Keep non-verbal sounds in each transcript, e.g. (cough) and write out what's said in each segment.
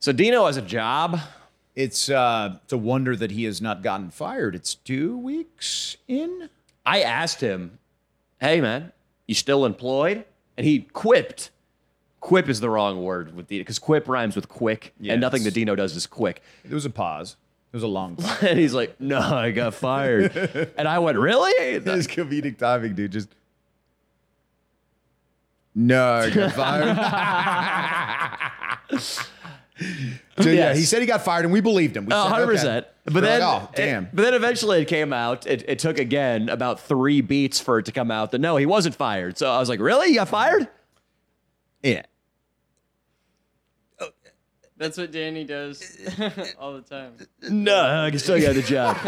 So Dino has a job. It's uh, it's a wonder that he has not gotten fired. It's two weeks in. I asked him, "Hey man, you still employed?" And he quipped. Quip is the wrong word with Dino because quip rhymes with quick, Yes. and nothing that Dino does is quick. (laughs) There was a pause. There was a (laughs) long pause. And he's like, "No, I got (laughs) fired." and I went, "Really?" His comedic timing, dude. Just no, I got fired. (laughs) so yeah, Yes. he said he got fired, and we believed him. We said, Uh, hundred "Okay." percent. But We're then, like, oh, it- damn. but then eventually it came out. It, it took again about three beats for it to come out that no, he wasn't fired. So I was like, really? You got fired? yeah. That's what Danny does (laughs) all the time. No, (laughs) I can still get the job.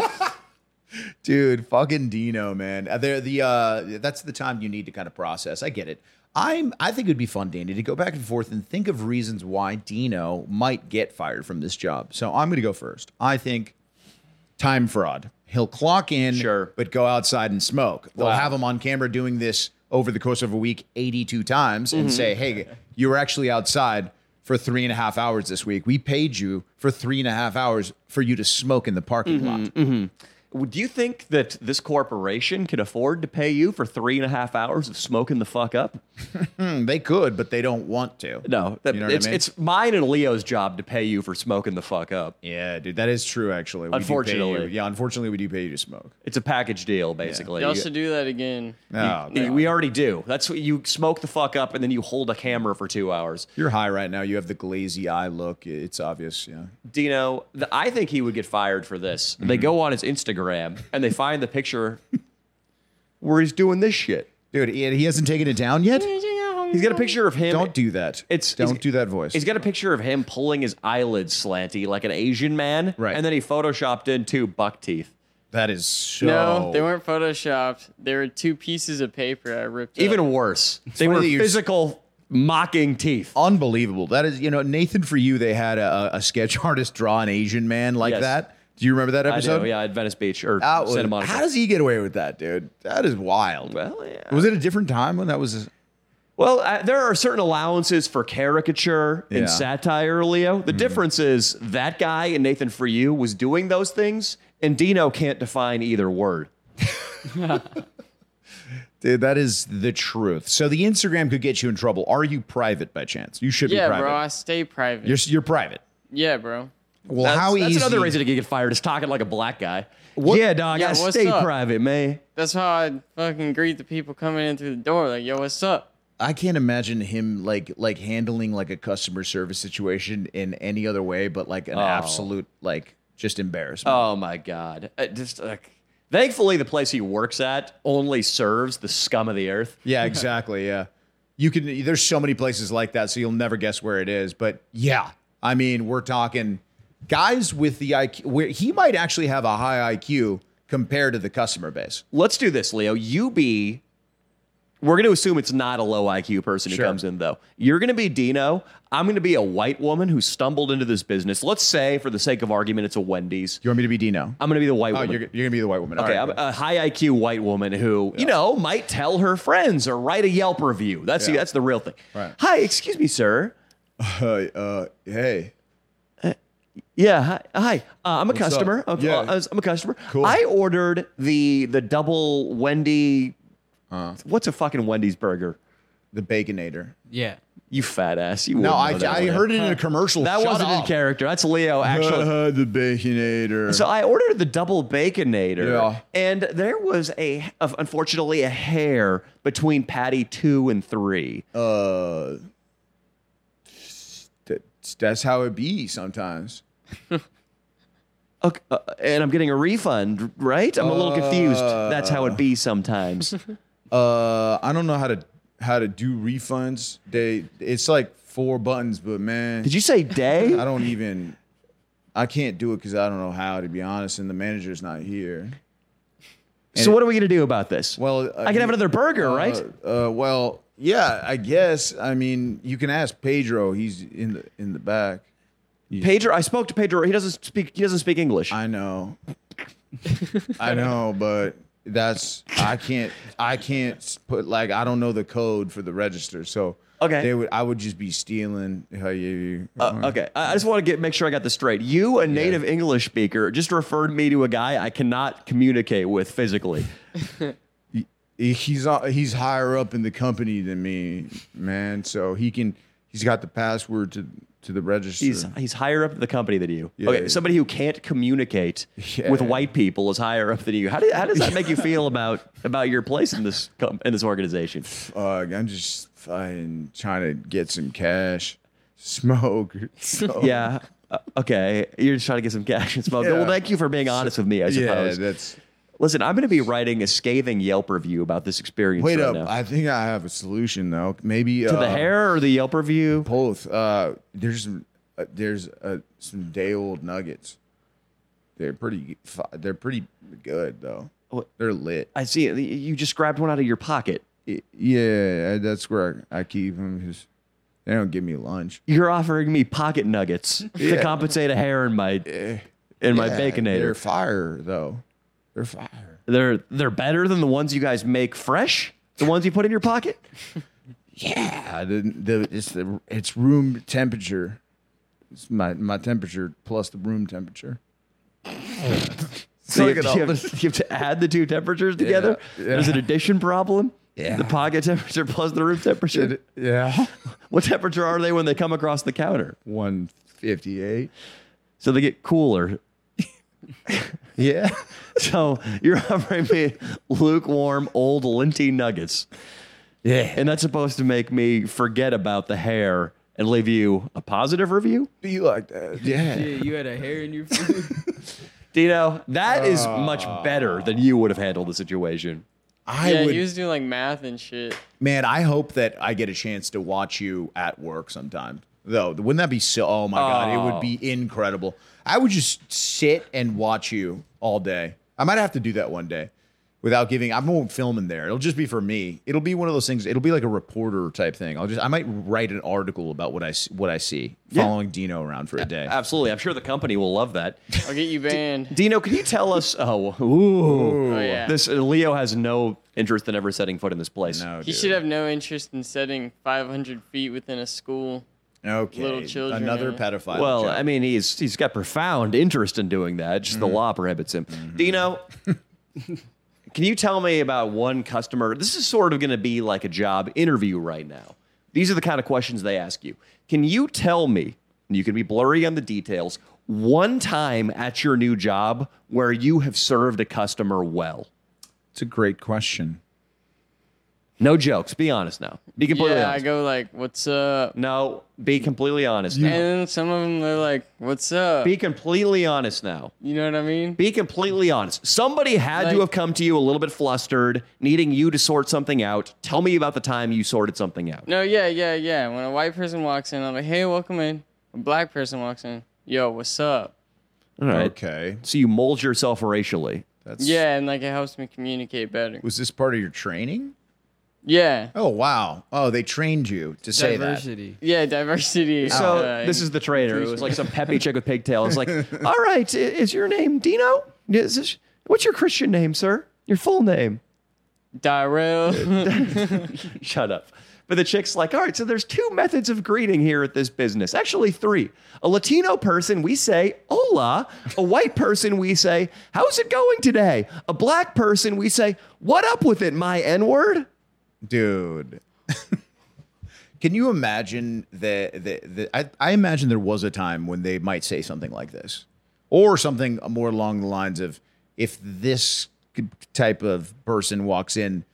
Dude, fucking Dino, man. Uh, They're the uh, that's the time you need to kind of process. I get it. I'm. I think it'd be fun, Danny, to go back and forth and think of reasons why Dino might get fired from this job. So I'm going to go first. I think time fraud. He'll clock in, Sure. but go outside and smoke. They'll Wow. have him on camera doing this over the course of a week, 82 times, Mm-hmm. and say, "Hey, you were actually outside." For three and a half hours this week, we paid you for three and a half hours for you to smoke in the Mm-hmm. parking lot. Do you think that this corporation can afford to pay you for three and a half hours of smoking the fuck up? They could, but they don't want to. No, that, You know what I it's mean? it's mine and Leo's job to pay you for smoking the fuck up. Yeah, dude, that is true. Actually, we do pay Unfortunately. you- yeah, unfortunately, we do pay you to smoke. It's a package deal, basically. They You- also do that again. Oh, you- we already do. That's what you smoke the fuck up, and then you hold a camera for two hours. you're high right now. You have the glazy eye look. It's obvious. Yeah, Dino, the, I think he would get fired for this. Mm-hmm. They go on his Instagram and they find the picture (laughs) where he's doing this shit. dude, he, he hasn't taken it down yet. He's got a picture of him. Don't do that. It's- don't he's- do that voice. He's got a picture of him pulling his eyelids slanty like an Asian man. Right. And then he photoshopped in two buck teeth. that is so. No, they weren't photoshopped. They were two pieces of paper I ripped. up. Even worse, they funny were that you're s- physical mocking teeth. unbelievable. That is, you know, Nathan. For you, they had a, a sketch (laughs) artist draw an Asian man like Yes. that. Do you remember that I episode? know, yeah, at Venice Beach or That was- Santa Monica. how does he get away with that, dude? That is wild. well, yeah. was it a different time when that was? Well, uh, there are certain allowances for caricature Yeah. Mm-hmm. and satire, Leo. The difference is that guy and Nathan for you was doing those things, and Dino can't define either word. Dude, that is the truth. So the Instagram could get you in trouble. Are you private by chance? You should yeah, be private. bro. I stay private. You're you're private. yeah, bro. Well, That's, how that's easy? another reason to get fired is talking like a black guy. What- Yeah, dog, Yeah, I what's stay up? private, man. That's how I fucking greet the people coming in through the door. Like, yo, what's up? I can't imagine him like like handling like a customer service situation in any other way but like an absolute like just embarrassment. Oh my god! Uh, just like, thankfully, the place he works at only serves the scum of the earth. (laughs) Yeah, exactly. Yeah, you can. There's so many places like that, so you'll never guess where it is. But yeah, I mean, we're talking guys with the IQ. Where he might actually have a high IQ compared to the customer base. Let's do this, Leo. You be. We're going to assume it's not a low IQ person Sure. who comes in, though. You're going to be Dino. I'm going to be a white woman who stumbled into this business. Let's say, for the sake of argument, it's a Wendy's. You want me to be Dino? I'm going to be the white Oh, woman. you're, you're gonna be the white woman. All okay, right, I'm cool. a high IQ white woman who, you know, might tell her friends or write a Yelp review. That's Yeah. the, that's the real thing. Right. Hi, excuse me, sir. Hey, uh, hey, Yeah, hi. hi. Uh, I'm a up? customer. Okay, Yeah. uh, I was- I'm a customer. Cool. I ordered the the double Wendy. What's a fucking Wendy's burger? the Baconator. Yeah. You fat ass. You No, wouldn't I, know that I Leo. heard it in a commercial. that Shut wasn't up. in character. That's Leo (laughs) actually. Uh, the Baconator. so I ordered the double baconator, Yeah. and there was a of- unfortunately a hair between patty two and three. uh, that, that's how it be sometimes. Okay, uh, and I'm getting a refund, right? I'm a little confused. That's how it be (laughs) sometimes. Uh, I don't know how to how to do refunds. They it's like four buttons, but man, Did you say day? (laughs) I don't even. I can't do it because I don't know how to be honest, and the manager's not here. so what are we gonna do about this? Well, uh, I can have another burger, right? Uh, uh, well, yeah, I guess. I mean, you can ask Pedro. He's in the in the back. Pedro, I spoke to Pedro. He doesn't speak. He doesn't speak English. (laughs) I know. I know, but that's I can't I can't s- put like I don't know the code for the register. So Okay. They would. I would just be stealing. How you? Uh, okay, I I just want to get make sure I got this straight. You, a native English speaker, just referred me to a guy I cannot communicate with physically. he's on, he's higher up in the company than me, man. So he can he's got the password to to the register. He's he's higher up in the company than you. Yeah, okay, yeah. somebody who can't communicate Yeah. with white people is higher up than you. How, do, how does that make you feel (laughs) about about your place in this com- in this organization? Fuck, I'm just fucking trying to get some cash, smoke. (laughs) So, (laughs) Yeah. uh, okay, you're just trying to get some cash and smoke. Oh. Yeah. Well, thank you for being honest with me. I yeah, suppose. that's. Listen, I'm going to be writing a scathing Yelp review about this experience. Wait right up! now. I think I have a solution though. Maybe uh, to the hair or the Yelp review? Both. Uh, there's some, uh, there's uh, some day old nuggets. They're pretty. fi- They're pretty good though. What- They're lit. I see. it. You just grabbed one out of your pocket. Y- Yeah, uh, that's where I, I keep them. 'cause They don't give me lunch. You're offering me pocket nuggets to Yeah. compensate a hair in my in my Yeah, They're baconator. fire though. They're fire. They're they're better than the ones you guys make fresh. The ones you put in your pocket. Yeah, the, the, it's the it's room temperature. It's my my temperature plus the room temperature. So you have, Look at you, all have, you have to add the two temperatures together. Yeah, There's an addition problem. Yeah. The pocket temperature plus the room temperature. Yeah, What temperature are they when they come across the counter? (laughs) one fifty eight. So they get cooler. (laughs) Yeah, So you're (laughs) offering me lukewarm old linty nuggets. yeah. And that's supposed to make me forget about the hair and leave you a positive review? Be like that. Yeah. Yeah, you had a hair in (laughs) your food. Dino, that is much better than you would have handled the situation. I Yeah, would, he was doing like math and shit. man. I hope that I get a chance to watch you at work sometime. Though, wouldn't that be so? Oh my god, it would be incredible. I would just sit and watch you all day. I might have to do that one day, without giving. I won't film in there. It'll just be for me. It'll be one of those things. It'll be like a reporter type thing. I'll just. I might write an article about what I s- what I see following Dino around for a day. Uh, Absolutely. I'm sure the company will love that. I'll get you banned. Dino, can you tell us? Oh, ooh. Oh, yeah. This Leo has no interest in ever setting foot in this place. no, uh, He dude. should have no interest in setting 500 feet within a school. okay. little children, Another yeah. pedophile. Well, joke. I mean, he's he's got profound interest in doing that. Just Mm-hmm. the law prohibits him. (laughs) Dino, can you tell me about one customer? This is sort of going to be like a job interview right now. These are the kind of questions they ask you. Can you tell me? And you can be blurry on the details. One time at your new job where you have served a customer well. it's a great question. No jokes. Be honest now. Be completely Yeah, I honest. go like, "What's up?" no, be completely honest. And Now. then some of them they're like, "What's up?" Be completely honest now. You know what I mean? Be completely honest. Somebody had to Like- have come to you a little bit flustered, needing you to sort something out. Tell me about the time you sorted something out. No, yeah, yeah, yeah. When a white person walks in, I'm like, "Hey, welcome in." A black person walks in, "Yo, what's up?" All right. Okay, So you mold yourself racially. that's Yeah, and like it helps me communicate better. Was this part of your training? Yeah, Oh wow! Oh, they trained you to say that. Diversity. yeah, diversity. So uh, this is the trainer. It was like some peppy chick with pigtails. (laughs) Like, all right, i- is your name Dino? Is this, what's your Christian name, sir? Your full name? Darrell. (laughs) Shut up. But the chick's like, all right, so there's two methods of greeting here at this business. Actually, three. A Latino person, we say, hola. A white person, we say, how's it going today? A black person, we say, what up with it, my N word? dude. (laughs) Can you imagine that? The, the, I, I imagine there was a time when they might say something like this, or something more along the lines of, "If this type of person walks in,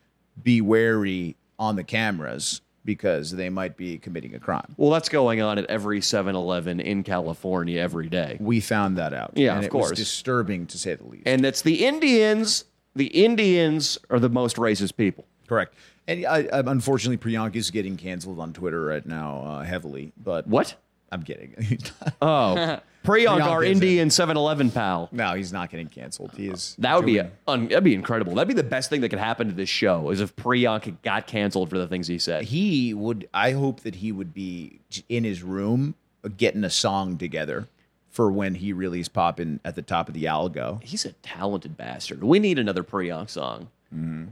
be wary on the cameras because they might be committing a crime." Well, that's going on at every 7 Eleven in California every day. We found that out. Yeah, and of it was course. disturbing to say the least. And that's the Indians. The Indians are the most racist people. Correct. And I, I, unfortunately, Priyanka is getting canceled on Twitter right now uh, heavily. But What? I'm kidding. (laughs) Oh, Priyank, our Priyank is Indian 7 Eleven pal. no, he's not getting canceled. He is. That would be doing- un, that'd be incredible. That'd be the best thing that could happen to this show is if Priyank got canceled for the things he said. He would. I hope that he would be j- in his room uh, getting a song together for when he really is popping at the top of the algo. He's a talented bastard. We need another Priyank song.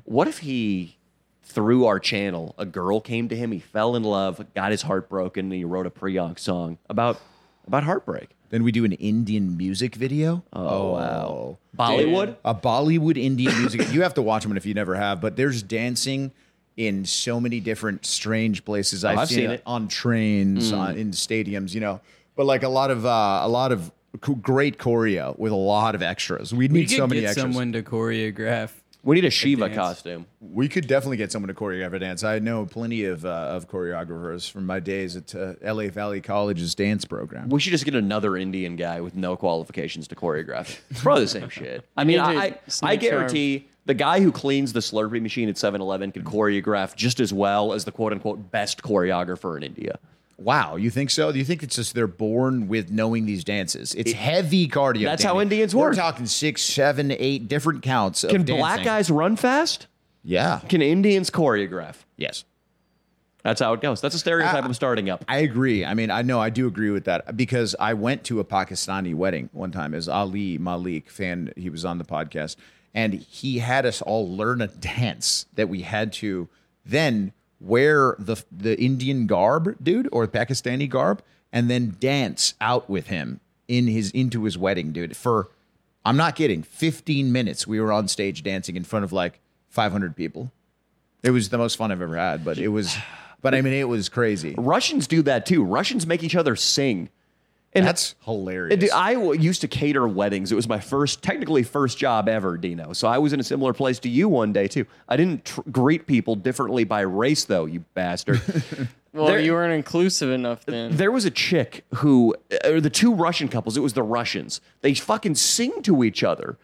What if he through our channel, a girl came to him. He fell in love, got his heart broken, and he wrote a Priyank song about about heartbreak. Then we do an Indian music video. Oh, wow. Bollywood. A Bollywood Indian music. you have to watch them if you never have, but there's dancing in so many different strange places. I've, I've seen, seen it, it. on trains, on, in stadiums, you know. But like a lot of uh, a lot of co- great choreo with a lot of extras. We We need could so many get extras. someone to choreograph. We need a Shiva dance. costume. We could definitely get someone to choreograph a dance. I know plenty of uh, of choreographers from my days at uh, LA Valley College's dance program. We should just get another Indian guy with no qualifications to (laughs) choreograph. It's probably the same shit. I mean, I, I, I Snake guarantee the guy who cleans the Slurpee machine at 7 Eleven could choreograph just as well as the quote unquote best choreographer in India. Wow, you think so? Do you think it's just they're born with knowing these dances? It's heavy cardio. That's Danny. how Indians We're work. talking six, seven, eight different counts. Of Can dancing. black guys run fast? Yeah. Can Indians choreograph? Yes. That's how it goes. That's a Ah. stereotype I, am starting up. I agree. I mean, I know I do agree with that because I went to a Pakistani wedding one time as Ali Malik fan. He was on the podcast and he had us all learn a dance that we had to then wear the the Indian garb, dude, or Pakistani garb, and then dance out with him in his into his wedding, dude. For I'm not kidding, 15 minutes we were on stage dancing in front of like 500 people. It was the most fun I've ever had, but it was. But I mean, it was crazy. Russians do that too. Russians make each other sing. And That's (laughs) hilarious. Dude, I w- used to cater weddings. It was my first, technically first job ever, Dino. So I was in a similar place to you one day too. I didn't tr- greet people differently by race, though. You bastard. Well, There- you weren't inclusive enough then. there was a chick who, uh, or the two Russian couples. It was the Russians. They fucking sing to each other.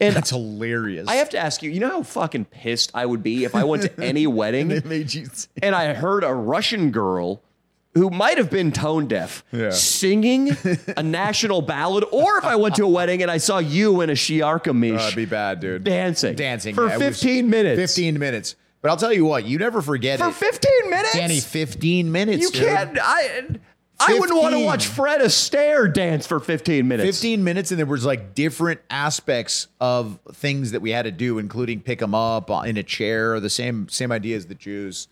And That's hilarious. I have to ask you, you know how fucking pissed I would be if I went to any wedding made you (laughs) say- and I heard a Russian girl who might have been tone deaf Yeah. singing a national ballad, or if I went to a wedding and I saw you in a Shiarkamish Oh, That'd be bad, dude. dancing, Dancing for yeah, it was 15 minutes. 15 minutes. But I'll tell you what, you never forget for it. 15 minutes, Danny, 15 minutes. you dude. can't. I I wouldn't want to 15. watch Fred Astaire dance for 15 minutes. 15 minutes, and there was like different aspects of things that we had to do, including pick them up on- in a chair, the same same idea as the Jews.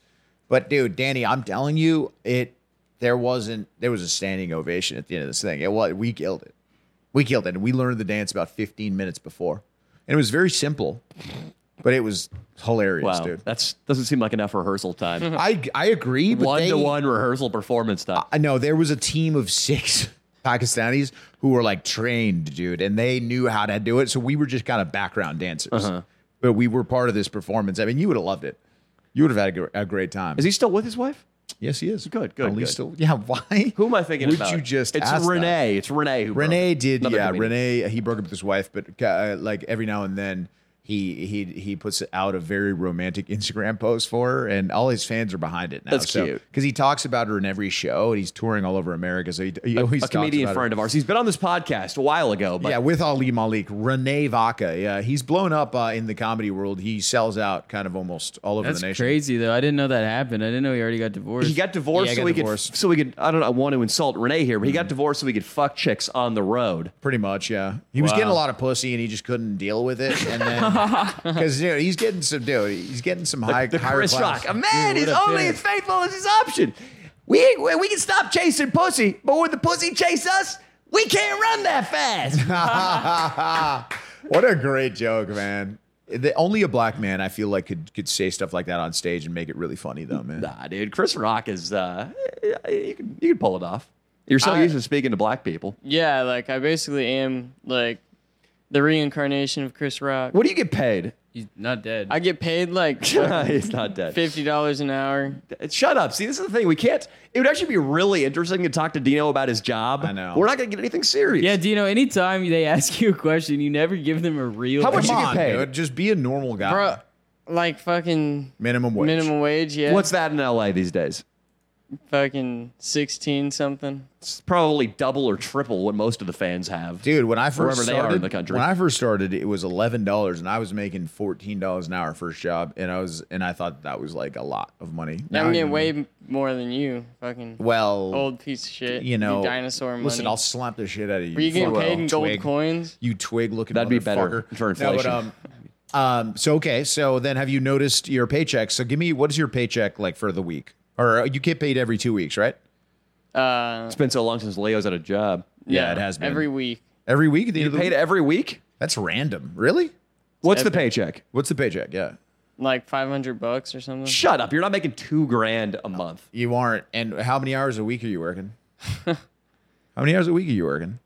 But dude, Danny, I'm telling you, it there wasn't there was a standing ovation at the end of this thing. It was we killed it, we killed it, and we learned the dance about 15 minutes before, and it was very simple, but it was hilarious, Wow, dude. that's doesn't seem like enough rehearsal time. I I agree, but One they, to one rehearsal performance time. I know there was a team of six (laughs) Pakistanis who were like trained, dude, and they knew how to do it. So we were just kind of background dancers, Uh-huh. but we were part of this performence. I mean, you would have loved it. You would have had a, gr- a great time. Is he still with his wife? yes, he is. Good, good, Ali's good. still- yeah. (laughs) Why? Who am I thinking Would about? you just? It's ask that? Renee. It's Renee. Who broke Renee up. did, Another yeah. comedian. Renee, he broke up with his wife, but uh, like every now and then, he he he puts out a very romantic (laughs) Instagram post for her, and all his fans are behind it now. That's cute. because he talks about her in every show, and he's touring all over America. So he, he always a talks comedian about her. friend of ours. He's been on this podcast a while ago, but Yeah, with Ali Malik, Renee Vaca. Yeah, he's blown up uh, in the comedy world. He sells out kind of almost all over That's the nation. crazy though. I didn't know that happened. I didn't know he already got divorced. he got divorced Yeah, he so got he divorced. could so he could I don't know, I want to insult Renee here, but he got divorced so he could fuck chicks on the road. Pretty much, yeah. He was getting a lot of pussy, and he just couldn't deal with it. And then, (laughs) (laughs) because you know, he's getting some dude, he's getting some high, The higher Chris class. Rock. A man Dude, is what a only bitch. as faithful as his option. We ain't- we we can stop chasing pussy, but when the pussy chase us, we can't run that fast. What a great joke, man. The, only a black man I feel like could could say stuff like that on stage and make it really funny though, man. nah, dude. Chris Rock is uh you can you can pull it off. You're so used to speaking to black people. yeah, like I basically am like the reincarnation of Chris Rock. What do you get paid? He's not dead. I get paid like (laughs) (laughs) He's not dead. fifty dollars an hour. Shut up. See, this is the thing. We can't. It would actually be really interesting to talk to Dino about his job. I know. We're not going to get anything serious. yeah, Dino. Anytime they ask you a question, you never give them a real. How much Come you get on, paid? dude. Just be a normal guy. Bro like fucking Minimum wage. minimum wage, yeah. What's that in LA these days? fucking sixteen something? It's probably double or triple what most of the fans have. Dude, when I first Wherever they are started, in the country. when I first started, it was eleven dollars, and I was making fourteen dollars an hour first job, and I was and I thought that was like a lot of money. Now I'm getting you- way m- more than you, fucking well, old piece of shit. you know, dinosaur money. Listen, I'll slap the shit out of you. Were you getting fucking paid in gold twig. coins? You twig looking. That'd be better motherfucker. for No, but inflation. um, Um, so okay, so then have you noticed your paycheck? So give me what is your paycheck like for the week? Or uh, you get paid every two weeks, right? Uh, It's been so long since Leo's had a job. Yeah, it has been. every week. Every week at the end of the Paid e- week? every week. That's random. Really? What's the paycheck? What's the paycheck? Yeah. like 500 bucks or something. Shut up! You're not making two grand a month. You aren't. And how many hours a week are (laughs) you working? how many hours a week are you working?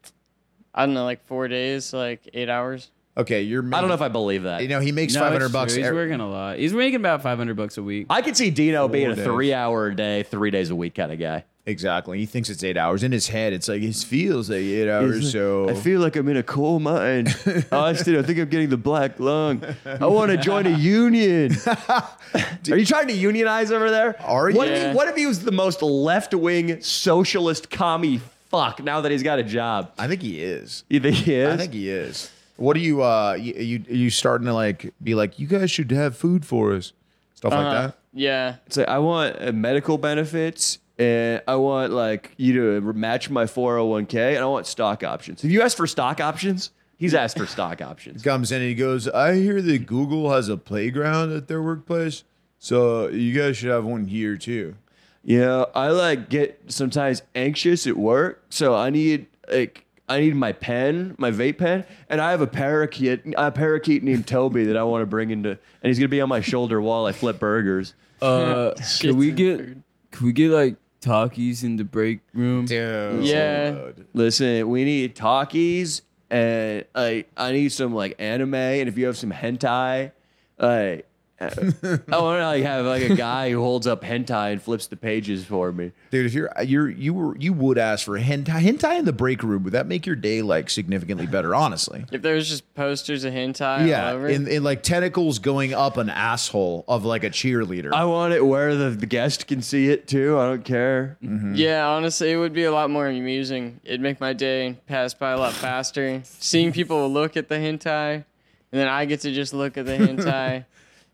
I don't know, like four days, like eight hours. Okay, you're making, I don't know if I believe that. you know he makes No, five hundred it's bucks e- true. He's every- working a lot. He's making about 500 bucks a week. I could see Dino being a days. three-hour a day, three days a week kind of guy. Exactly. He thinks it's eight hours. In his head, it's like it feels like eight hours. so feel like I'm in a coal (laughs) mine. Austin, I think I'm getting the black lung. I want to join a union. (laughs) Are you trying to unionize over there? Are you? What, if, Yeah. he, what if he was the most left wing socialist commie fuck now that he's got a job? I think he is. You think he is? I think he is. What do you uh you, you are you starting to like be like you guys should have food for us stuff Uh, like yeah. it's like, I want uh, medical benefits and I want like you to match my 401k and I want stock options. Have you asked for stock options? He's asked for stock options. that? Comes in and he goes, I hear that Google has a playground at their workplace, so you guys should have one here too. Yeah, I like get sometimes anxious at work, so I need like I need my pen, my vape pen, and I have a parakeet, a parakeet named Toby that I want to bring into, and he's gonna be on my shoulder while I flip burgers. (laughs) Uh, Shit's can we in get food. can we get like talkies in the break room? Dude. Yeah. Listen, we need talkies, and I I need some like anime, and if you have some hentai, like. I want to like have like a guy who holds up hentai and flips the pages for me. Dude, if you're you're you were you would ask for hentai hentai in the break room, would that make your day like significantly better, honestly? If there was just posters of hentai all Yeah, over. in, in like tentacles going up an asshole of like a cheerleader. I want it where the, the guest can see it too. I don't care. yeah, honestly, it would be a lot more amusing. It'd make my day pass by a lot faster. Seeing people look at the hentai, and then I get to just (laughs) look at the hentai.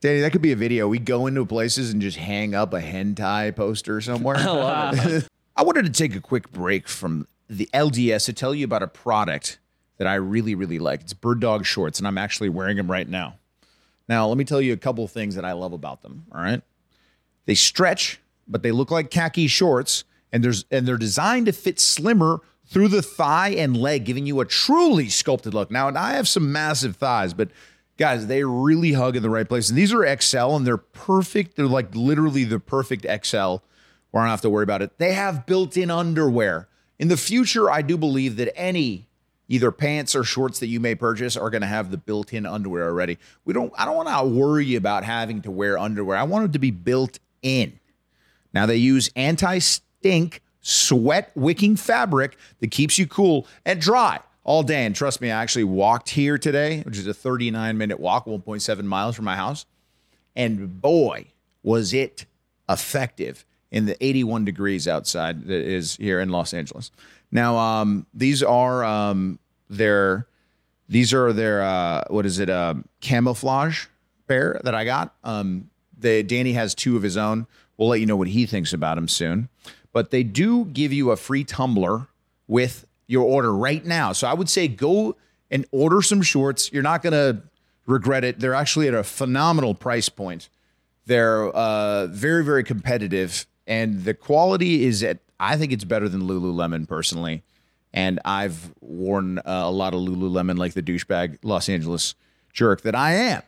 Danny, that could be a video. We go into places and just hang up a hentai poster somewhere. I (laughs) wanted to take a quick break from the LDS to tell you about a product that I really, really like. It's Bird Dog Shorts, and I'm actually wearing them right now. Now, let me tell you a couple things that I love about them. All right. They stretch, but they look like khaki shorts, and there's and they're designed to fit slimmer through the thigh and leg, giving you a truly sculpted look. Now, and I have some massive thighs, but guys, they really hug in the right place. And these are XL, and they're perfect. They're like literally the perfect XL, where I don't have to worry about it. They have built-in underwear. In the future, I do believe that any either pants or shorts that you may purchase are going to have the built-in underwear already. We don't I don't want to worry about having to wear underwear. I want it to be built in. Now they use anti-stink sweat wicking fabric that keeps you cool and dry all day. And trust me, I actually walked here today, which is a 39 minute walk, 1.7 miles from my house. And boy, was it effective in the 81 degrees outside that is here in Los Angeles. Now, um, these are um, their these are their uh, what is it um camouflage bear that I got. Um, the Danny has two of his own. We'll let you know what he thinks about them soon. But they do give you a free tumbler with your order right now. So I would say go and order some shorts. You're not gonna regret it. They're actually at a phenomenal price point. They're uh, very, very competitive, and the quality is at. I think it's better than Lululemon personally, and I've worn uh, a lot of Lululemon like the douchebag Los Angeles jerk that I am.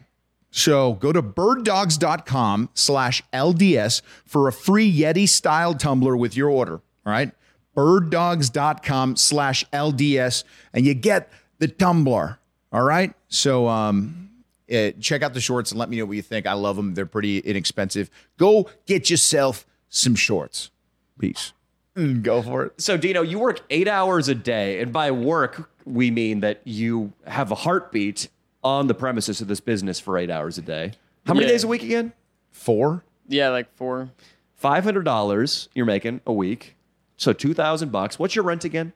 So go to birddogs.com slash LDS for a free Yeti style tumbler with your order. All right. Birddogs.com slash LDS and you get the tumbler. All right. So um eh, check out the shorts and let me know what you think. I love them. They're pretty inexpensive. Go get yourself some shorts. Peace. Mm, Go for it. So, Dino, you work eight hours a day, and by work we mean that you have a heartbeat on the premises of this business for eight hours a day. How many Yeah. days a week again? Four. yeah, like four. Five hundred dollars you're making a week, so two thousand bucks. What's your rent again?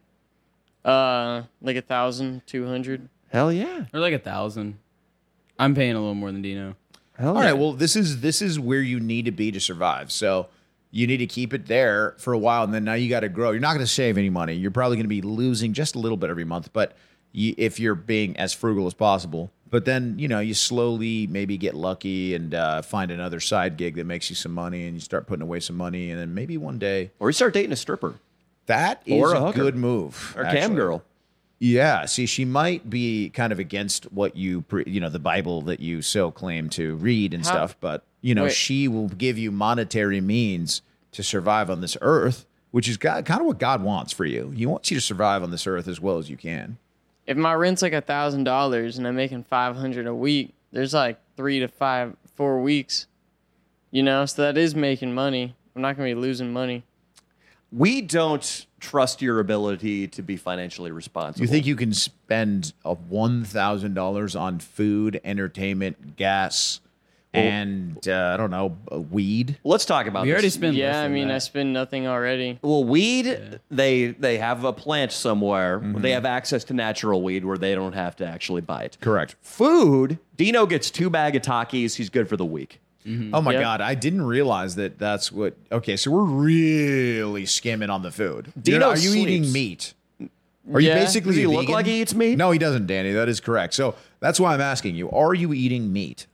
Uh, like a thousand, two hundred. Hell yeah! Or like a thousand. I'm paying a little more than Dino. Hell All yeah. right. Well, this is this is where you need to be to survive. So you need to keep it there for a while, and then now you got to grow. You're not going to save any money. You're probably going to be losing just a little bit every month, but you, if you're being as frugal as possible, But then, you know, you slowly maybe get lucky and uh, find another side gig that makes you some money and you start putting away some money. And then maybe one day, Or you start dating a stripper that is Or a a, hooker. good move. or actually. cam girl. Yeah. See, she might be kind of against what you, pre- you know, the Bible that you so claim to read and How- stuff, but, you know, Wait. she will give you monetary means to survive on this earth, which is God, kind of what God wants for you. He wants you to survive on this earth as well as you can. If my rent's like a thousand dollars and I'm making five hundred a week, there's like three to five, four weeks. You know, so that is making money. I'm not gonna be losing money. We don't trust your ability to be financially responsible. You think you can spend a one thousand dollars on food, entertainment, gas, and uh, I don't know, uh, weed? Let's talk about We this. already spent. less yeah, I than mean, that. I spend nothing already. Well, weed, they they have a plant somewhere. Mm-hmm. They have access to natural weed where they don't have to actually buy it. Correct. Food, Dino gets two bag of Takis. He's good for the week. Oh my Yep. god, I didn't realize that. That's what. Okay, so we're really skimming on the food. You're- Dino are you eating sleeps. meat? Are you Yeah. basically Does he a look vegan? like he eats meat? No, he doesn't, Danny. That is correct. So that's why I'm asking you: Are you eating meat?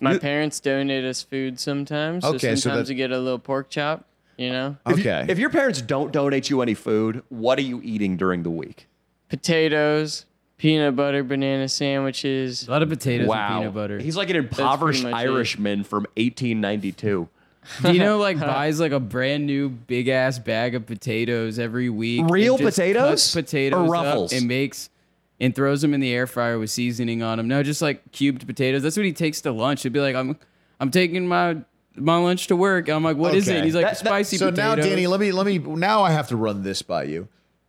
My parents donate us food sometimes. So Okay, so sometimes that- we get a little pork chop. You know, If you- Okay. If, your parents don't donate you any food, what are you eating during the week? potatoes, peanut butter, banana sandwiches. a lot of potatoes and peanut butter. He's like an impoverished much it. Irishman from 1892. Dino like buys like a brand new big ass bag of potatoes every week. and Real just potatoes? cuts potatoes Or up Ruffles? and makes and throws them in the air fryer with seasoning on them. No, just like cubed potatoes. That's what he takes to lunch. He'd be like, I'm I'm taking my my lunch to work. I'm like, what is it? Okay. And he's like, That- that- spicy so potatoes. now danny let me let me now i have to run this by you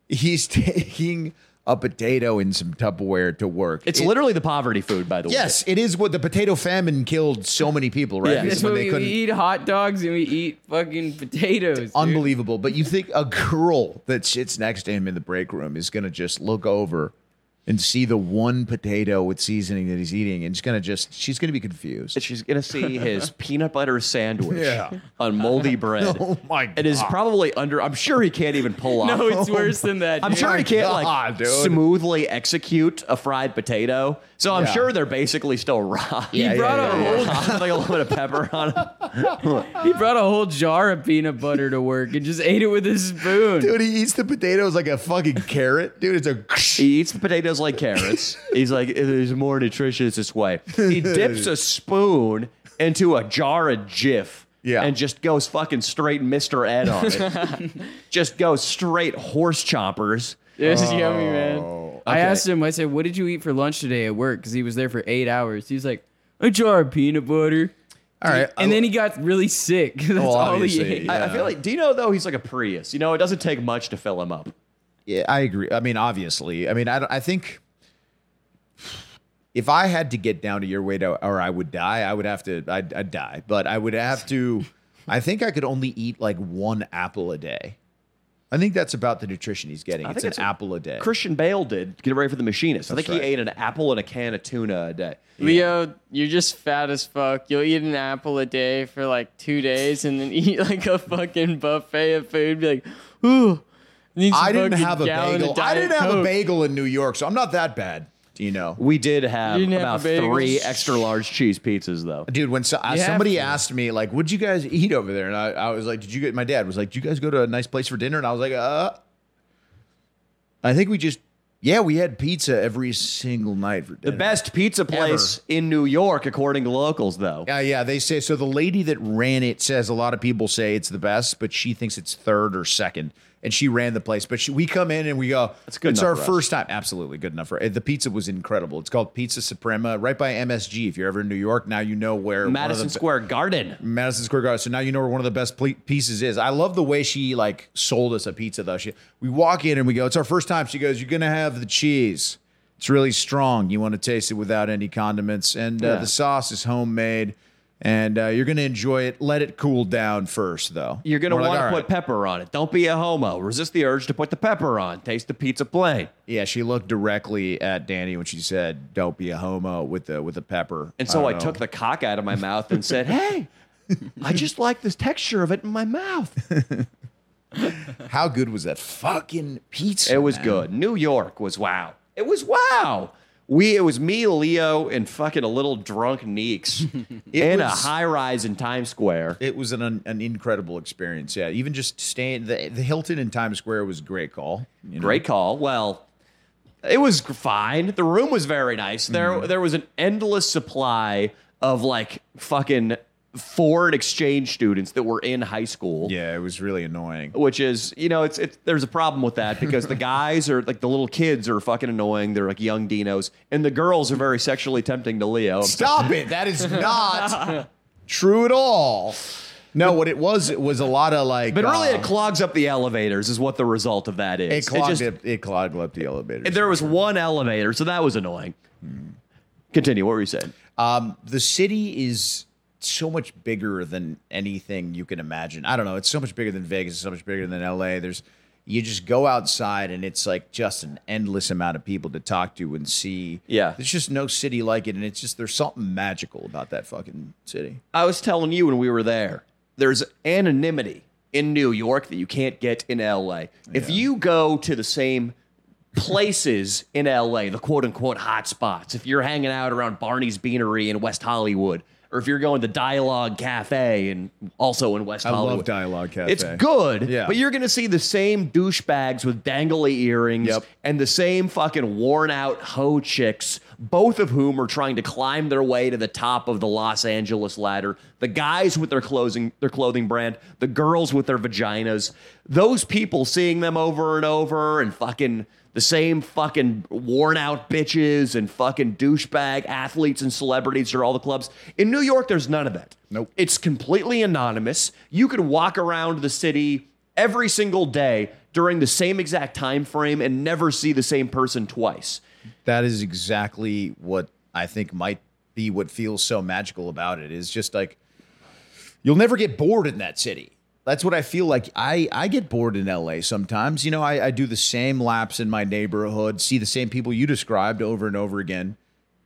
he's (laughs) taking a potato in some tupperware to work It's It- literally the poverty food, by the way. yes it is what the potato famine killed so many people right Yeah. Because That's when what they we, we couldn't- eat hot dogs and we eat fucking potatoes. dude. unbelievable but you think a girl that sits next to him in the break room is gonna just look over and see the one potato with seasoning that he's eating and she's gonna just she's gonna be confused She's gonna see (laughs) his peanut butter sandwich on moldy bread. Oh my It is God. probably under. I'm sure he can't even (laughs) pull off. No, it's worse than that. I'm dude. sure he can't like God, dude. smoothly execute a fried potato. So I'm Yeah. sure they're basically still raw. He brought yeah, a yeah, (laughs) whole like a little bit of pepper on it. he brought a whole jar of peanut butter to work and just (laughs) ate it with his spoon. dude he eats the potatoes like a fucking carrot dude it's a (laughs) He eats the potatoes like (laughs) carrots. He's like, it is more nutritious this way. He dips a spoon into a jar of Jif. Yeah. And just goes fucking straight Mr. Ed (laughs) on it. just goes straight horse chompers. (laughs) It was yummy, man. Oh, I asked him, I said, what did you eat for lunch today at work? Because he was there for eight hours. He's like, a jar of peanut butter. all right And then he got really sick. (laughs) That's Well, all he obviously, ate. I, I feel like Dino though he's like a Prius. You know, it doesn't take much to fill him up. Yeah, I agree. I mean, obviously, I mean, I, don't- I think if I had to get down to your weight or or I would die, I would have to, I'd, I'd die, but I would have to, I think I could only eat like one apple a day. I think that's about the nutrition he's getting. It's think an it's a- apple a day. Christian Bale did get ready for the machinist. I That's think he right. ate an apple and a can of tuna a day. Leo, you're just fat as fuck. You'll eat an apple a day for like two days and then (laughs) eat like a fucking buffet of food. Be like, ooh, need some I didn't fucking have a gallon of bagel. I Diet didn't have a Coke." bagel in New York, so I'm not that bad. Do you know? We did have You didn't about have the bagels? three extra large cheese pizzas though. Dude, when so, uh, You have somebody to. asked me, like, what'd you guys eat over there? And I, I was like, did you get, my dad was like, did you guys go to a nice place for dinner? And I was like, uh, I think we just, yeah, we had pizza every single night for dinner. The best pizza place in New York, according to locals, though. Yeah, yeah. They say, so the lady that ran it says a lot of people say it's the best, but she thinks it's third or second. And she ran the place, but she, we come in and we go, That's good it's enough our for us." first time. Absolutely good enough. For, uh, the pizza was incredible. It's called Pizza Suprema, right by MSG. If you're ever in New York, now you know where one of Madison the- Square Garden. Madison Square Garden. So now you know where one of the best ple- pieces is. I love the way she like sold us a pizza though. She, we walk in and we go, it's our first time. She goes, you're gonna have the cheese. It's really strong. You want to taste it without any condiments, and uh, Yeah. the sauce is homemade. And uh, you're gonna enjoy it. Let it cool down first, though. You're gonna We're like, want "All to right." put pepper on it. Don't be a homo. Resist the urge to put the pepper on. Taste the pizza plain. Yeah, she looked directly at Danny when she said, "Don't be a homo with the with the pepper." And so I, don't know. took the cock out of my mouth and (laughs) said, "Hey, I just like this texture of it in my mouth." How good was that fucking pizza? It was man? good. New York was wow. It was wow. We it was me, Leo, and fucking a little drunk (laughs) Neeks in a was- high rise in Times Square. It was an an incredible experience. Yeah, even just staying the the Hilton in Times Square was a great call. you know? Mm-hmm. Great call. Well, it was g- fine. The room was very nice. There Mm-hmm. there was an endless supply of like fucking foreign exchange students that were in high school. Yeah, it was really annoying. Which is, you know, it's, it's there's a problem with that (laughs) because the guys are like the little kids are fucking annoying. They're like young dinos, and the girls are very sexually tempting to Leo. Stop it! That (laughs) is not true at all. No, what it was it was a lot of like. But really, uh, it clogs up the elevators, is what the result of that is. it clogged just- up, it clogged up the elevator. There was one elevator, so that was annoying. Mm-hmm. Continue. What were you saying? Um, the city is so much bigger than anything you can imagine. I don't know. It's so much bigger than Vegas. It's so much bigger than LA. There's you just go outside and it's like just an endless amount of people to talk to and see. Yeah. there's just no city like it, and it's just there's something magical about that fucking city. I was telling you when we were there, there's anonymity in New York that you can't get in LA. If you go to the same places in LA, the quote unquote hot spots, if you're hanging out around Barney's Beanery in West Hollywood, or if you're going to Dialogue Cafe and also in West I love Hollywood. Dialogue Cafe. It's good, Yeah. but you're going to see the same douchebags with dangly earrings Yep. and the same fucking worn out hoe chicks, both of whom are trying to climb their way to the top of the Los Angeles ladder. The guys with their clothing, their clothing brand, the girls with their vaginas. Those people seeing them over and over and fucking the same fucking worn out bitches and fucking douchebag athletes and celebrities are all the clubs. In New York, there's none of that. Nope. It's completely anonymous. You could walk around the city every single day during the same exact time frame and never see the same person twice. That is exactly what I think might be what feels so magical about it is just like you'll never get bored in that city. That's what I feel like. I, I get bored in LA sometimes. You know, I, I do the same laps in my neighborhood, see the same people you described over and over again.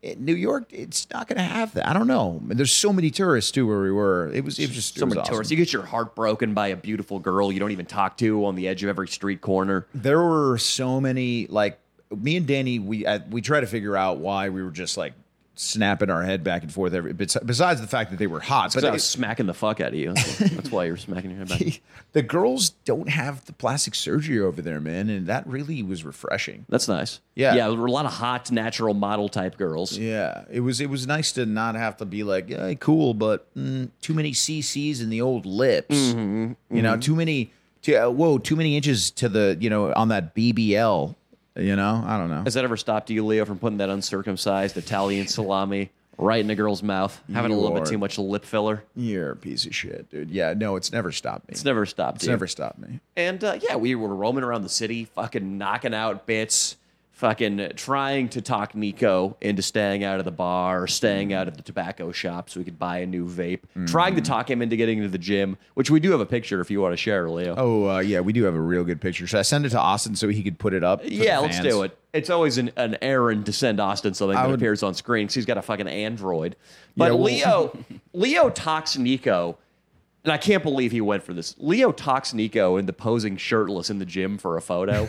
In New York, it's not going to have that. I don't know. And there's so many tourists too where we were. It was it was just it So was many awesome. tourists. You get your heart broken by a beautiful girl you don't even talk to on the edge of every street corner. there were so many like me and Danny we uh, we tried to figure out why we were just like snapping our head back and forth every bes- besides the fact that they were hot But but I uh, was smacking the fuck out of (laughs) you. That's why you're smacking your head back. (laughs) it- the girls don't have the plastic surgery over there man and that really was refreshing That's nice. Yeah. Yeah, there were a lot of hot, natural model type girls. yeah it was it was nice to not have to be like yeah cool but mm, too many cc's in the old lips you know too many too, uh, whoa too many inches to the you know on that BBL you know I don't know Has that ever stopped you, Leo, from putting that uncircumcised Italian salami right in a girl's mouth? Having a You little are- bit too much lip filler? You're a piece of shit, dude. Yeah, no, it's never stopped me. It's never stopped It's you. never stopped me. And uh, yeah, we were roaming around the city, fucking knocking out bits, fucking trying to talk Nico into staying out of the bar, staying out of the tobacco shop so we could buy a new vape, trying to talk him into getting into the gym, which we do have a picture if you want to share, Leo. Oh uh, yeah, we do have a real good picture. Should I send it to Austin so he could put it up? for the yeah, let's fans? do it. It's always an, an errand to send Austin something that would- appears on screen because he's got a fucking Android. But Yeah, well- Leo, Leo talks Nico, and I can't believe he went for this. Leo talks Nico into posing shirtless in the gym for a (laughs) photo.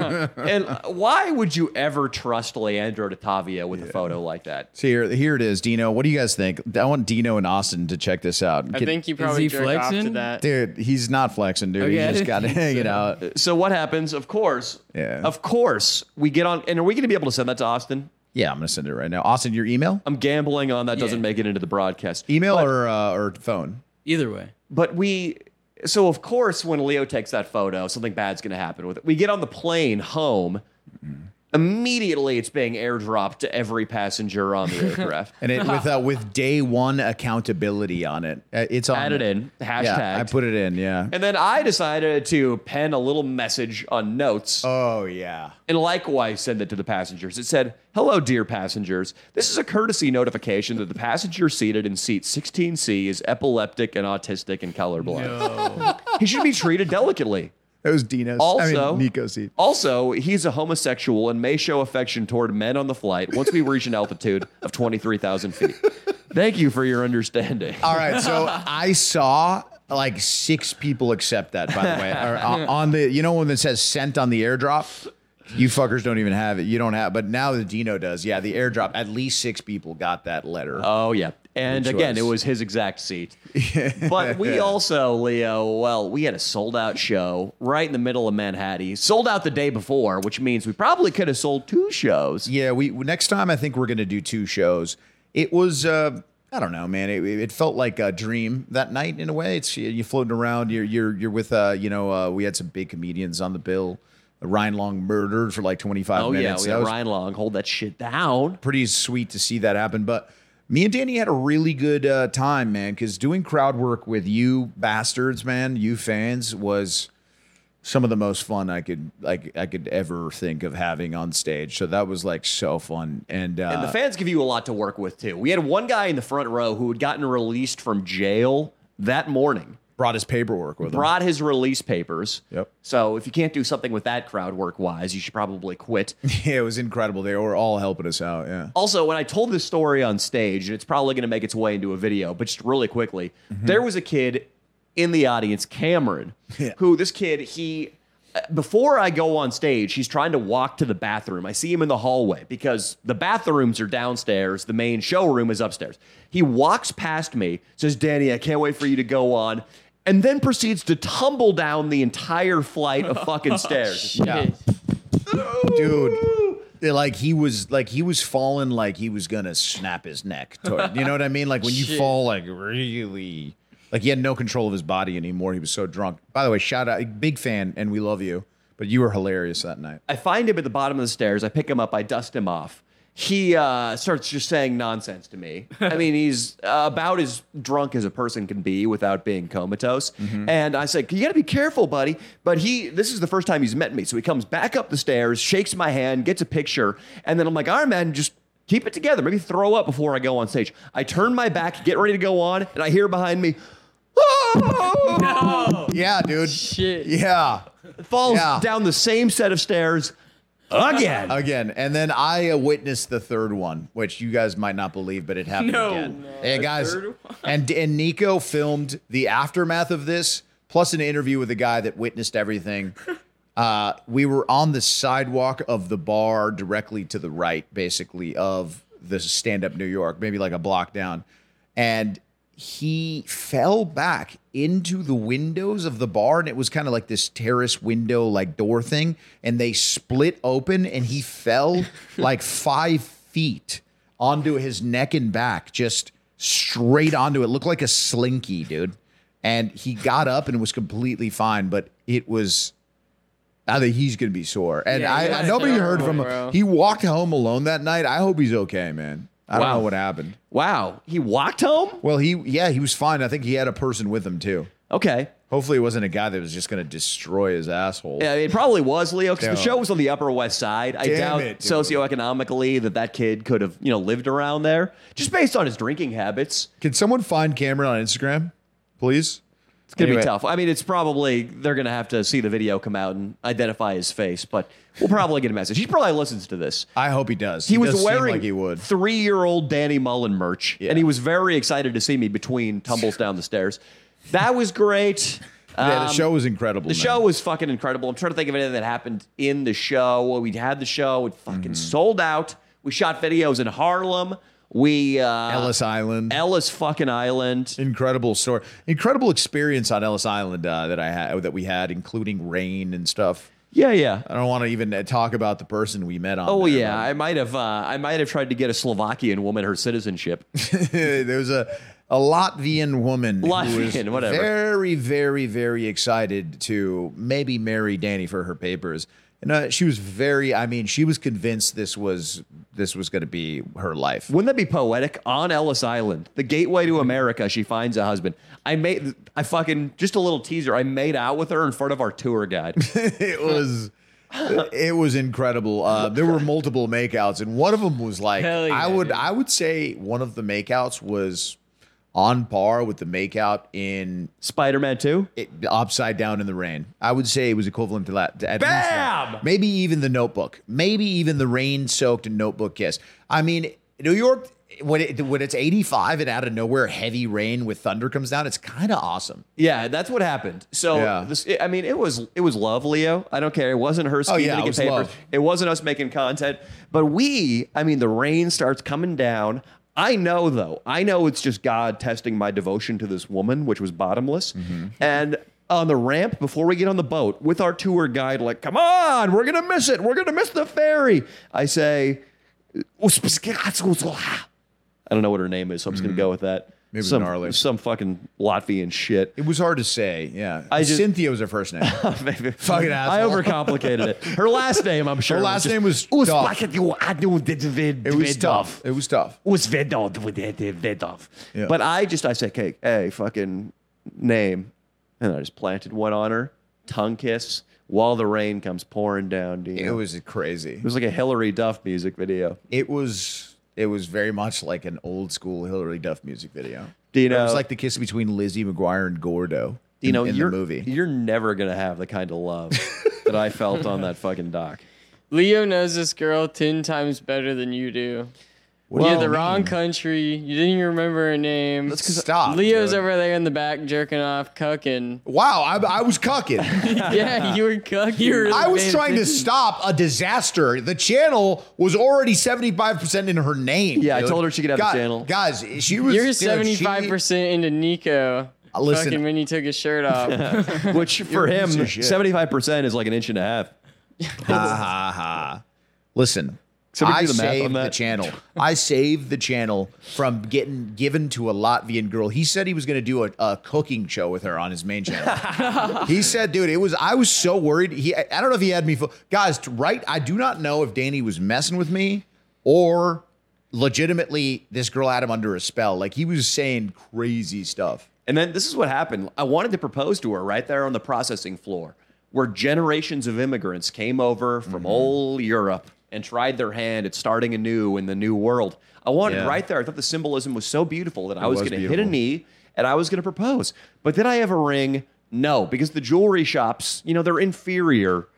and why would you ever trust Leandro Tavia with a photo like that? So here, here it is, Dino. What do you guys think? I want Dino and Austin to check this out. I Get- think you probably he jerked off to flexing? that. dude, he's not flexing, dude. Okay, I He just (laughs) didn't got to think hang it so. out. So what happens? Of course, Yeah. of course, we get on. And are we going to be able to send that to Austin? Yeah, I'm gonna send it right now. Austin, your email, I'm gambling on that doesn't Yeah. make it into the broadcast. email or uh, or phone. Either way. but we so of course when leo takes that photo something bad's going to happen with it we get on the plane home immediately it's being airdropped to every passenger (laughs) on the aircraft And it with uh, with day one accountability on it. Uh, It's on. add it in hashtag Yeah, I put it in. Yeah. and then i decided to pen a little message on notes Oh yeah. and likewise send it to the passengers. It said, Hello, dear passengers. This is a courtesy notification that the passenger seated in seat 16C is epileptic and autistic and colorblind. he should be treated delicately. That was Dino's. I Also, mean, Nico's e- seat. Also, he's a homosexual and may show affection toward men on the flight once we reach an altitude of 23,000 feet. Thank you for your (laughs) understanding. All (laughs) right, so I saw like six people accept that. By the way, or, uh, on the you know when it says sent on the airdrop, You fuckers don't even have it. You don't have, but now the Dino does. Yeah, the airdrop. At least six people got that letter. Oh yeah. And Good again, choice. it was his exact seat. but (laughs) we also, Leo, well, we had a sold out show right in the middle of Manhattan. Sold out the day before, which means we probably could have sold two shows. Yeah, we next time I think we're gonna do two shows. It was uh, I don't know, man. It, it felt like a dream that night in a way. It's you floating around. You're you're you're with uh, you know uh, we had some big comedians on the bill. Ryan Long murdered for like 25 Oh yeah, minutes. we That had was Ryan Long hold that shit down. pretty sweet to see that happen. But me and Danny had a really good uh, time, man, because doing crowd work with you bastards, man, you fans was some of the most fun I could like I could ever think of having on stage. So that was like so fun. And, uh, And the fans give you a lot to work with too. We had one guy in the front row who had gotten released from jail that morning. brought his paperwork with him. Brought his release papers. Yep. So if you can't do something with that crowd work wise, you should probably quit. Yeah, (laughs) it was incredible. They were all helping us out. Yeah. Also, when I told this story on stage, and it's probably going to make its way into a video, but just really quickly, there was a kid in the audience, Cameron, who this kid, he, uh, before I go on stage, he's trying to walk to the bathroom. I see him in the hallway because the bathrooms are downstairs, the main showroom is upstairs. He walks past me, says, Danny, I can't wait for you to go on. And then proceeds to tumble down the entire flight of fucking stairs. Yeah. Dude. they're Like he was like he was falling like he was gonna snap his neck. Toward, you know what I mean? Like when you Shit. fall like really like he had no control of his body anymore. He was so drunk. By the way, shout out big fan and we love you. But you were hilarious that night. I find him at the bottom of the stairs. I pick him up. I dust him off. He uh, starts just saying nonsense to me. I mean, he's uh, about as drunk as a person can be without being comatose. And I said, "You got to be careful, buddy." But he, this is the first time he's met me, so he comes back up the stairs, shakes my hand, gets a picture, and then I'm like, "All right, man, just." Keep it together. Maybe throw up before I go on stage. I turn my back, get ready to go on, and I hear behind me, "Oh!" Yeah, dude. Shit. Yeah. falls Yeah. down the same set of stairs again. Again, and then I uh, witnessed the third one, which you guys might not believe, but it happened No. again. No. Hey The guys, third and and Nico filmed the aftermath of this, plus an interview with a guy that witnessed (laughs) everything. Uh, we were on the sidewalk of the bar, directly to the right, basically of the stand up New York, maybe like a block down, and he fell back into the windows of the bar and it was kind of like this terrace window like door thing and they split open and he fell like five feet onto his neck and back, just straight onto it. Looked like a slinky, dude. And he got up and was completely fine, but it was. I think he's gonna be sore, and Yeah, I, he I was nobody terrible, heard from him. bro. He walked home alone that night. I hope he's okay, man. I don't Wow. know what happened. Wow, he walked home. Well, he yeah, he was fine. I think he had a person with him too. Okay. Hopefully, it wasn't a guy that was just gonna destroy his asshole. Yeah, it probably was Leo because No. the show was on the Upper West Side. I Damn doubt it, dude. socioeconomically that that kid could have you know lived around there just based on his drinking habits. Can someone find Cameron on Instagram, please? It's gonna Anyway. be tough. I mean, it's probably they're gonna have to see the video come out and identify his face, but we'll probably get a message. He probably listens to this. I hope he does. He, was does seem wearing like he would. three-year-old Danny Mullen merch, Yeah. and he was very excited to see me between tumbles down the stairs. That was great. (laughs) yeah, the Um, show was incredible. The man. show was fucking incredible. I'm trying to think of anything that happened in the show. Well, we had the show. It fucking sold out. We shot videos in Harlem. We uh, Ellis Island. Ellis fucking Island. incredible story, incredible experience on Ellis Island uh, that I had that we had, including rain and stuff. Yeah, yeah. I don't want to even uh, talk about the person we met on. Oh there, yeah. I might have. Uh, I might have tried to get a Slovakian woman her citizenship. but- (laughs) there was a a Latvian woman, who was Latvian, whatever. very, very, very excited to maybe marry Danny for her papers. And uh, she was very, I mean, she was convinced this was this was going to be her life. (laughs) Wouldn't that be poetic? On Ellis Island, the gateway to America, she finds a husband. I made. I fucking just a little teaser. I made out with her in front of our tour (laughs) guide. it was it was incredible. Uh, there were multiple makeouts, and one of them was like Hell yeah, I would dude. I would say one of the makeouts was on par with the makeout in Spider Man Two. it, upside down in the rain. I would say it was equivalent to that. To at least Bam! that. Maybe even the Notebook. Maybe even the rain soaked Notebook kiss. I mean, New York when it, when it's 85 and out of nowhere heavy rain with thunder comes down, it's kind of awesome. Yeah, that's what happened. So Yeah. Oh, this, I mean, it was it was love, Leo. I don't care. It wasn't her scheming yeah, to it get was papers. love. It wasn't us making content. But we, I mean, the rain starts coming down. I know though. I know it's just God testing my devotion to this woman, which was bottomless. Mm-hmm. And on the ramp before we get on the boat with our tour guide, like, come on, we're gonna miss it. We're gonna miss the ferry. I say, I don't know what her name is, so I'm just gonna go with that. Mm-hmm. Maybe some, gnarly. some fucking Latvian shit. It was hard to say. Yeah. I just- Oh, Cynthia was her (laughs) first name. Maybe. Fucking asshole. I overcomplicated it. Her last name, I'm sure. Her last name was was tough. It It was tough. It was tough. Yeah. But I just, I said, hey, hey, fucking name. And I just planted one on her, tongue kiss, while the rain comes pouring down. Dude. It was crazy. it was like a Hillary Duff music video. It was it was very much like an old school Hillary Duff music video. Do you know? it was like the kiss between Lizzie McGuire and Gordo. Uh, you know, in, in you're, the movie. you're never going to have the kind of (laughs) love that I felt on that fucking dock. Leo knows this girl ten times better than you do. What do You're you the mean? wrong country. You didn't even remember her name. Let's stop. Leo's dude. over there in the back jerking (laughs) off, cucking. Wow, I, I was (laughs) cucking. yeah, you were cucking. I was trying to stop a disaster. The channel was already 75% in her name. Yeah, I dude. told her she could have the Guy- channel. Guys, she was You're dude, she- seventy five percent into Nico. Listen- Fucking when he took his shirt (laughs) off. Which for You're a him, piece of shit. 75% is like an inch and a half. Ha, ha, ha. Uh-huh, Listen, Somebody I do the math on saved the that. channel. I saved the channel from getting given to a Latvian girl. He said he was going to do a, a cooking show with her on his main channel. he said, "Dude, it was." I was so worried. He, I I don't know if he had me. Fo- Guys, t- right? I do not know if Danny was messing with me or legitimately this girl had him under a spell. Like he was saying crazy stuff. And then this is what happened. I wanted to propose to her right there on the processing floor, where generations of immigrants came over Mm-hmm. from all Europe and tried their hand at starting anew in the new world. I wanted Yeah. right there. I thought the symbolism was so beautiful that I was, was going to hit a beautiful. knee and I was going to propose. But did I ever ring? No, because the jewelry shops, you know, they're inferior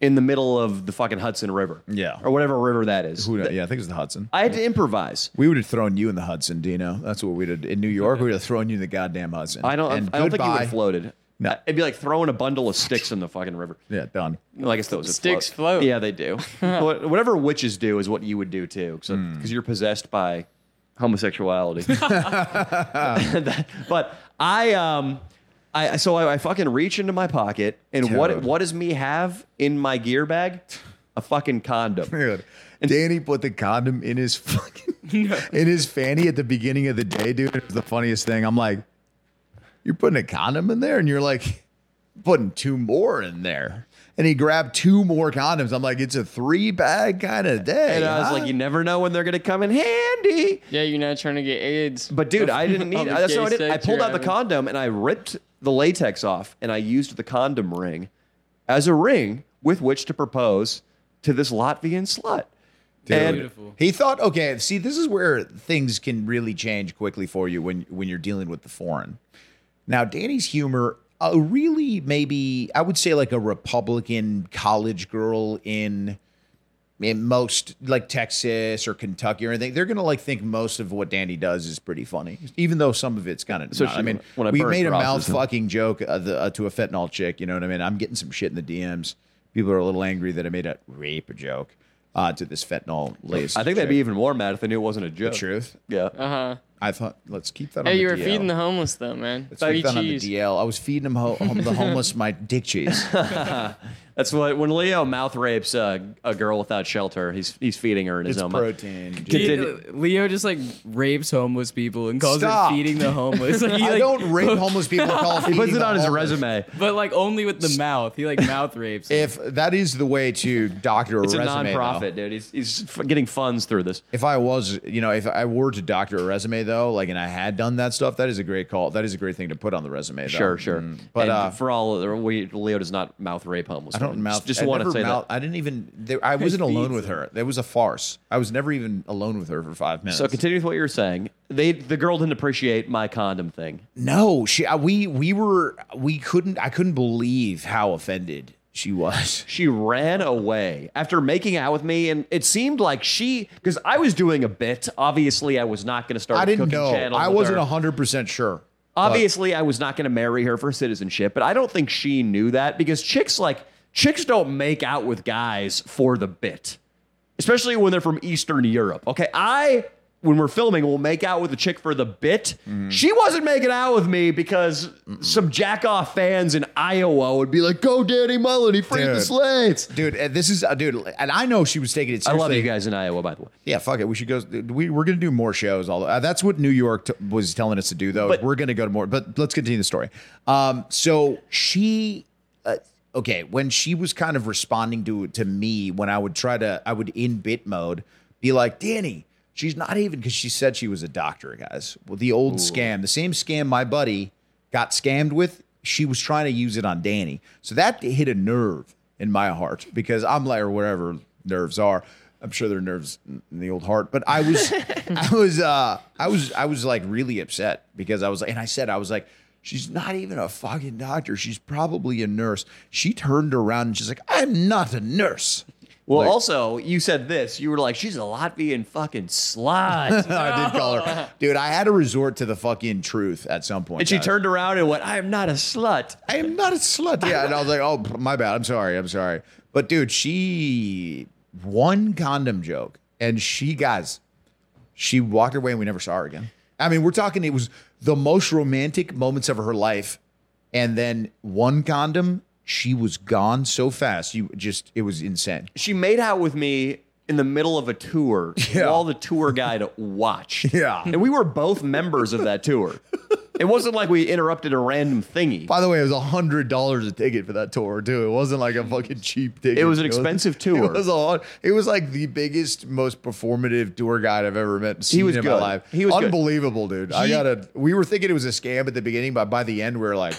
in the middle of the fucking Hudson River. Yeah. Or whatever river that is. yeah, I think it was the Hudson. I had to improvise. We would have thrown you in the Hudson, Dino. That's what we'd have in New York. We would have thrown you in the goddamn Hudson. I don't. And I don't think you would goodbye. have floated. No. It'd be like throwing a bundle of sticks in the fucking river. Yeah, done. Well, I guess those would Sticks float. Yeah, they (laughs) do. What- Whatever witches do is what you would do too, because you're possessed by homosexuality. (laughs) but I, um, I so I, I fucking reach into my pocket, and what Dude. what does me have in my gear bag? A fucking condom. Dude, Danny put the condom in his fucking in his fanny at the beginning of the day, dude. It was the funniest thing. I'm like, you're putting a condom in there, and you're like, putting two more in there. And he grabbed two more condoms. I'm like, it's a three bag kind of day. And I was huh? like, you never know when they're gonna come in handy. yeah, you're not trying to get AIDS. But dude, I didn't All need. the That's what I gay did. I sex pulled you're out the having. condom and I ripped the latex off, and I used the condom ring as a ring with which to propose to this Latvian slut. And Beautiful. He thought, okay, see, this is where things can really change quickly for you when when you're dealing with the foreign. Now, Danny's humor, uh, really, maybe I would say like a Republican college girl in in most like Texas or Kentucky or anything, they're gonna like think most of what Danny does is pretty funny, even though some of it's kind of. So not. she- I mean, when I we burn made a mouth crosses, huh? fucking joke uh, the, uh, to a fentanyl chick. You know what I mean? I'm getting some shit in the DMs. People are a little angry that I made a rape joke uh, to this fentanyl lace. I think chick. they'd be even more mad if they knew it wasn't a joke. truth. Yeah. Uh huh. I thought let's keep that. on Hey, the you were DL. feeding the homeless though, man. Let's Three keep that on the cheese. DL. I was feeding them ho- the homeless my dick (laughs) cheese. That's what when Leo mouth rapes uh, a girl without shelter, he's he's feeding her in his own mouth. dude. Did- Dude, Leo just like rapes homeless people and calls Stop. it feeding the homeless. (laughs) Like, he, I like- don't (laughs) rape homeless people. Call He puts it on his resume. but like only with the mouth. He like (laughs) mouth rapes. If that is the way to doctor a It's a resume, though. nonprofit, dude. He's he's f- getting funds through this. If I was, you know, if I were to doctor a resume though, like, and I had done that stuff, that is a great call. That is a great thing to put on the resume. Though. Sure, sure. Mm. But And uh, for all we, Leo does not mouth rape homeless. I don't mouth. Just, I want to never say mouth- that. I didn't even. There, I wasn't alone feeds with her. That was a farce. I was never even alone with her for five minutes. So continue with what you were saying. They the girl didn't appreciate my condom thing. uh, No, she. I- We we were. We couldn't. I couldn't believe how offended She was. She ran away after making out with me, and it seemed like she because I was doing a bit. Obviously, I was not going to start. I a didn't cooking know. Channel I with wasn't her. hundred percent sure. Obviously, I was not going to marry her for citizenship, but I don't think she knew that because chicks like chicks don't make out with guys for the bit, especially when they're from Eastern Europe. Okay, I when we're filming will make out with a chick for the bit. She wasn't making out with me because some jack off fans in Iowa would be like, "Go, Danny Mullen, he freed the Dude. slaves." Dude, uh, this is uh, dude, and I know she was taking it I seriously. love you guys in Iowa, by the way. Yeah, fuck it. We should go. We, we're going to do more shows. All uh, that's what New York t- was telling us to do, though. But- we're going to go to more. But let's continue the story. Um, so she, uh, okay, when she was kind of responding to to me when I would try to, I would in bit mode be like, Danny, she's not even because she said she was a doctor, guys. Well, the old scam, the same scam my buddy got scammed with. She was trying to use it on Danny, so that hit a nerve in my heart because I'm like, or whatever nerves are. I'm sure they're nerves in the old heart, but I was, I was, uh, I was, I was like really upset because I was, and I said, I was like, she's not even a fucking doctor. She's probably a nurse. She turned around and she's like, I'm not a nurse. (laughs) Well, Like- also, you said this. You were like, "She's a Latvian fucking slut," (laughs) I did call her, dude. I had to resort to the fucking truth at some point. and she guys. turned around and went, "I am not a slut." I am not a slut. Yeah, and I was like, oh, my bad. I'm sorry. I'm sorry. But dude, she one condom joke, and she guys, she walked away, and we never saw her again. I mean, we're talking. It was the most romantic moments of her life, and then one condom. She was gone so fast. You just, it was insane. she made out with me in the middle of a tour (laughs) Yeah. while the tour guide watched. (laughs) Yeah. And we were both members of that tour. It wasn't like we interrupted a random thingy. By the way, it was a hundred dollars a ticket for that tour too. It wasn't like a fucking cheap ticket. It was an expensive tour. (laughs) It was a lot. It was like the biggest, most performative tour guide I've ever met. Seen was in good. my life. He was good. unbelievable, dude. I He- gotta. We were thinking it was a scam at the beginning, but by the end, we were like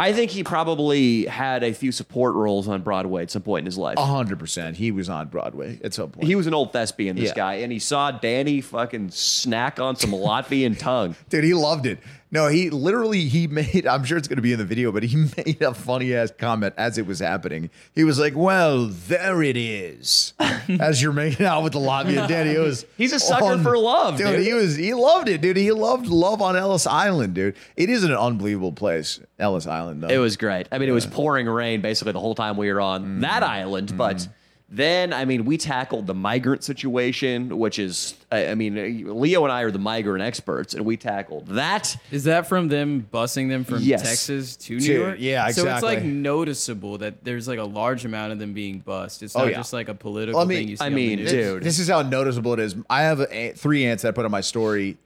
I think he probably had a few support roles on Broadway at some point in his life. hundred percent. He was on Broadway at some point. He was an old thespian, this Yeah. guy, and he saw Danny fucking snack on some Latvian tongue. dude, he loved it. No, he literally he made. I'm sure it's gonna be in the video, but he (laughs) made a funny ass comment as it was happening. He was like, "Well, there (laughs) it is," as you're making out with the lobby and Danny. It was He's a sucker for love, dude. He was he loved it, dude. He loved love on Ellis Island, dude. It is an unbelievable place, Ellis Island. Though. It was great. I mean, it was pouring rain basically the whole time we were on Mm-hmm. that island, but. Then, I mean, we tackled the migrant situation, which is, I I mean, Leo and I are the migrant experts, and we tackled that. Is that from them busing them from Yes. Texas to New To- York? yeah, So it's like exactly. noticeable that there's like a large amount of them being bussed. It's Oh, not yeah. just like a political I mean- thing you see. I on the mean, news. dude. This is how noticeable it is. I have a, three ants that I put on my story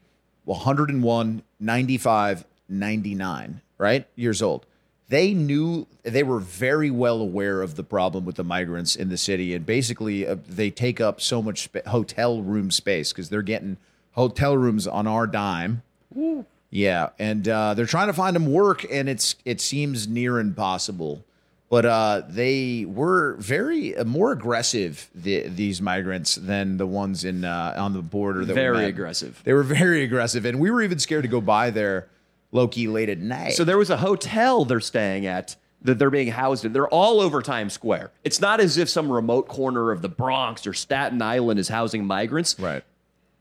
101, 95, 99, right? Years old. They knew, they were very well aware of the problem with the migrants in the city. And basically, uh, they take up so much sp- hotel room space because they're getting hotel rooms on our dime. Yeah, and uh, they're trying to find him work, and it's it seems near impossible. But uh, they were very uh, more aggressive the, these migrants than the ones in uh, on the border. That we Very met. aggressive. They were very aggressive, and we were even scared to go by there, low key late at night. So there was a hotel they're staying at that they're being housed in. They're all over Times Square. It's not as if some remote corner of the Bronx or Staten Island is housing migrants. right.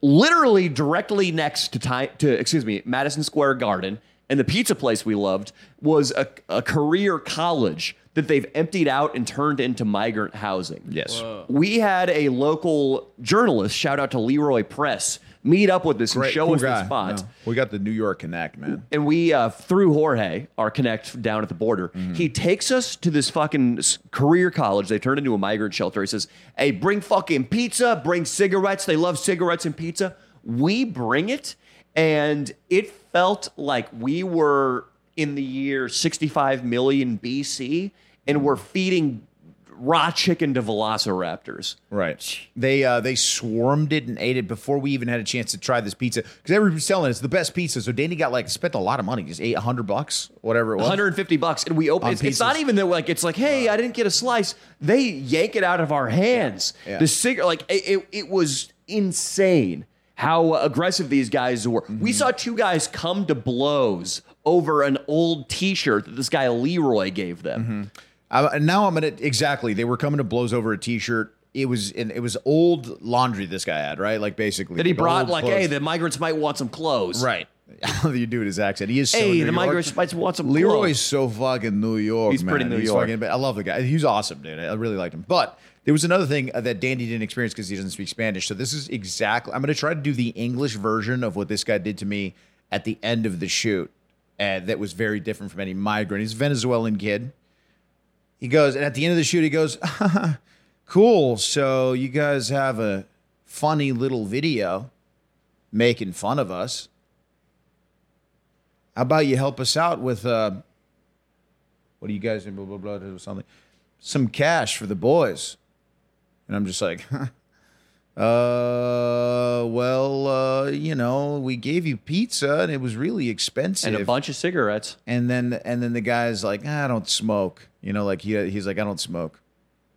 literally directly next to time to excuse me Madison Square Garden and the pizza place we loved was a, a career college that they've emptied out and turned into migrant housing. Yes. We had a local journalist, shout out to Leroy Press, meet up with us and Great, show cool us guy. the spot No, we got the New York Connect, man. and we uh, through Jorge, our connect down at the border, he takes us to this fucking s- career college. They turned into a migrant shelter. He says, "Hey, bring fucking pizza, bring cigarettes. They love cigarettes and pizza. We bring it." And it felt like we were in the year 65 million BC and we're feeding raw chicken to velociraptors. Right. They uh, they swarmed it and ate it before we even had a chance to try this pizza because everybody was telling us the best pizza. So Danny got like spent a lot of money, just eight hundred bucks, whatever it was. 150 bucks and we open On it's, it's not pizzas. even that like it's like hey i didn't get a slice they yank it out of our hands Yeah. the cigarette like it, it, it was insane how aggressive these guys were Mm-hmm. we saw two guys Mm-hmm. come to blows over an old t-shirt that this guy leroy gave them I, and now I'm gonna exactly. They were coming to blows over a T-shirt. It was and it was old laundry this guy had, right? Like basically That he like brought old like, clothes. hey, the migrants might want some clothes. right. (laughs) How do you do it his accent? He is so Hey, New the York. migrants might want some Leroy's clothes. so fucking New York. He's man. pretty New York. fucking- I love the guy. He's awesome, dude. I really liked him. But there was another thing uh, that Dandy didn't experience because he doesn't speak Spanish. So this is exactly. I'm going to try to do the English version of what this guy did to me at the end of the shoot, and that was very different from any migrant. He's a Venezuelan kid. He goes, and at the end of the shoot, he goes, (laughs) "Cool. So you guys have a funny little video making fun of us." How about you help us out with uh, what do you guys do? Blah blah blah or something. Some cash for the boys. And I'm just like, (laughs) uh, well, uh, you know, we gave you pizza and it was really expensive. And a bunch of cigarettes. And then and then the guy's like, "Ah, I don't smoke. You know, like he he's like, I don't smoke.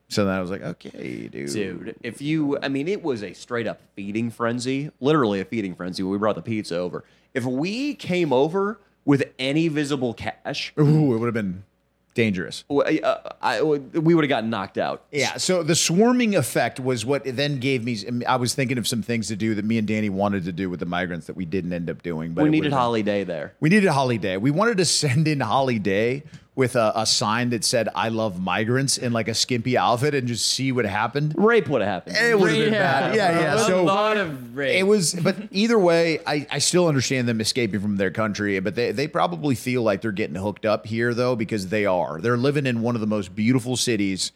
So then I was like, okay, dude. Dude, if you, I mean, it was a straight up feeding frenzy, literally a feeding frenzy when we brought the pizza over. If we came over with any visible cash, Ooh, it would have been dangerous. w- uh, I, would- we would have gotten knocked out. Yeah. So the swarming effect was what it then gave me. I was thinking of some things to do that me and Danny wanted to do with the migrants that we didn't end up doing. But we it needed would've been- Holly Day there. We needed Holly Day. We wanted to send in Holly Day with a, a sign that said "I love migrants" in like a skimpy outfit and just see what happened. Rape would have happened. It would have been Yeah, bad. Yeah, yeah. A So lot of rape. It was, but either way, I, I still understand them escaping from their country, but they, they probably feel like they're getting hooked up here, though, because they are. They're living in one of the most beautiful cities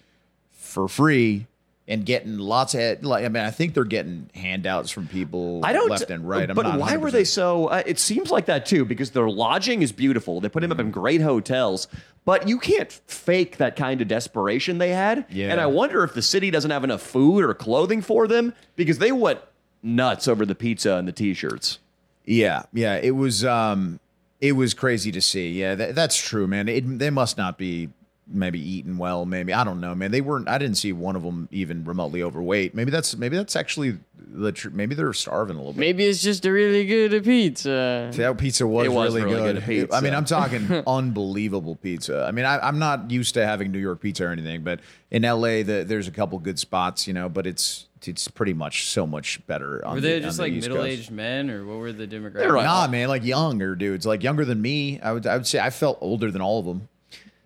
for free and getting lots of, like, I mean, I think they're getting handouts from people I don't left and right. I'm But not why were 100% they so? Uh, it seems like that too, because their lodging is beautiful. They put him up in great hotels, but you can't fake that kind of desperation they had. Yeah. And I wonder if the city doesn't have enough food or clothing for them because they went nuts over the pizza and the t-shirts. Yeah, yeah, it was um it was crazy to see. Yeah, that, that's true, man. It, they must not be maybe eating well, maybe. I don't know, man. They weren't I didn't see one of them even remotely overweight. Maybe that's maybe that's actually the tr- maybe they're starving a little bit. Maybe it's just a really good pizza. That pizza was, It was really, really good. good pizza. I mean, I'm talking unbelievable pizza. I mean, I, I'm not used to having New York pizza or anything, but in LA, the, there's a couple good spots, you know. But it's it's pretty much so much better. On were they the- on just the like East Coast. middle aged men or what were the demographics? Nah, man, like younger dudes, like younger than me. I would, I would say I felt older than all of them.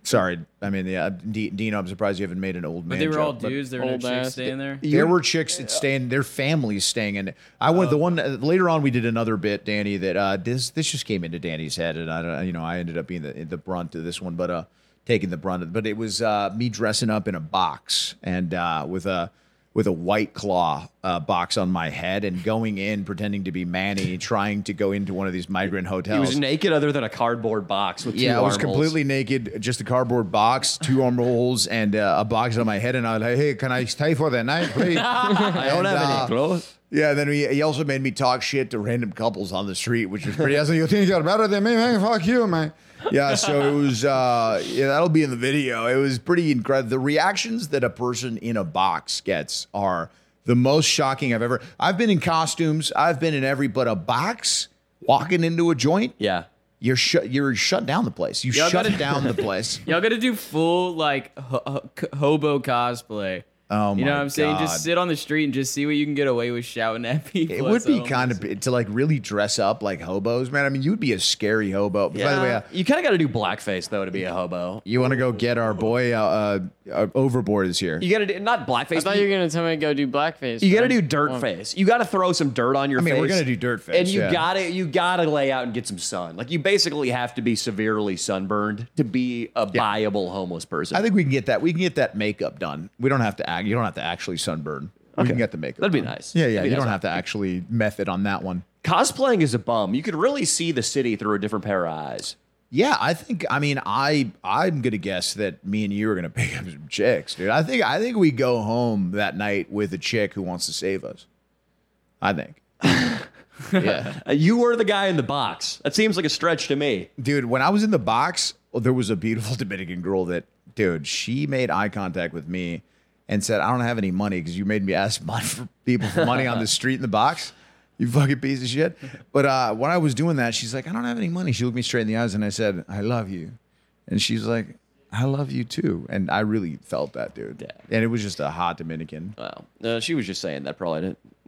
Sorry, I mean, yeah, D- Dino, I'm surprised you haven't made an old man. But they were all joke, but dudes. There were no Old chicks ass- staying there. There were chicks that staying, their families staying in. I went Oh. the one uh, later on. We did another bit, Danny. That uh, this this just came into Danny's head, and I don't, you know, I ended up being the the brunt of this one, but uh, taking the brunt. of But it was uh, me dressing up in a box and uh, with a with a white claw uh, box on my head and going in pretending to be Manny, trying to go into one of these migrant hotels. He was naked other than a cardboard box with two Yeah, I was armholes. completely naked, just a cardboard box, two armholes, and uh, a box on my head. And I was like, hey, can I stay for the night, (laughs) please? uh, I don't have any clothes. Yeah, then he, he also made me talk shit to random couples on the street, which was pretty awesome. You think you're better than me, man? Fuck you, man. Yeah, so it was, uh, yeah, that'll be in the video. It was pretty incredible. The reactions that a person in a box gets are the most shocking I've ever. I've been in costumes, I've been in every, but a box walking into a joint, Yeah. you're shut. You're shut down the place. You Y'all shut gotta- down (laughs) the place. Y'all gotta do full like ho- ho- c- hobo cosplay. Oh You know my what I'm saying? God. Just sit on the street and just see what you can get away with shouting at (laughs) people. It would be kind of b- to like really dress up like hobos, man. I mean, you'd be a scary hobo. By the way, uh, you kind of got to do blackface though to be a hobo. you want to go get our boy uh, uh, uh, overboard this year. You got to do not blackface. I thought you were gonna tell me to go do blackface. You got to man. do dirt Oh. face. You got to throw some dirt on your I face. mean, we're gonna do dirt face, And you yeah. got to you got to lay out and get some sun. Like you basically have to be severely sunburned to be a viable homeless person. I think we can get that. We can get that makeup done. We don't have to act. You don't have to actually sunburn. We can get the makeup. That'd be done. nice. Yeah, yeah. That'd be you don't nice. have to actually method on that one. Cosplaying is a bum. You could really see the city through a different pair of eyes. Yeah, I think. I mean, I I'm gonna guess that me and you are gonna (laughs) pick up some chicks, dude. I think I think we go home that night with a chick who wants to save us. I think. yeah. Uh, you were the guy in the box. That seems like a stretch to me. dude when i was in the box well, there was a beautiful (laughs) dominican girl that dude she made eye contact with me and said i don't have any money because you made me ask (laughs) money for people for money (laughs) on the street in the box you fucking piece of shit but uh, when i was doing that she's like i don't have any money she looked me straight in the eyes and i said i love you and she's like I love you too. And I really felt that, dude. And it was just a hot Dominican. Wow. Uh, she was just saying that probably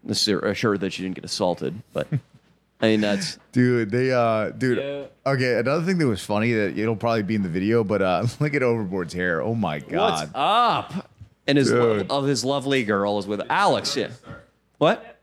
to assure assure that she didn't get assaulted, but I mean (laughs) that's Dude, they uh dude. Yeah. Okay, another thing that was funny that it'll probably be in the video, but uh (laughs) look at Overboard's hair. Oh my god. what's up. And his lo- Dude. of his lovely girl is with Alex. Yeah. What?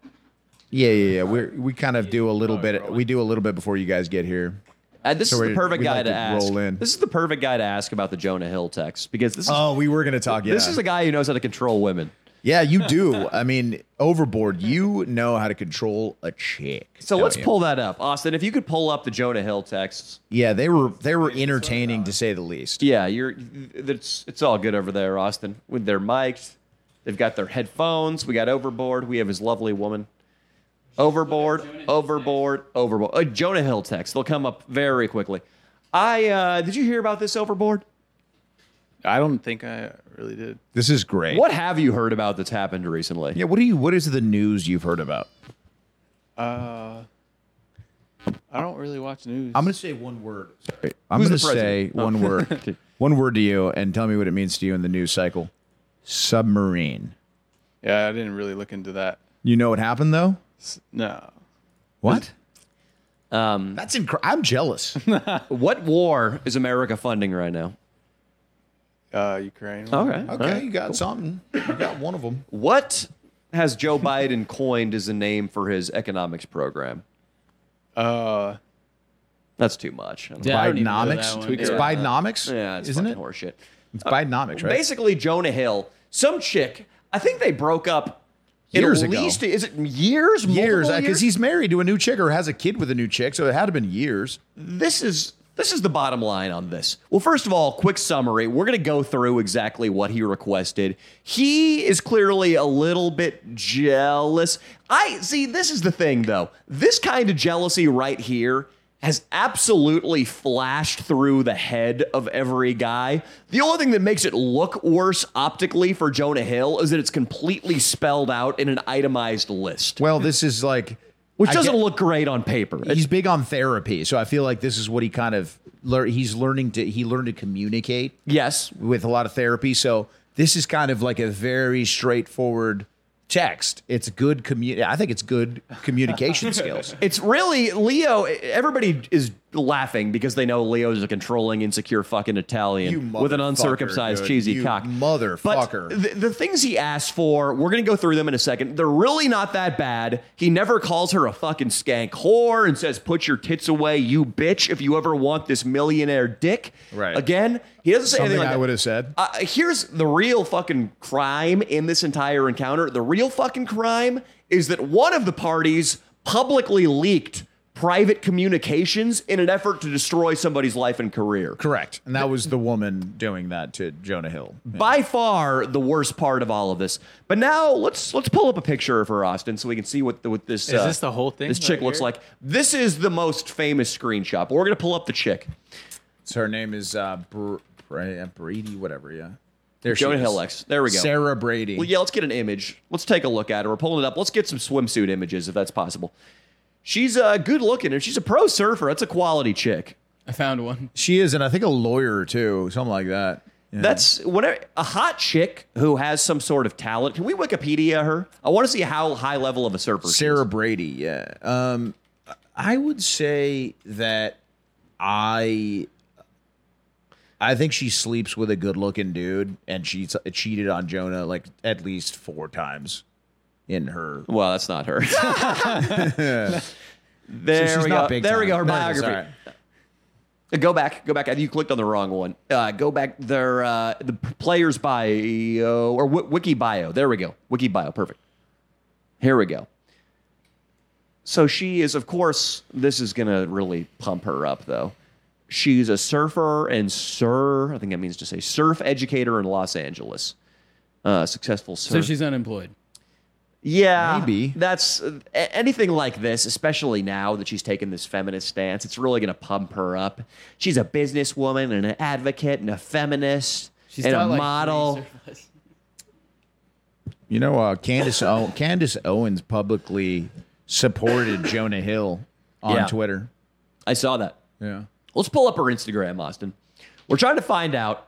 Yeah, yeah, yeah. We we kind of do a little bit we do a little bit before you guys get here. Uh, this So is the we- perfect we'd guy like to, to ask. roll in. This is the perfect guy to ask about the Jonah Hill text because this is Oh, we were going to talk. Yeah. this is a guy who knows how to control women. Yeah, you do. I mean, Overboard, you know how to control a chick. So don't let's you? pull that up, Austin. If you could pull up the Jonah Hill texts, Yeah, they were they were entertaining to say the least. yeah, you're it's it's all good over there, Austin. With their mics, they've got their headphones. We got overboard. We have his lovely woman. Overboard, overboard, overboard. Uh, Jonah Hill text. They'll come up very quickly. I uh, did you hear about this overboard? I don't think I really did. This is great. What have you heard about that's happened recently? Yeah, what do you what is the news you've heard about? Uh, I don't really watch news. I'm going to say one word. Sorry. I'm Who's going to the say president? Oh. (laughs) one word. one word to you and tell me what it means to you in the news cycle. Submarine. yeah, I didn't really look into that. You know what happened though? S- No. What? Um, That's incredible. I'm jealous. what war is America funding right now? Uh, Ukraine. you got something. You got one (laughs) of them. What has Joe Biden coined as a name for his economics program? Uh, That's too much. I don't- Yeah, I don't even know that Bidenomics. one. It's Yeah. Bidenomics, Yeah, it's isn't fucking it? horseshit. It's Bidenomics, right? Basically, Jonah Hill, some chick. I think they broke up Years at ago. least. Is it years? multiple years because years? he's married to a new chick or has a kid with a new chick, so it had to been years. this is this is the bottom line on this. Well, first of all, quick summary. We're going to go through exactly what he requested. He is clearly a little bit jealous. I see this is the thing though. This kind of jealousy right here has absolutely flashed through the head of every guy. The only thing that makes it look worse optically for Jonah Hill is that it's completely spelled out in an itemized list, Well, this is like which I doesn't get- look great on paper. He's big on therapy, so I feel like this is what he kind of lear He's learning to he learned to communicate yes, with a lot of therapy. So this is kind of like a very straightforward text. It's good commu. I think it's good (laughs) communication skills. It's really Leo. Everybody is laughing because they know Leo's a controlling, insecure fucking Italian with an motherfucker, uncircumcised dude. cheesy You cock. motherfucker. But the, the things he asked for, we're gonna go through them in a second. They're really not that bad. He never calls her a fucking skank whore and says, "Put your tits away, you bitch." If you ever want this millionaire dick, Right. Again, he doesn't say Something anything like I that. would have said. Uh, here's the real fucking crime in this entire encounter. The real fucking crime is that one of the parties publicly leaked private communications in an effort to destroy somebody's life and career. Correct, and that was the woman doing that to Jonah Hill. By far the worst part of all of this. But now let's let's pull up a picture of her, Austin, so we can see what the, what this uh, this the whole thing This right chick looks here? like. This is the most famous screenshot. But we're gonna pull up the chick. So her name is uh, Br- Bra- Brady, whatever. Yeah, there she Jonah is. Hill X. There we go. Sarah Brady. Well, yeah, let's get an image. Let's take a look at her. We're pulling it up. Let's get some swimsuit images if that's possible. She's uh, good looking and she's a pro surfer. That's a quality chick. I found one. She is, and I think a lawyer too, something like that. Yeah. That's whatever a hot chick who has some sort of talent. Can we Wikipedia her? I want to see how high level of a surfer she Sarah is. Brady. Yeah. Um, I would say that I, I think she sleeps with a good-looking dude, and she cheated on Jonah like at least four times in her. Well, that's not her. (laughs) there So she's we not go. big there we go. Her time. No, that's all biography. Uh, Go back, go back. I think You clicked on the wrong one. Uh, go back. Their uh, the players bio or w- wiki bio. There we go. Wiki bio. Perfect. Here we go. So she is, of course. This is gonna really pump her up, though. She's a surfer and sir. I think that means to say surf educator in Los Angeles. Uh, successful surf. So she's unemployed. Yeah, Maybe. that's uh, a- anything like this, especially now that she's taken this feminist stance. It's really going to pump her up. She's a businesswoman and an advocate and a feminist She's and a got, like, model. three surplus. You know, uh, Candace o- Candace Owens publicly supported Jonah Hill on Yeah. Twitter. I saw that. Yeah. Let's pull up her Instagram, Austin. We're trying to find out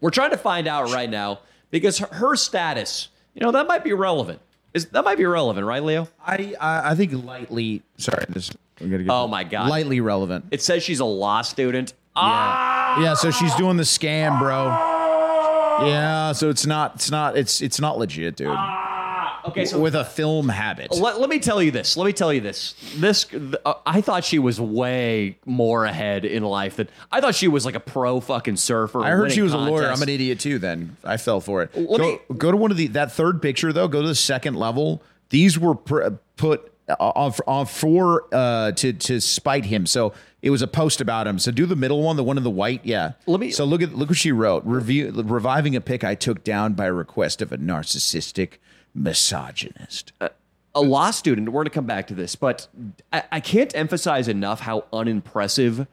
We're trying to find out right now because her, her status, you know, that might be relevant. Is that might be relevant, right, Leo? I, I I think lightly. Sorry, this. We're gonna get Oh my God. Lightly relevant. It says she's a law student. Ah, Yeah, so she's doing the scam, bro. Yeah, so it's not it's not it's it's not legit, dude. Ah. okay. So With a film habit. let, let me tell you this. Let me tell you this. This th- uh, I thought she was way more ahead in life than I thought she was like a pro fucking surfer. I heard winning she was a lawyer. contests. I'm an idiot too. Then I fell for it. Let Go, me- go to one of the that third picture though. Go to the second level. These were pr- uh, put on, on for uh, to to spite him. So it was a post about him. So do the middle one, the one in the white. Yeah. Let me- So look at look what she wrote. Review reviving a pic I took down by request of a narcissistic misogynist. a law student. We're going to come back to this, but I, I can't emphasize enough how unimpressive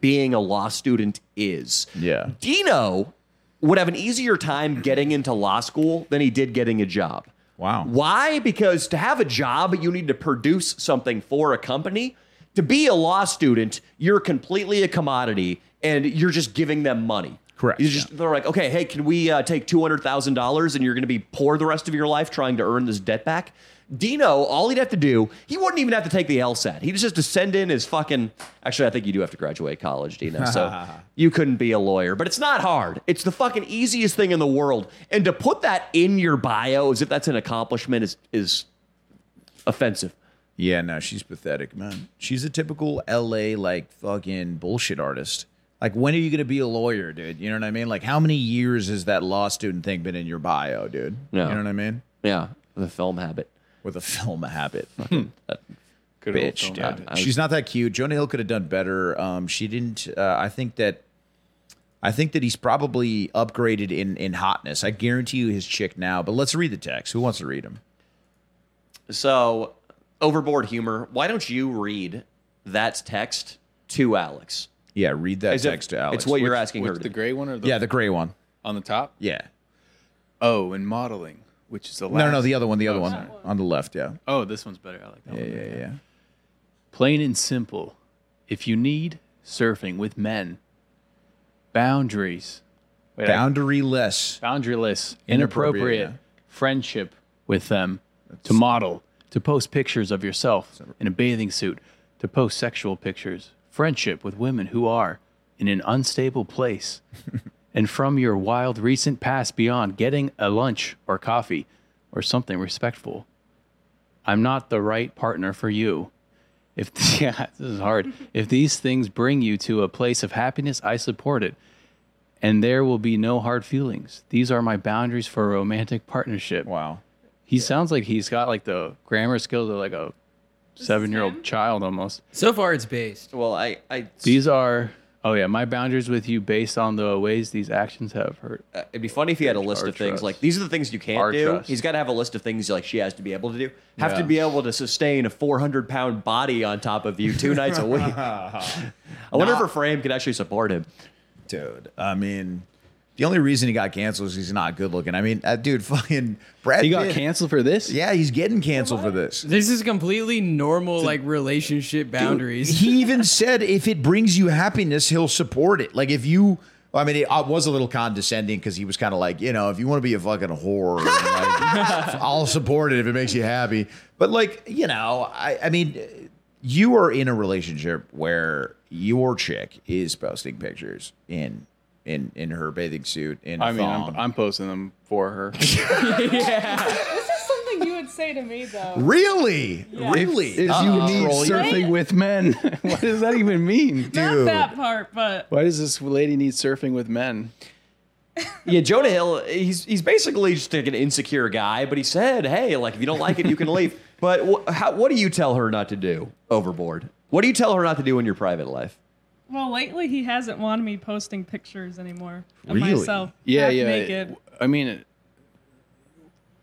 being a law student is. Yeah. Dino would have an easier time getting into law school than he did getting a job. Wow. Why? Because to have a job, you need to produce something for a company. To be a law student, you're completely a commodity and you're just giving them money. Correct, You just they're like, okay, hey, can we uh, take two hundred thousand dollars and you're going to be poor the rest of your life trying to earn this debt back? Dino, all he'd have to do, he wouldn't even have to take the LSAT. He just has to send in his fucking. Actually, I think you do have to graduate college, Dino. So you couldn't be a lawyer, but it's not hard. It's the fucking easiest thing in the world. And to put that in your bio as if that's an accomplishment is is offensive. Yeah, no, she's pathetic, man. She's a typical LA like fucking bullshit artist. Like, when are you gonna be a lawyer, dude? You know what I mean? Like, how many years has that law student thing been in your bio, dude? No. You know what I mean? Yeah, the film habit. With a (laughs) film habit, Good old bitch, film dude. habit. She's not that cute. Jonah Hill could have done better. Um, she didn't. Uh, I think that. I think that he's probably upgraded in in hotness. I guarantee you, his chick now. But let's read the text. Who wants to read him? So, overboard humor. Why don't you read that text to Alex? Yeah, read that As if text to Alex. It's what you're asking Which, her. the to do. gray one or the yeah, the gray one. on the top? Yeah. Oh, and modeling, which is the last. No, no, the other one, the other one on the left. Yeah. Oh, this one's better. I like that one. Yeah, yeah. Plain and simple. If you need surfing with men, boundaries. Wait, I- Boundaryless. boundaryless, Inappropriate, inappropriate, friendship with them, to model, to post pictures of yourself in a bathing suit, to post sexual pictures, friendship with women who are in an unstable place, and from your wild recent past beyond getting a lunch or coffee or something respectful. I'm not the right partner for you. If (laughs) yeah, this is hard. If these things bring you to a place of happiness, I support it and there will be no hard feelings. These are my boundaries for a romantic partnership. Wow. He sounds like he's got like the grammar skills of like a seven year old child almost. So far, it's based. well, I, I, These are, oh yeah, my boundaries with you based on the ways these actions have hurt. it'd be funny if he had a list Our of things trust. like these are the things you can't Our do. trust. He's got to have a list of things like she has to be able to do. Have to Yeah. be able to sustain a 400 pound body on top of you two nights (laughs) a week. I wonder if her frame could actually support him. Dude, I mean, the only reason he got canceled is he's not good looking. I mean, uh, dude, (laughs) fucking Brad He got Pitt- canceled for this? Yeah, he's getting canceled for this. This is completely normal, like relationship boundaries. He even said if it brings you happiness, he'll support it. Like if you, I mean, it, I was a little condescending because he was kind of like, you know, if you want to be a fucking whore, and, (laughs) like, I'll support it if it makes you happy. But like, you know, I, I mean, you are in a relationship where your chick is posting pictures in in in her bathing suit. In a I mean, thong. I'm, I'm posting them for her. This is something you would say to me, though. really, really, Uh-oh. Troll, you're- surfing with men, Uh, (laughs) what does that even mean? (laughs) Not that part, but Why does this lady need surfing with men? Yeah, Jonah Hill, he's he's basically just like an insecure guy, but he said, "Hey, like if you don't like it, you can (laughs) leave." But wh- how, what do you tell her not to do? Overboard. What do you tell her not to do in your private life? well, lately he hasn't wanted me posting pictures anymore of Really? myself. Yeah, half yeah. Naked. I mean, it,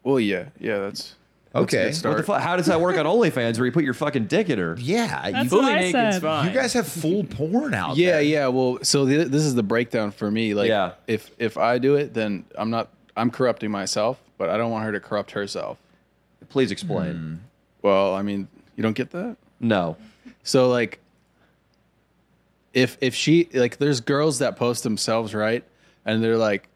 well, yeah, yeah, that's Okay. That's a good What the start. fu- how does that work (laughs) on OnlyFans where you put your fucking dick in her? Yeah, you, That's what I naked's said. fine. you guys have full porn out. yeah there. yeah well so th- this is the breakdown for me like Yeah. if if i do it then i'm not i'm corrupting myself but i don't want her to corrupt herself Please explain. Hmm. well i mean you don't get that No. so like if if she like there's girls that post themselves right and they're like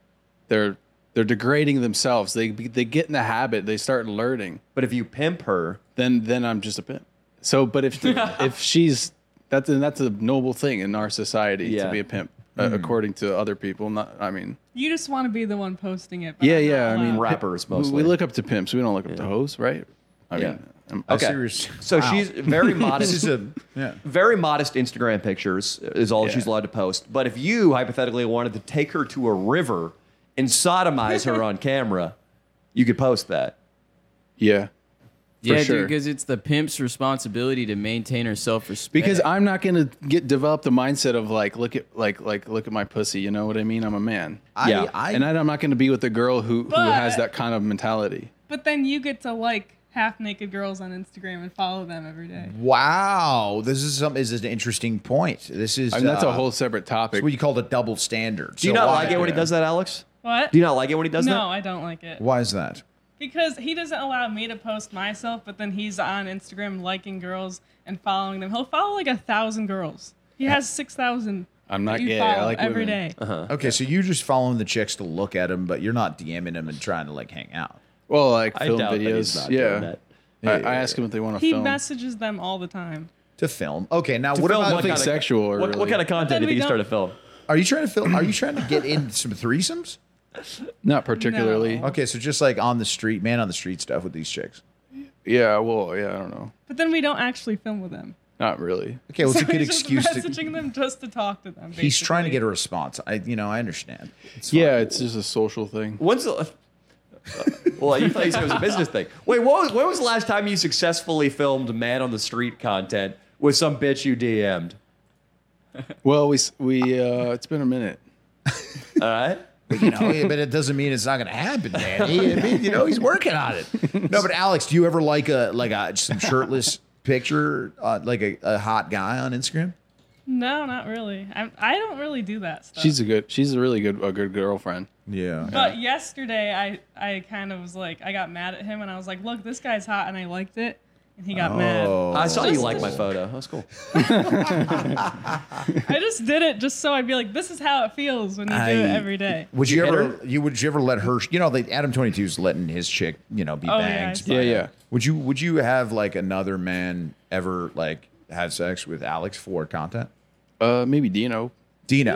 They're they're degrading themselves. They they get in the habit. They start learning. But if you pimp her, Then then I'm just a pimp. So, but (laughs) if if she's that's and that's a noble thing in our society Yeah. Mm-hmm. to be a pimp, uh, according to other people. Not I mean, You just want to be the one posting it. but yeah, I'm not yeah. I mean, allowed. rappers we- mostly. we look up to pimps. We don't look up to hoes, right? I Yeah. mean, um, I'm- Okay. serious- So Wow. she's very modest. This is a yeah. very modest Instagram pictures is all Yeah. she's allowed to post. But if you hypothetically wanted to take her to a river and sodomize her on camera, you could post that. yeah. yeah, sure. dude, because it's the pimp's responsibility to maintain her self respect. Because I'm not gonna get develop the mindset of like look at like like look at my pussy. You know what I mean? I'm a man. I, Yeah. I, and I, I'm not going to be with a girl who, who But- has that kind of mentality. But then you get to like half naked girls on Instagram and follow them every day. Mm-hmm. wow, this is some is an interesting point. This is I mean, that's uh, a whole separate it's topic. what you call the double standard. Do you So not why- like it when he does that, Alex? What? Do you not like it when he does no, that? I don't like it. Why is that? Because he doesn't allow me to post myself, but then he's on Instagram liking girls and following them. He'll follow like a thousand girls. He has six thousand. I'm not you gay. I Follow like every women. Uh-huh. day. Okay, so you're just following the chicks to look at them, but you're not DMing them and trying to like hang out. well, like I film doubt that he's videos. not yeah. doing that. I, I ask them if they want to He film. messages them all the time. To film. Okay, now what film about what Nothing kind of- sexual or What, what really- kind of Then content if we you don't- start a film? Are you trying to film? Are you trying to get in some threesomes? Not particularly. No. Okay, so just like on the street, man on the street stuff with these chicks. Yeah. Well. Yeah. I don't know. But then we don't actually film with them. Not really. Okay, well, it's (laughs) a So good he's just excuse. To, messaging them just to talk to them. he's trying to basically. get a response. I, you know, I understand. It's fine. Yeah. It's just a social thing. When's the. well, you thought you said it was a business thing. Wait, what was, when was the last time you successfully filmed man on the street content with some bitch you DM'd? Well, we s- we uh, it's been a minute. All right. you know, yeah, but it doesn't mean it's not going to happen, man. He- I mean, you know, he's working on it. No, but Alex, do you ever like a like a some shirtless picture, uh, like a, a hot guy on Instagram? No, not really. I I don't really do that stuff. She's a good. She's a really good a good girlfriend. Yeah. But yesterday, I I kind of was like, I got mad at him, and I was like, look, this guy's hot, and I liked it, and he got Oh. mad. I saw you like my photo. That's cool. (laughs) I just did it just so I'd be like, this is how it feels when you do it I- every day. Would you, hit ever? You would you ever let her? You know, the Adam 22's letting his chick, you know, be Oh, yeah, I banged. see. by- Yeah, yeah. Would you? Would you have like another man ever like have sex with Alex for content? Uh, maybe Dino. Dino,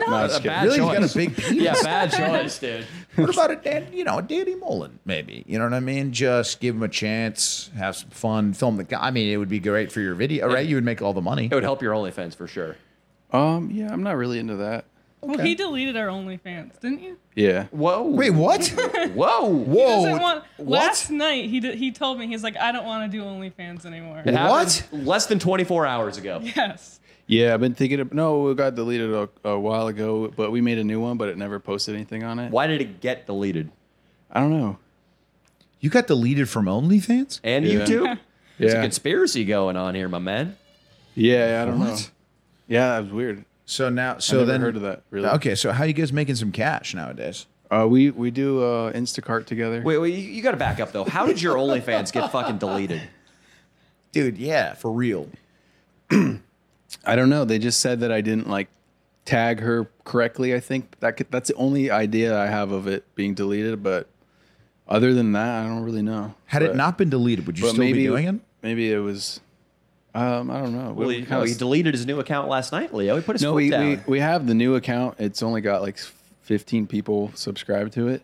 a just kidding. bad really, he's choice. got a big (laughs) penis. Yeah, bad choice, dude. What about a dad? You know, a Danny Mullen, maybe. You know what I mean? Just give him a chance, have some fun, film the. guy. I mean, it would be great for your video, right? You would make all the money. It would help your OnlyFans for sure. Um. Yeah. I'm not really into that. Well, he deleted our OnlyFans, didn't you? Yeah. Whoa. Wait, (laughs) what? Whoa. Whoa! He doesn't want, Oh, what? Last night, he did, he told me he's like, I don't want to do OnlyFans anymore. It happened What? Less than 24 hours ago. Yes. (laughs) Yeah. I've been thinking of. No, it got deleted a, a while ago, but we made a new one, but it never posted anything on (laughs) it. Why did it get deleted? I don't know. You got deleted from OnlyFans? And Yeah. (laughs) YouTube? There's a Yeah. conspiracy going on here, my man. Yeah, I don't know. Yeah, that was weird. So now, I so never then, heard of that. Really? okay. So how you guys making some cash nowadays? Uh, we we do uh, Instacart together. Wait, wait, you, you got to back up, though. How did your OnlyFans get fucking deleted? Dude, yeah, for real. I don't know. They just said that I didn't like tag her correctly. I think that could, that's the only idea I have of it being deleted. But other than that, I don't really know. Had But- it not been deleted, would you but still be doing it? Maybe it was. Um, I don't know. What- (laughs) Well, what he, kind no, of- he deleted his new account last night, Leo. He put his no, foot we, down. we we have the new account. It's only got like 15 people subscribed to it,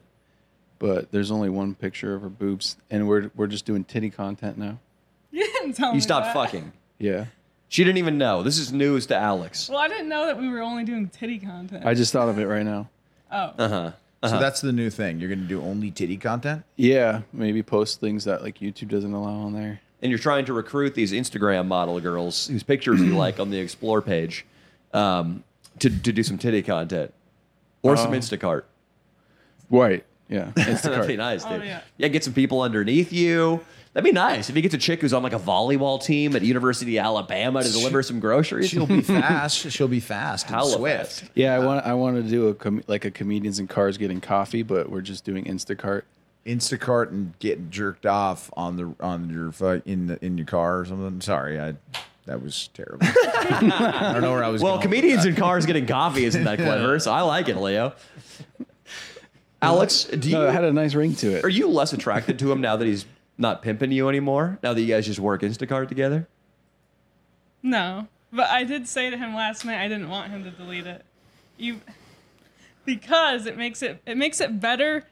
but there's only one picture of her boobs, and we're we're just doing titty content now. You didn't tell me. you stopped that. fucking. Yeah. She didn't even know. This is news to Alex. Well, I didn't know that we were only doing titty content. I just thought of it right now. oh. Uh-huh. So that's the new thing. You're going to do only titty content? Yeah, maybe post things that like YouTube doesn't allow on there. and you're trying to recruit these Instagram model girls whose pictures you like on the Explore page um, to, to do some titty content or some Instacart. (laughs) Right. (laughs) Yeah. That'd be Instacart. nice, dude. Oh, yeah. yeah. get some people underneath you. That'd be nice. If you get a chick who's on like a volleyball team at University of Alabama to deliver some groceries. She'll (laughs) be fast. She'll be fast and (laughs) Hella (laughs) swift. fast. yeah, I want I want to do a com- like a comedians in cars getting coffee, but we're just doing Instacart. Instacart and getting jerked off on the on your fu- in the in your car or something. Sorry, I that was terrible. I don't know where I was. Well, going with comedians that. in cars getting coffee isn't that clever, so I like it, Leo. Alex, do you, No, it had a nice ring to it. are you less attracted to him now that he's not pimping you anymore? Now that you guys just work Instacart together? No, but I did say to him last night I didn't want him to delete it. You because it makes it it makes it better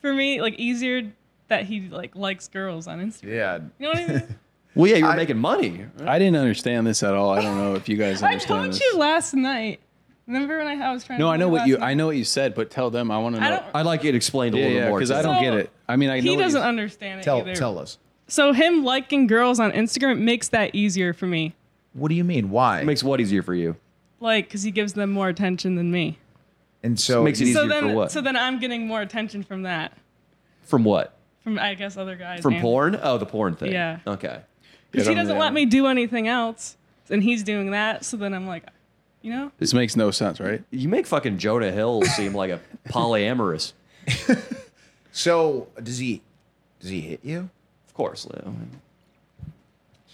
for me, like easier that he like likes girls on Instagram. Yeah. You know what (laughs) I mean? Well, yeah, you're making money. I didn't understand this at all. I don't know if you guys (laughs) I understand told this. you last night. Remember when I, I was trying? no, to I know tell what you. last I night? know what you said, but tell them. I want to know. I don't. I'd like it explained a yeah, little yeah, more. because to I them. don't So- get it. I mean, I know He what you- doesn't understand it Tell either. tell us. So him liking girls on Instagram makes that easier for me, What do you mean? Why? makes what easier for you? like because he gives them more attention than me. and so makes it you- easier so for then, what? so then I'm getting more attention from that, From what? from I guess other guys. From and- porn? Oh, the porn thing. Yeah. Okay. Yeah, I Because he don't doesn't really- let me do anything else, and he's doing that. So then I'm like, you know, This makes no sense, right? You make fucking Jonah Hill seem like a polyamorous. so does he does he hit you? Of course. Lou.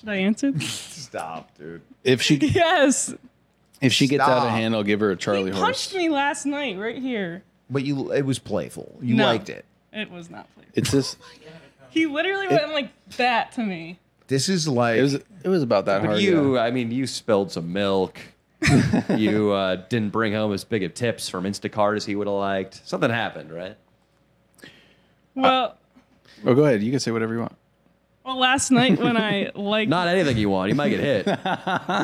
should I (laughs) answer? (laughs) Stop, dude. If she yes. if she gets out of Stop. hand, I'll give her a Charlie He horse. punched me last night right here. But you it was playful. You No. liked it. It was not playful. It's this. He literally went like that to me. This is like It was it was about that But hard. you, yeah. I mean, you spilled some milk. you uh, didn't bring home as big of tips from Instacart as he would have liked. Something happened, right? Uh, Well, Oh, go ahead. You can say whatever you want. well, last night (laughs) when I like, Not anything you want. You might get hit.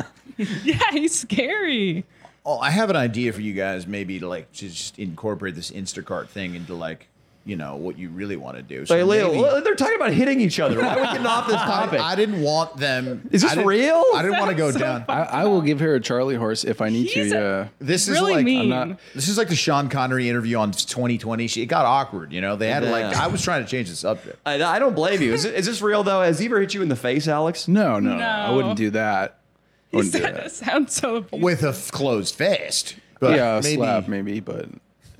(laughs) yeah, he's scary. Oh, I have an idea for you guys. Maybe to like to just incorporate this Instacart thing into like you know what you really want to do. So Like, Leo, maybe- well, they're talking about hitting each other. Why are we getting off this I, topic? I didn't want them. Is this I didn't- real? I didn't want to go So down. I, I will give her a Charlie horse if I need to. He's a- Yeah. This is really like mean. not- this is like the Sean Connery interview on 2020. She, it got awkward. You know, they had like Yeah. I was trying to change the subject. I, I don't blame you. Is, it, is this real though? Has he ever hit you in the face, Alex? No, no, no. No. I wouldn't do that. I He wouldn't do said that. it sounds so abusive. with a f- closed fist. But Yeah, a slap maybe, but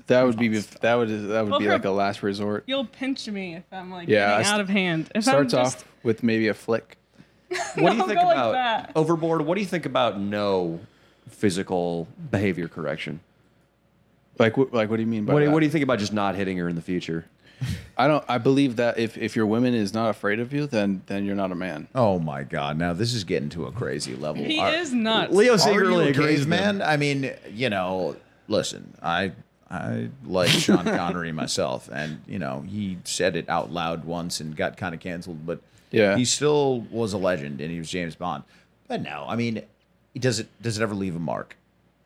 that would be bef- that would that would Well, be for- like a last resort. You'll pinch me if I'm like Yeah, getting I out of hand. If Starts I'm just, off with maybe a flick. What do you Don't think go like about that. overboard? What do you think about no physical behavior correction? Like wh- like what do you mean by What, do- that? what do you think about just not hitting her in the future? I don't. I believe that if if your woman is not afraid of you, then then you're not a man. Oh my god! Now this is getting to a crazy level. He Are- is nuts. Leo Are secretly you a agrees, man. caveman? I mean, you know, listen, I I like (laughs) Sean Connery myself, and you know, he said it out loud once and got kind of canceled, but Yeah. he still was a legend, and he was James Bond. But no, I mean, he does it. Does it ever leave a mark?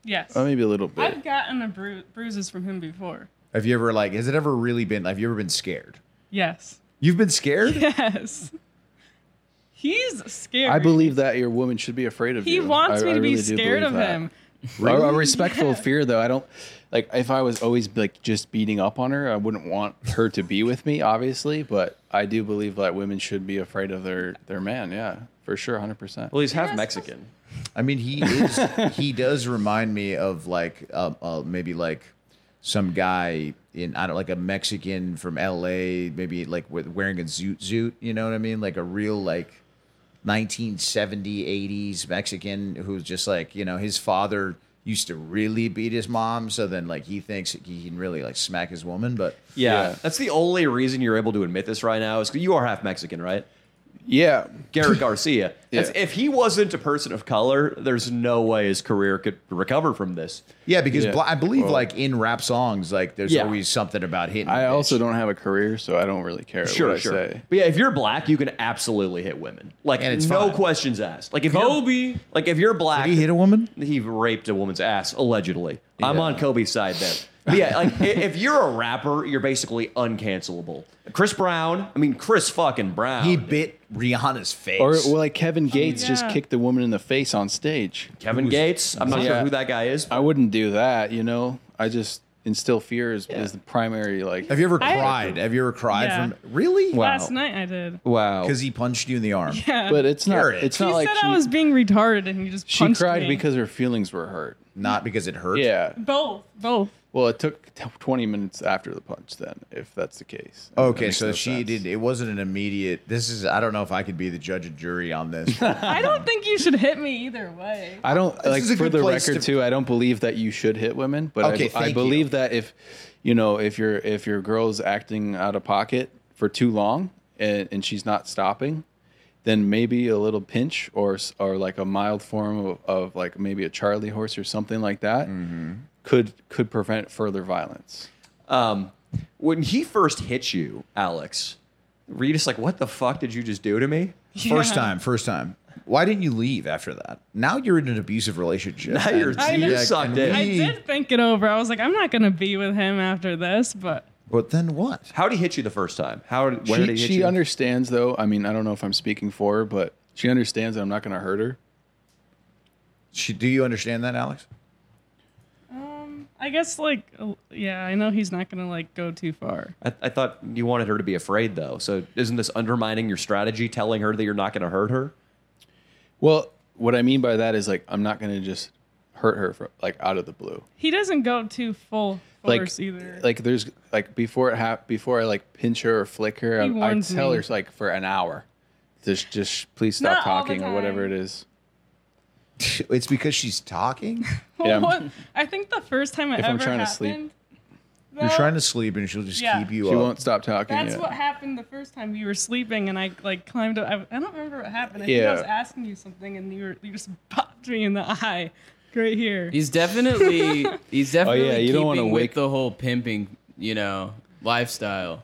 Yes. Uh, maybe a little bit. I've gotten a bru- bruises from him before. Have you ever like? Has it ever really been? Have you ever been scared? Yes. You've been scared. (laughs) Yes. He's scary. I believe that your woman should be afraid of he you. wants I- me I to be really do scared believe of that. him. A, a respectful fear, though. I don't like if I was always like just beating up on her. I wouldn't want her to be with me, obviously. But I do believe that women should be afraid of their their man. Yeah, for sure, hundred percent. Well, he's half Mexican. I mean, he is. he does remind me of like uh, uh, maybe like some guy in I don't like a Mexican from L.A. Maybe like with wearing a zoot zoot. You know what I mean? Like a real like 1970 80s Mexican who's just like you know his father used to really beat his mom, so then like he thinks he can really like smack his woman, but. Yeah. Yeah. that's the only reason you're able to admit this right now is 'cause you are half Mexican, right? Yeah, Garrett Garcia. Yeah. That's- If he wasn't a person of color, there's no way his career could recover from this. Yeah, because Yeah. bla- I believe Well- like in rap songs, like there's Yeah. always something about hitting. I a bitch. also don't have a career, so I don't really care. Sure, what I sure. Say. But yeah, if you're black, you can absolutely hit women. Like And it's no fine. questions asked. Like if you're- Kobe. like if you're black, Did he hit a woman. he raped a woman's ass allegedly. I'm Yeah. on Kobe's side there. But yeah, like i- if you're a rapper, you're basically uncancelable. Chris Brown, I mean Chris fucking Brown. He bit Rihanna's face. Or well, like Kevin Gates just yeah. kicked the woman in the face on stage. Kevin Gates. I'm not sure Yeah. who that guy is. Uh, I wouldn't do that, you know. I just instill fear is, is the primary like. Have you ever I- cried? Have you ever cried Yeah. from really? Last night I did. Wow. Because he punched you in the (laughs) arm. Yeah. But it's not. Carrot. It's he not like said she, I was being retarded and he just she punched cried me. because her feelings were hurt. Not because it hurt. Yeah. both, both. Well, it took t- 20 minutes after the punch, then, if that's the case. That Okay, makes so no she sense. did. It wasn't an immediate. This is. I don't know if I could be the judge and jury on (laughs) this. I don't think you should hit me either way. I don't like is a for good the place record to- too. I don't believe that you should hit women, but Okay, I, I thank believe you. that if you know if your if your girl's acting out of pocket for too long and, and she's not stopping, then maybe a little pinch or s- or like a mild form of, of like maybe a Charlie horse or something like that Mm-hmm. could could prevent further violence. Um, when he first hit you, Alex, were you just like, "What the fuck did you just do to me?" First time. First time. Why didn't you leave after that? Now you're in an abusive relationship. Now you're, And- I you're know. sucked in. I did think it over. I was like, I'm not gonna be with him after this, but But then what? How did he hit you the first time? How did, where she, did he hit she you? understands though. I mean, I don't know if I'm speaking for her, but she understands that I'm not going to hurt her. She, do you understand that, Alex? I guess like, oh, yeah, I know he's not gonna like go too far. I, I thought you wanted her to be afraid, though. So isn't this undermining your strategy, telling her that you're not going to hurt her? Well, what I mean by that is like I'm not going to just hurt her for, like out of the blue. He doesn't go too full Like force either. like there's like before it hap- before I like pinch her or flick her, I, I He warns tell me. her like for an hour. Just just please stop Not all the talking or whatever it time. is. It's because she's talking. Well, yeah. (laughs) what- I think the first time it If ever I'm trying to happened. sleep. You're though, trying to sleep, and she'll just Yeah. keep you She up. won't stop talking. That's yeah. what happened the first time we were sleeping, and I like climbed up. I, I don't remember what happened. I think I Yeah. was asking you something, and you were you just (laughs) popped me in the eye, right here. He's (laughs) definitely he's definitely Oh, yeah, you don't wanna keeping wake- with the whole pimping, you know, lifestyle.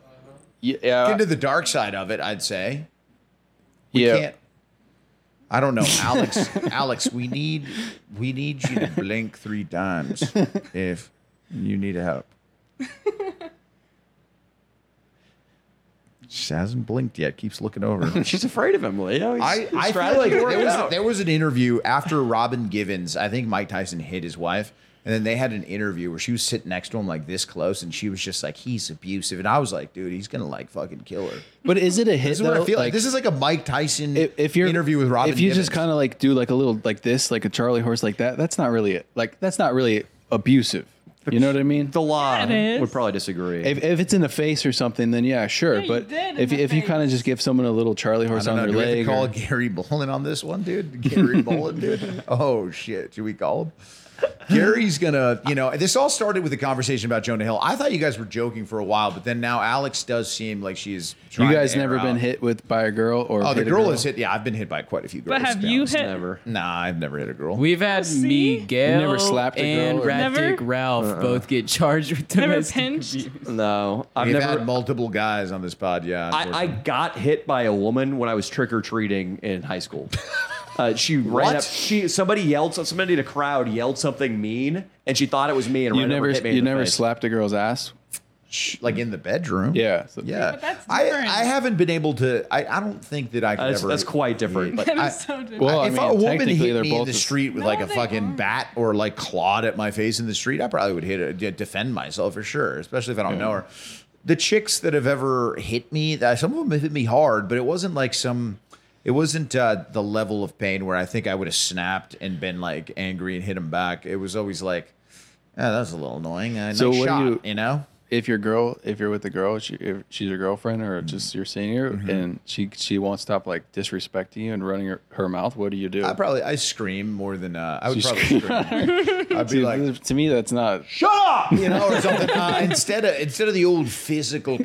Yeah, yeah, Get to the dark side of it. I'd say. We yeah. can't. I don't (laughs) know, Alex. Alex, we need we need you to blink three times if you need help. She hasn't blinked yet. Keeps looking over. She's afraid of him, Leo. He's, I, his I feel strategy like there worked was, out. there was an interview after Robin Givens. I think Mike Tyson hit his wife, and then they had an interview where she was sitting next to him like this close, and she was just like, "He's abusive," and I was like, "Dude, he's gonna like fucking kill her." But is it a hit This is though? what I feel like. This is like a Mike Tyson if, if you're interview with Robin. if you Givens. just kind of like do like a little like this, like a Charlie horse, like that, that's not really it. Like that's not really abusive. You know what I mean? the law Yeah, it is. would probably disagree. If, if it's in the face or something, then yeah, sure. Yeah, you but did in if the if you face. kind of just give someone a little Charlie I horse don't on know. their Do we have to leg, call or- Gary Bolin on this one, dude? Gary (laughs) Bolin, dude. Oh shit! Should we call him? Gary's gonna, you know, this all started with a conversation about Jonah Hill. I thought you guys were joking for a while, but then now Alex does seem like she's. you trying to guys air never been out. hit with by a girl or Oh, the hit a girl is hit. Yeah, I've been hit by quite a few girls. but have to be you honest. hit? Never. Nah, I've never hit a girl. We've had see? Miguel You never slapped a and girl or- Uh-uh. Rat Never? Dick Ralph both get charged with (laughs) (laughs) Never domestic pinched? (laughs) abuse. No, I've We've never. had multiple guys on this pod. I, Yeah, I unfortunately. got hit by a woman when I was trick or treating in high (laughs) school. Uh, she ran What? up. She somebody yelled. Somebody in the crowd yelled something mean, and she thought it was me. And You ran never over, hit me in you the never face. slapped a girl's ass. Shh, like in the bedroom. Yeah, so- yeah. but that's I, different. I haven't been able to. I, I don't think that I could That's, ever. that's quite different. But That I- is so different. Well, uh, I if mean, a woman technically hit they're me in both the the- street with No, like a they fucking aren't. bat or like clawed at my face in the street, I probably would hit it, d- defend myself for sure, especially if I don't know her. The chicks that have ever hit me, that some of them hit me hard, but it wasn't like some. It wasn't uh, the level of pain where I think I would have snapped and been like angry and hit him back. It was always like, "Oh, that was a little annoying." Uh, So nice what do shot," you- you know? If your girl, if you're with a girl, she, if she's your girlfriend or just your senior, and she she won't stop like disrespecting you and running her, her mouth. What do you do? I probably I scream more than uh, I would You probably scream. I'd (laughs) be Dude, like, to me, that's not. shut up, you know, or something. Uh, instead of instead of the old physical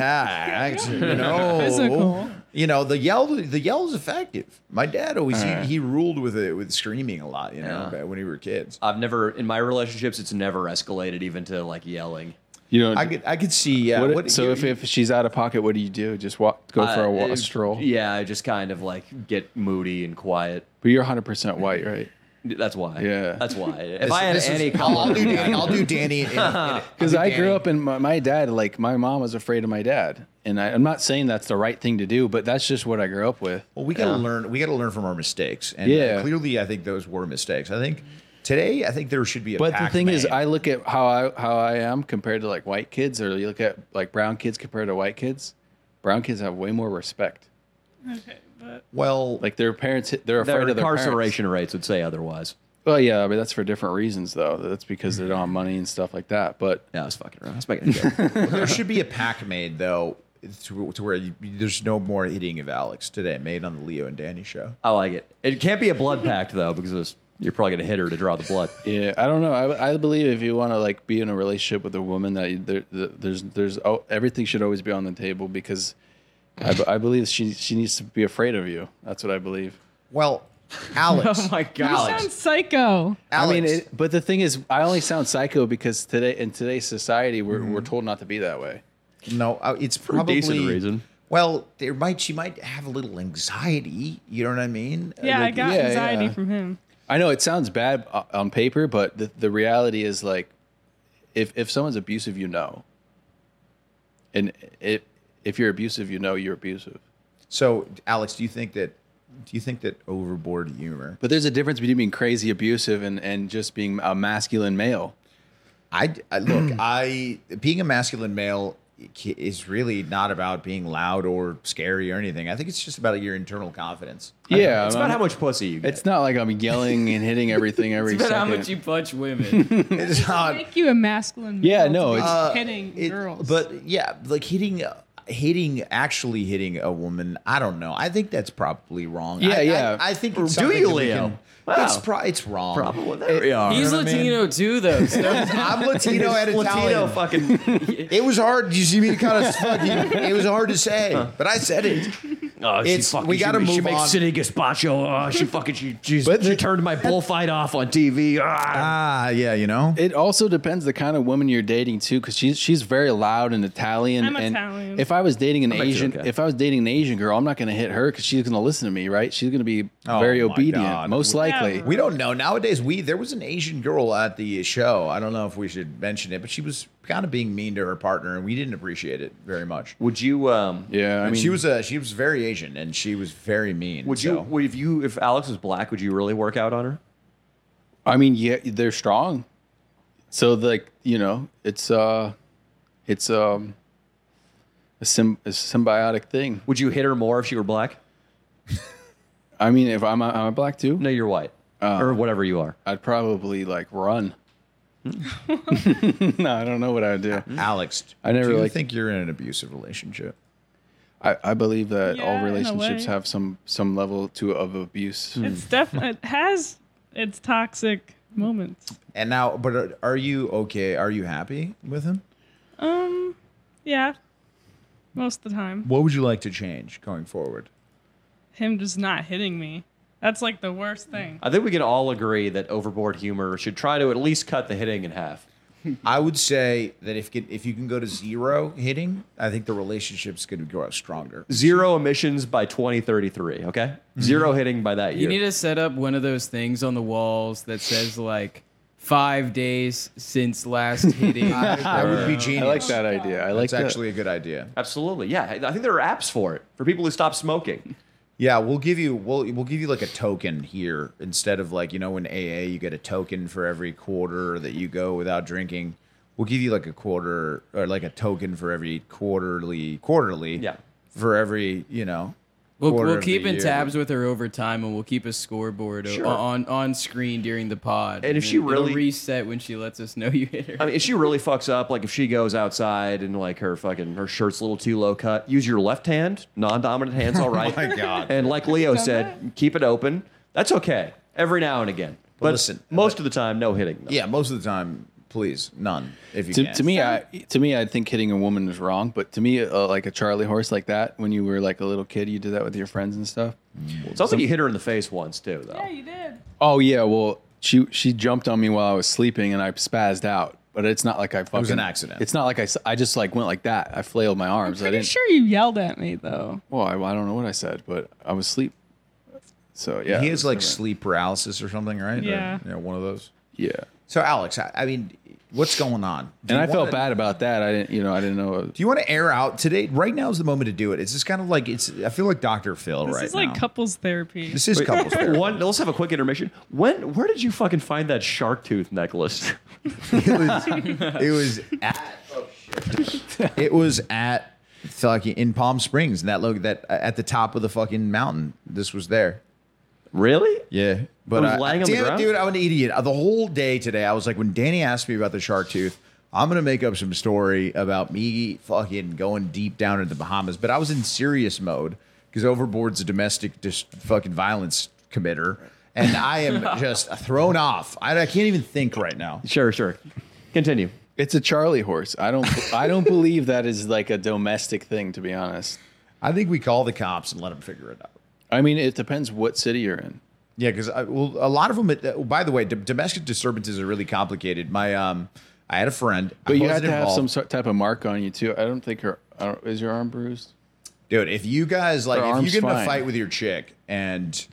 contact, you know, Physical. you know, the yell the yell is effective. My dad always he, he ruled with it with screaming a lot, you know, when we were kids. I've never in my relationships. It's never escalated even to like yelling. You don't. I could I could see yeah. what- what- so you- if, if she's out of pocket, what do you do? Just walk, go for a, wa- Uh, a stroll. Yeah, I just kind of like get moody and quiet. But you're 100 percent white, right? That's why. Yeah. that's (laughs) why. If this- I had this is- any I'll, I'll do color, Danny. I'll do Danny. in- in- in- Because I'll I do grew Danny. up in my, my dad, like my mom was afraid of my dad, and I, I'm not saying that's the right thing to do, but that's just what I grew up with. Well, we gotta learn. We gotta learn from our mistakes, and uh, Yeah. clearly, I think those were mistakes. I think today, I think there should be a. But the thing is, Pac-Man. I look at how I how I am compared to like white kids, or you look at like brown kids compared to white kids. Brown kids have way more respect. Okay, but well, Like their parents, they're afrared their of their parents. incarceration rates would say otherwise. Well, yeah, but that's for different reasons, though. That's because they don't have money and stuff like that. But No, I was fucking around. I was making a (laughs) joke. there should be a pack made though to, to where you, there's no more eating of Alex today made on the Leo and Danny show. I like it. It can't be a blood pact though, because it's- you're probably gonna hit her to draw the blood. yeah, I don't know. I, I believe if you want to like be in a relationship with a woman, that you, there, the- there's there's oh, everything should always be on the table because I, b- I believe she she needs to be afraid of you. That's what I believe. Well, Alex. (laughs) Oh my God. You Alex. sound psycho. Alex. I mean, it, but the thing is, I only sound psycho because today in today's society, we're we're told not to be that way. no, uh, it's probably decent reason. Well, there might she might have a little anxiety. You know what I mean? Yeah, I like, got yeah, anxiety yeah. from him. I know it sounds bad o- on paper, but the, the reality is like, if if someone's abusive, you know. And it, if you're abusive, you know you're abusive. So, Alex, do you think that do you think that overboard humor? But there's a difference between being crazy abusive and, and just being a masculine male. I, (clears throat) I- look, I being a masculine male ki- is really not about being loud or scary or anything. I think it's just about your internal confidence. Yeah, It's about how much pussy you get. It's not like I'm yelling and hitting everything every But second. how much you punch (laughs) women? (laughs) It's not Make you a masculine. Yeah, male to no, be it's- hitting it- girls. But yeah, like hitting hitting actually hitting a woman, I don't know. I think that's probably wrong. Yeah, I, yeah. I, I think Or it's do something you, that we Leo? can- Wow. It's pro- it's wrong. Probably there we are. He's know what I mean? Latino too, (laughs) though. (laughs) So I'm Latino and (laughs) Latino Italian. (laughs) fucking. It was hard. You see me (laughs) kind of fucking. It was hard to say, but I said it. Oh, she It's- fucking, we gotta she, she move makes on. city gazpacho. (laughs) Oh, she fucking she she, she turned my bullfight off on TV. Ah. Ah, yeah, you know. It also depends the kind of woman you're dating too, because she's she's very loud and Italian. I'm and Italian. If I was dating an bet you're Asian, okay. if I was dating an Asian girl, I'm not going to hit her because she's going to listen to me, right? She's going to be Oh very my obedient, God. most likely. We don't know nowadays. We there was an Asian girl at the show. I don't know if we should mention it, but she was kind of being mean to her partner, and we didn't appreciate it very much. Would you um? Yeah, I And mean, she was a she was very Asian, and she was very mean. Would you so. would if you if Alex was black? Would you really work out on her? I mean, yeah, they're strong. So like you know, it's uh, it's um, a, sym- a symbiotic thing. Would you hit her more if she were black? I mean, if I'm a, I'm a black too, No, you're white Uh. or whatever you are. I'd probably like (laughs) run. (laughs) no, I don't know what I would do. Hmm? Alex, I never do you liked- think you're in an abusive relationship. I, I believe that Yeah, in all a relationships way. have some some level to of abuse. it's definitely it has its toxic moments. And now, but are, are you okay? Are you happy with him? Um, yeah, most of the time, What would you like to change going forward? him just not hitting me. That's like the worst thing. I think we can all agree that overboard humor should try to at least cut the hitting in half. I would say that if can- if you can go to zero hitting, I think the relationship's going to grow stronger. Zero emissions by 2033. Okay, zero hitting by that year. you need to set up one of those things on the walls that says like five days since (laughs) last hitting. That would be I genius. like that idea. I like It's that. actually a good idea. Absolutely, yeah. I I think there are apps for it for people who stop smoking. Yeah, we'll give you we'll we'll give you like a token here instead of like you know in AA you get a token for every quarter that you go without drinking. We'll give you like a quarter or like a token for every quarterly quarterly. Yeah. For every you know. We'll, quarter we'll of the keep in year. tabs with her over time, and we'll keep a scoreboard o- Sure. on on screen during the pod. And if she then it'll really- reset when she lets us know you hit her, (laughs) I mean, if she really fucks up, like if she goes outside and like her fucking her shirt's a little too low cut, use your left hand, non-dominant hands, all right. my God. And like Leo said, keep it open. That's okay. Every now and again. But, listen, most of the time, no hitting. Though. Yeah, most of the time, please none if you to, can. to me, I to me, I think hitting a woman is wrong. But to me, uh, like a Charlie horse like that, when you were like a little kid, you did that with your friends and stuff. Sounds like you hit her in the face once too, though. Yeah, you did. Oh yeah, well she she jumped on me while I was sleeping and I spazzed out. But it's not like I fucking. an accident. It's not like I, s- I just like went like that. I flailed my arms. I Pretty didn't. sure you yelled at me though. Well, I, I don't know what I said, but I was asleep. So yeah, he has it was like different. sleep paralysis or something, right? Or, Yeah. you know, one of those. yeah. So Alex, I, I mean, what's going on? Do And you I felt wanna- bad about that. I didn't, you know, I didn't know. Do you want to air out today? Right now is the moment to do it. It's just kind of like it's. I feel like Doctor Phil This right is like now. couples therapy. this (laughs) is couples. therapy. One, let's have a quick intermission. When, where did you fucking find that shark tooth necklace? (laughs) It was at. it was at fucking in Palm Springs, and that look that at the top of the fucking mountain. This was there. Really? Yeah, but Oh, It was I, lying on the damn it, ground? dude, I'm an idiot. Uh, The whole day today, I was like, when Danny asked me about the shark tooth, I'm gonna make up some story about me fucking going deep down into the Bahamas. But I was in serious mode because overboard's a domestic dis- fucking violence committer, and (laughs) I am just thrown off. I, I can't even think right now. Sure, sure. Continue. It's a Charlie horse. I don't. I (laughs) don't believe that is like a domestic thing. To be honest, I think we call the cops and let them figure it out. I mean, it depends what city you're in. Yeah, because well, a lot of them. Uh, by the way, d- domestic disturbances are really complicated. My um, I had a friend, I But you wasn't have to have involved. some sort- type of mark on you too. I don't think her. I don't, is your arm bruised? dude. If you guys like, Her if you arm's get in a fine. fight with your chick and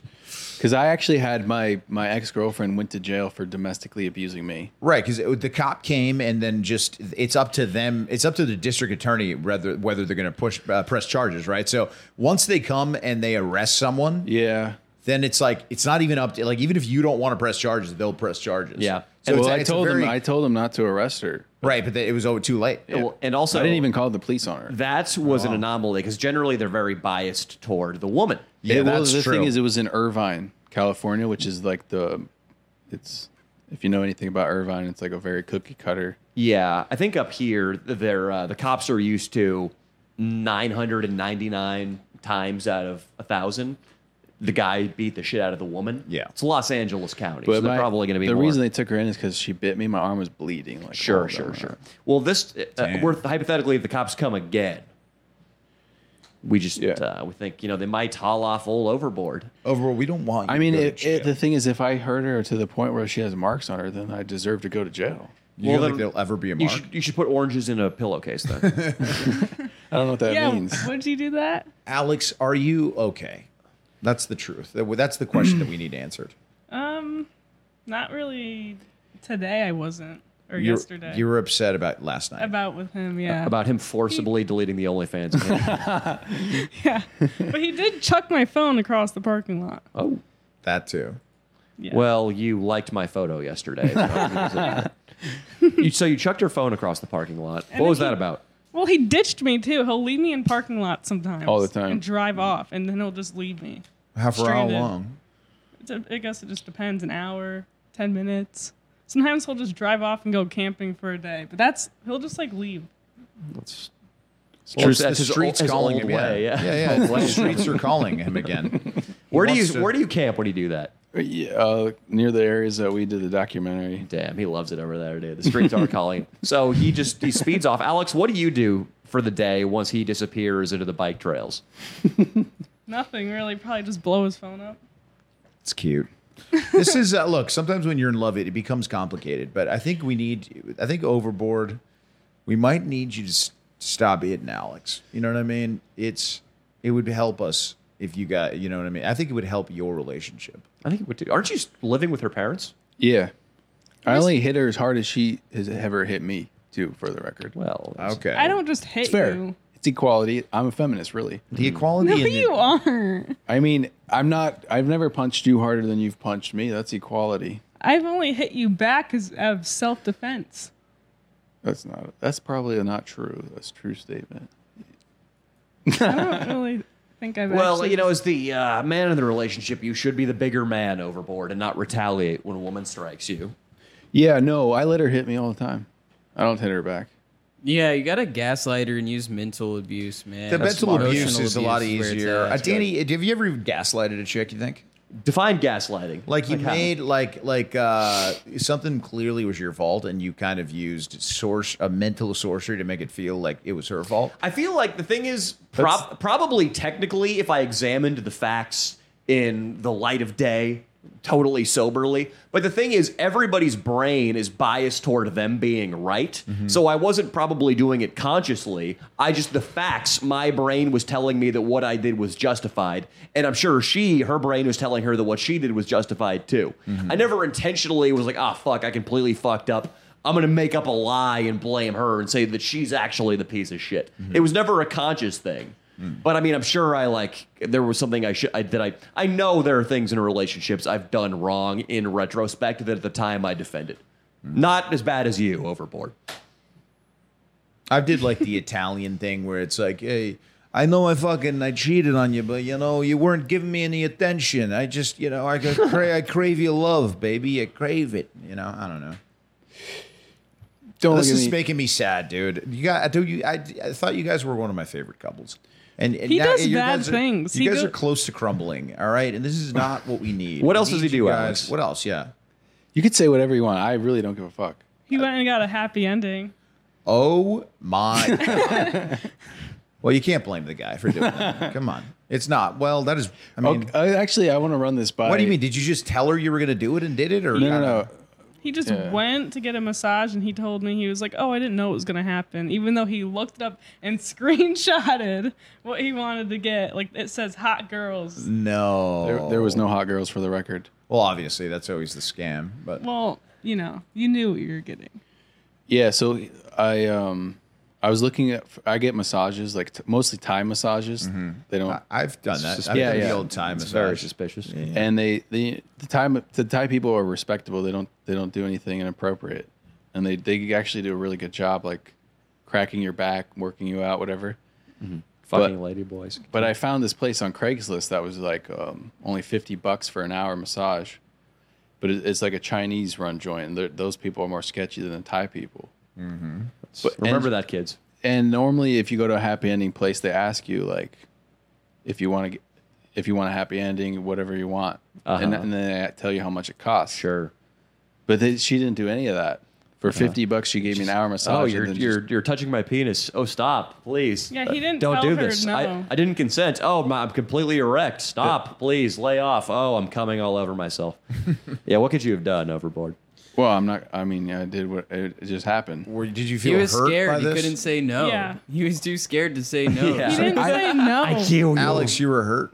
Because I actually had my my ex girlfriend went to jail for domestically abusing me. Right, because the cop came, and then just it's up to them. It's up to the district attorney whether whether they're going to push uh, press charges. Right. So once they come and they arrest someone, Yeah. then it's like it's not even up to like even if you don't want to press charges, they'll press charges. Yeah. So well, it's, I it's a told very, him. I told him not to arrest her. right, but it was oh, too late. Well, And also, I didn't even call the police on her. that was Oh. an anomaly because generally they're very biased toward the woman. Yeah, It- well, that's the true. thing is, it was in Irvine, California, which is like the, it's if you know anything about Irvine, it's like a very cookie cutter. Yeah, I think up here, they're, uh, the cops are used to 999 times out of a thousand. The guy beat the shit out of the woman. Yeah. it's Los Angeles County, so they're my- probably going to be the more. reason they Oh, took her in is because she bit me. My arm was bleeding. Like all sure, down sure, my sure. arm. Well, this uh, Damn. we're hypothetically, if the cops come again, we just Yeah. uh, we think you know they might haul off all overboard. Overall, we don't want. You I mean, to go to it, it, jail. the thing is, if I hurt her to the point where she has marks on her, then I deserve to go to jail. you well, don't think then- there'll ever be a You mark? should you should put oranges in a pillowcase then. (laughs) I don't know what that yeah, means. would you do that? Alex, are you okay? That's the truth. That- That's the question that we need (clears throat) answered. Um, not really. Today I wasn't, or You're- yesterday. you were upset about last night. about with him, yeah. About him forcibly deleting the OnlyFans. account. (laughs) yeah. but he did chuck my phone across the parking lot. oh. that too. Yeah. Well, you liked my photo yesterday. you, so you chucked your phone across the parking lot. what then was that he- about? Well, he ditched me too. He'll leave me in parking lots sometimes. All the time. And drive off, and then he'll just leave me. How for how Stranded. long? It's a, I guess it just depends. An hour, ten minutes. Sometimes he'll just drive off and go camping for a day. But that's he'll just like leave. That's, Well, it's the streets calling him. Way, yeah. yeah, yeah. it's the streets are calling him again. Where do you wants to- where do you camp when you do that? Yeah, uh, near the areas that we did the documentary. Damn, he loves it over there, dude. The streets are calling. him. So he just he speeds off. Alex, what do you do for the day once he disappears into the bike trails? Nothing really. Probably just blow his phone up. It's cute. This is uh, look. Sometimes when you're in love, it, it becomes complicated. But I think we need. I think overboard. We might need you to s- stop hitting Alex. You know what I mean? It's. It would help us if you got. You know what I mean? I think it would help your relationship. I think it would do. Aren't you living with her parents? Yeah, I only hit her as hard as she has ever hit me, too. For the record, Well, that's- Okay. I don't just hate it's fair. you. It's equality. I'm a feminist, really. The equality. No, in the- you aren't. I mean, I'm not. I've never punched you harder than you've punched me. That's equality. I've only hit you back as out of self defense. That's not. That's probably not true. That's a true statement. I don't really think I've. Well, actually you know, as the uh, man in the relationship, you should be the bigger man overboard and not retaliate when a woman strikes you. Yeah, no, I let her hit me all the time. I don't hit her back. Yeah, you gotta gaslight her and use mental abuse, man. The That's mental smart. abuse Emotional is a lot abuse where it's easier. at. Uh, Danny, have you ever gaslighted a chick? You think? Define gaslighting. Like you how? made like like uh something clearly was your fault, and you kind of used source a mental sorcery to make it feel like it was her fault. I feel like the thing is prob- probably technically, if I examined the facts in the light of day, totally soberly. But the thing is, everybody's brain is biased toward them being right. So I wasn't probably doing it consciously. I just the facts. My brain was telling me that what I did was justified, and I'm sure she, her brain was telling her that what she did was justified too. I never intentionally was like, ah, fuck, I completely fucked up. I'm going to make up a lie and blame her and say that she's actually the piece of shit. Mm-hmm. It was never a conscious thing. Mm. But I mean, I'm sure I like there was something I should I, that I I know there are things in relationships I've done wrong in retrospect that at the time I defended. Mm. Not as bad as you overboard. (laughs) I did like the Italian thing where it's like, hey, I I know I fucking I cheated on you, but you know you weren't giving me any attention. I just you know I (laughs) got cra- I crave your love, baby. I crave it. You know I don't know. Don't Oh, This look at is me. making me sad, dude. You got I do you I, I thought you guys were one of my favorite couples. And, and He now- does you bad guys are- things. You He guys go- are close to crumbling, all right? And this is not what we need. What We else does need he you do, guys- Alex? What else? Yeah. you could say whatever you want. I really don't give a fuck. He went and got a happy ending. Oh my. (laughs) God. well, you can't blame the guy for doing that. Come on. It's not. Well, that is I mean, Okay, I- actually, I want to run this by. what do you mean? Did you just tell her you were going to do it and did it or No, no, no. He just Yeah. went to get a massage and he told me he was like, "Oh, I didn't know it was gonna happen," even though he looked it up and (laughs) screenshotted what he wanted to get. Like it says, "Hot girls." No. There, there was no hot girls for the record. Well, obviously, that's always the scam, but Well, you know, you knew what you were getting. Yeah, so I um I was looking at I get massages like t- mostly Thai massages. They don't I, I've done that. I've Yeah, done yeah. the old time It's very massage. suspicious. and they the the Thai the Thai people are respectable. They don't they don't do anything inappropriate, and they they actually do a really good job like cracking your back, working you out, whatever. Fucking lady boys. But I found this place on Craigslist that was like um, only fifty bucks for an hour massage, but it, it's like a Chinese run joint, and they're- those people are more sketchy than the Thai people. But- Remember and- that, kids. and normally if you go to a happy ending place they ask you like if you want to get if you want a happy ending whatever you want and, Uh-huh. and then they tell you how much it costs Sure. Uh-huh. but they, she didn't do any of that for 50 bucks she gave me an hour massage Oh, and you're then you're just- you're touching my penis. Oh, stop, please. Uh, Yeah, he didn't Don't tell do her this. no. I, I didn't consent. Oh, my, I'm completely erect. Stop, please. Lay off. Oh, I'm coming all over myself. yeah, what could you have done overboard? well i'm not i mean i did what it, it just happened Were- did you feel He was hurt by scared. He this? couldn't say no. Yeah. He was too scared to (laughs) say no. Yeah. He didn't I- say no. Oh, Alex, you were hurt.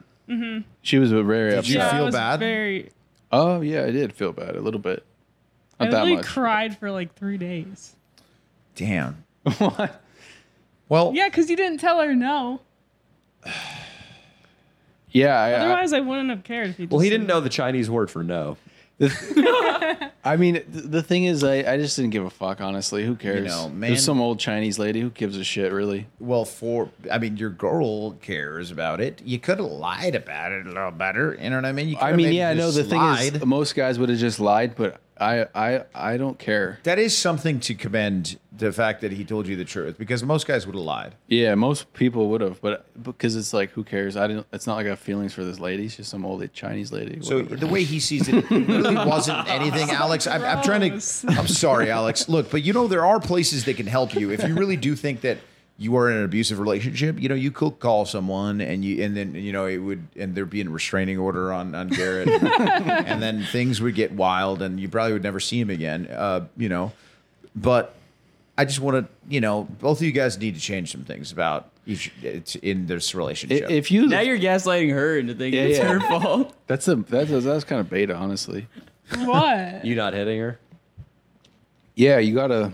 she was very you- upset Yeah. I feel was bad? Very. oh yeah i did feel bad a little bit I not that literally much cried for like three days. Damn. (laughs) What? Well, Yeah, because you didn't tell her no. yeah I- I, Otherwise, I wouldn't have cared if you. Well, he just didn't said- know the Chinese word for no. I mean, th- the thing is, I, I just didn't give a fuck, honestly. Who cares? know, man. There's some old Chinese lady who gives a shit, really. well, for I mean, your girl cares about it. You could have lied about it a little better. You know what I mean? You I coulda mean, maybe yeah, I know just the thing is, um, lied. most guys would have just lied, but I, I, I don't care. that is something to commend the fact that he told you the truth because most guys would have lied. Yeah, most people would have, but because it's like, who cares? I didn't. It's not like I have feelings for this lady. She's some old Chinese lady. So whatever. the way he sees it, it really wasn't anything, Alex. I'm, I'm trying Gross. to. I'm sorry, Alex. Look, but you know there are places that can help you if you really do think that you are in an abusive relationship. You know, you could call someone and you and then you know it would and there'd be a restraining order on on Garrett, and then things would get wild and you probably would never see him again. Uh, you know, but I just want to you know both of you guys need to change some things about each it's in this I- relationship. if you, Now you're gaslighting her into thinking Yeah, it's yeah. her fault. that's a that's a, that's kind of beta, honestly. (laughs) what. You not hitting her? Yeah, you gotta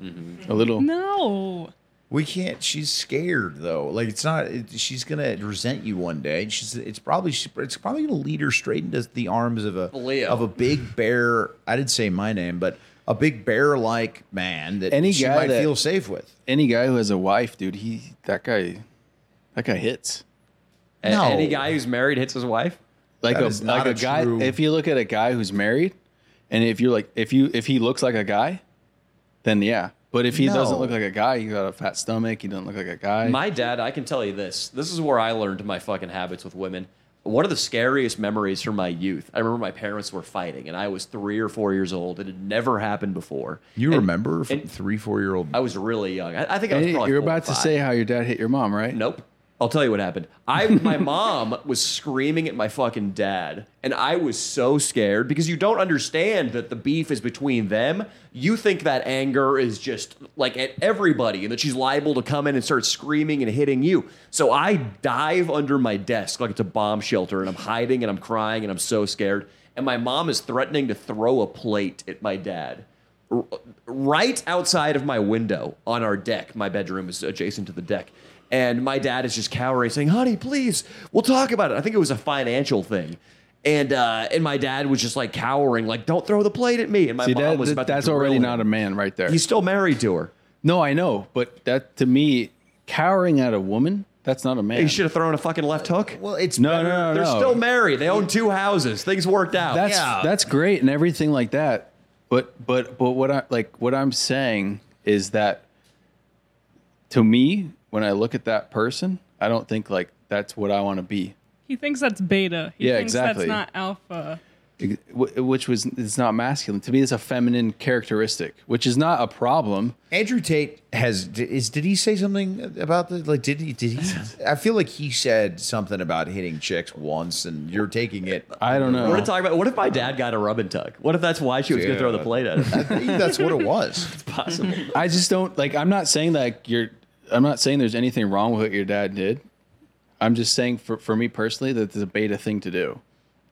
Mm-hmm. a little. No. We can't. She's scared though. Like it's not. It, she's gonna resent you one day. She's. It's probably. It's probably gonna lead her straight into the arms of a Leo. of a big bear. I didn't say my name, but a big bear like man that Any she guy might that- feel safe with. Any guy who has a wife, dude, he that guy, that guy hits. A- No. Any guy who's married hits his wife? like That a is like not a, a guy true- if you look at a guy who's married and if you like if you if he looks like a guy then yeah but if he doesn't No. look like a guy he got a fat stomach he doesn't look like a guy My dad, I can tell you this. This is where I learned my fucking habits with women. One of the scariest memories from my youth. I remember my parents were fighting, and I was three or four years old. It had never happened before. You And remember from and- three, four year old. I was really young. I, I think I was Hey, probably you're four or about to five. say how your dad hit your mom right Nope. I'll tell you what happened. I (laughs) my mom was screaming at my fucking dad, and I was so scared because you don't understand that the beef is between them. You think that anger is just like at everybody, and that she's liable to come in and start screaming and hitting you. So I dive under my desk like it's a bomb shelter, and I'm hiding and I'm crying and I'm so scared. And my mom is threatening to throw a plate at my dad r- right outside of my window on our deck. My bedroom is adjacent to the deck. And my dad is just cowering, saying, Honey, please, we'll talk about it. I think it was a financial thing. And uh, and my dad was just like cowering, like, Don't throw the plate at me. And my See, mom that, was that- about that's to already drill not a him. man right there He's still married to her. no i know but that to me cowering at a woman That's not a man. He should have thrown a fucking left hook. Well, it's No, better- no, no, They're no. still married. They own two houses. Things worked out. That's Yeah. that's great and everything like that. But but but what I like what I'm saying is that to me, when I look at that person, I don't think like that's what I want to be. He thinks that's beta. He Yeah, thinks exactly. That's not alpha. Wh- Which was it's not masculine. To me, it's a feminine characteristic, which is not a problem. Andrew Tate has d- is did he say something about the like did he did he I feel like he said something about hitting chicks once and you're taking it I don't know. We're gonna talk about what if my dad got a rub and tuck? What if that's why she was gonna throw the Dude. plate at him? I think that's what it (laughs) was. Possible. I just don't like. I'm not saying like you're. I'm not saying there's anything wrong with what your dad did. I'm just saying for for me personally that it's a beta thing to do.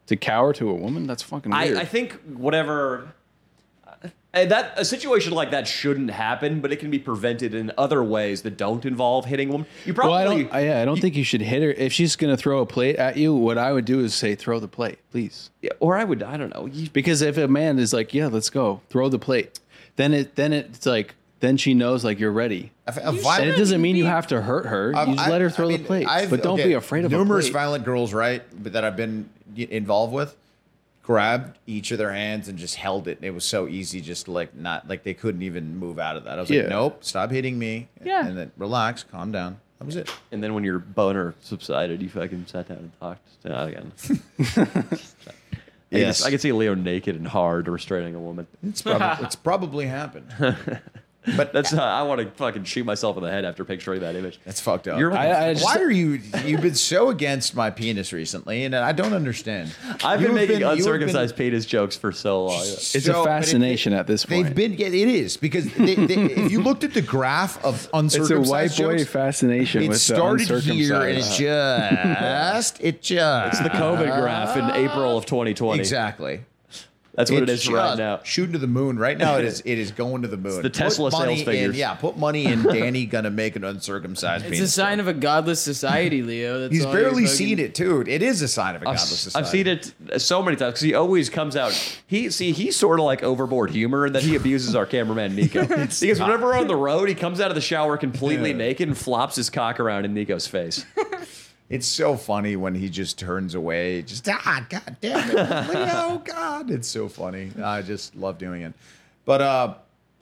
To cower to a woman, that's fucking weird. I, I think whatever uh, that a situation like that shouldn't happen, but it can be prevented in other ways that don't involve hitting women. You probably well, I don't. I, yeah, I don't think you should hit her if she's gonna throw a plate at you. What I would do is say, throw the plate, please. Yeah, or I would I don't know. You, Because if a man is like, yeah, let's go, throw the plate, then it then it's like then she knows like you're ready. A, a And it violent- doesn't mean you have to hurt her. I- you just I- let her I throw mean, the plate, I've- but don't okay, be afraid of numerous a plate. violent girls, right? But that I've been y- involved with, grabbed each of their hands and just held it. It was so easy, just like not like they couldn't even move out of that. I was Yeah. like, nope, stop hitting me. Yeah. and then relax, calm down. That was it. and then when your boner subsided, you fucking sat down and talked uh, again. I, Yes. can, I can see Leo naked and hard restraining a woman. It's probably, it's probably happened. But That's uh, I want to fucking shoot myself in the head after picturing that image. That's fucked up. You're- I- I just- Why are you? You've been so against my penis recently, and I don't understand. I've You been have making you have uncircumcised penis jokes for so long. It's a so- but it- fascination at this point. They've been. yeah, It is because they, they, if you looked at the graph (laughs) of It's a uncircumcised white boy jokes, fascination it with started the here and it uncircumcised. Uh-huh. (laughs) just it just The COVID graph in April of 2020. exactly. That's what it It's is right just now. Shooting to the moon. Right now, it is it is going to the moon. the Tesla sales money in- figures. Yeah, put money in. Danny gonna make an uncircumcised. It's a penis sign of a godless society, Leo. That's He's all you're barely fucking- seen it, dude. It is a sign of a I've, godless s- society. I've seen it so many times because he always comes out. He see he's sort of like overboard humor, and then he abuses our cameraman (laughs) Nico because whenever we're on the road, he comes out of the shower completely naked and flops his cock around in Nico's (laughs) face. It's so funny when he just turns away. Just ah, god damn it, Leo, God! It's so funny. I just love doing it. But uh,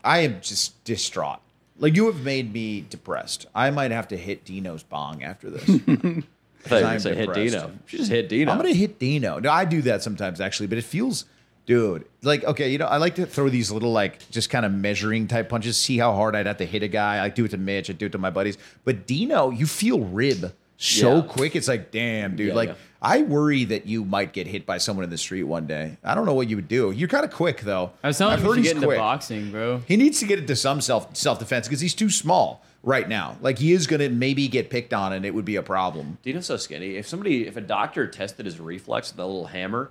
I am just distraught. Like you have made me depressed. I might have to hit Dino's bong after this. I'm (laughs) I thought you were I'm gonna say hit depressed. Dino. You should Just hit Dino. gonna hit Dino. No, I do that sometimes actually, but it feels, dude. Like okay, you know, I like to throw these little like just kind of measuring type punches. See how hard I'd have to hit a guy. I do it to Mitch. I do it to my buddies. But Dino, you feel rib so Yeah. quick. It's like damn, dude. Yeah, like yeah. I worry that you might get hit by someone in the street one day. I don't know what you would do. You're kind of quick though. I was telling I've him heard to he's get into quick. boxing, bro. He needs to get into some self self defense because he's too small right now. Like he is gonna maybe get picked on, and it would be a problem. Dino's so skinny. If somebody, if a doctor tested his reflex with a little hammer,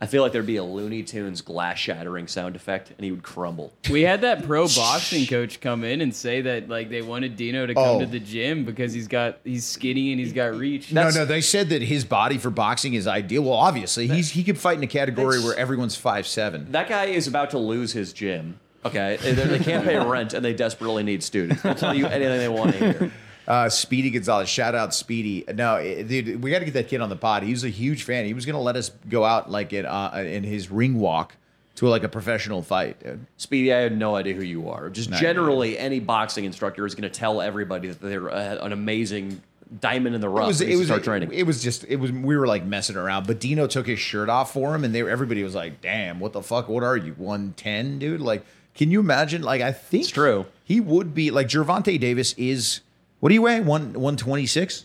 I feel like there'd be a Looney Tunes glass shattering sound effect, and he would crumble. We had that (laughs) pro boxing coach come in and say that like they wanted Dino to come Oh. to the gym because he's got he's skinny and he's got reach. no, no, they said that his body for boxing is ideal. Well, obviously, he's he could fight in a category That's- where everyone's five seven. That guy is about to lose his gym. Okay, And they they can't (laughs) pay rent, and they desperately need students. They'll tell you anything they want to hear. Uh, Speedy Gonzalez, shout out Speedy. No, it- dude, we got to get that kid on the pod. He was a huge fan. He was going to let us go out like in uh, in his ring walk to like a professional fight. dude. Speedy, I had no idea who you are. Just No generally, any boxing instructor is going to tell everybody that they're uh, an amazing diamond in the rough. It was when it you was start training. It was just it was we were like messing around, but Dino took his shirt off for him, and they everybody was like, "Damn, what the fuck? What are you one ten, dude? Like, can you imagine? Like, I think It's true. He would be like Gervonta Davis is. What do you weigh? One one twenty six.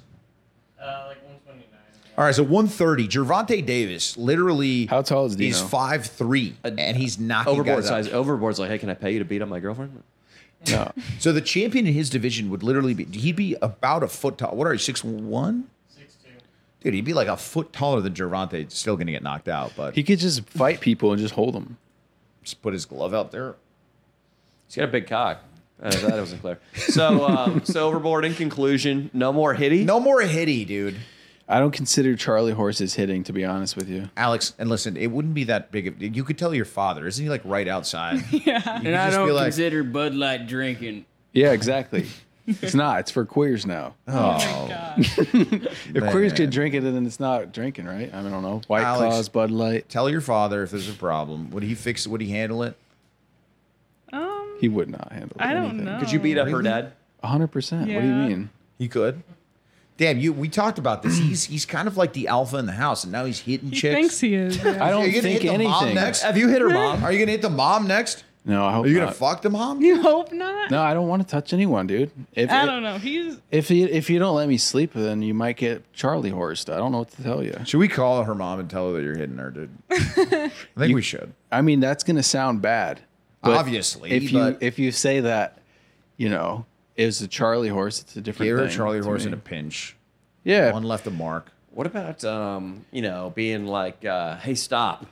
Uh, like 129. All right, so 130. Gervonta Davis literally How tall is Dino? He's 5'3", and he's knocking Overboard guys out. size. Overboard's like, hey, can I pay you to beat up my girlfriend? No. So the champion in his division would literally be he'd be about a foot tall. What are you, 6'1"? Dude, he'd be like a foot taller than Gervonta. Still going to get knocked out, but He he could just fight people and just hold them. just put his glove out there. He's got a big (laughs) cock. Uh, that wasn't clear. So, um, so overboard. In conclusion, no more hitty. No more hitty, dude. I don't consider Charlie horses hitting, to be honest with you. Alex, and listen, it wouldn't be that big of. You could tell your father, isn't he like right outside? You Yeah. could and I just be don't like, consider Bud Light drinking. Yeah, exactly. It's not. It's for queers now. Oh, my God. If queers Man. could drink it, then it's not drinking, right? I, mean, I don't know. White Alex. Claws, Bud Light. Tell your father if there's a problem. Would he fix it? Would he handle it? Um, He would not handle it. I don't know. Could you beat up her dad? 100%. What do you Yeah. mean? He could. Damn, you. We talked about this. He's he's kind of like the alpha in the house, and now he's hitting He chicks. thinks he is. (laughs) yeah. I Are don't you gonna think hit the mom anything. next? Have you hit her mom? Are you gonna hit the mom next? No, I hope Are you not. gonna fuck the mom? You hope not. No, I don't want to touch anyone, dude. If I don't know. He's If you, if you don't let me sleep, then you might get Charlie horsed. I don't know what to tell you. Should we call her mom and tell her that you're hitting her, dude? I think we should. I mean, that's gonna sound bad. but Obviously, if you but- if you say that, you know, is a Charlie horse. It's a different. Give her thing Charlie to horse me. in a pinch. yeah. One left a mark. What about um, you know, being like, uh, hey, stop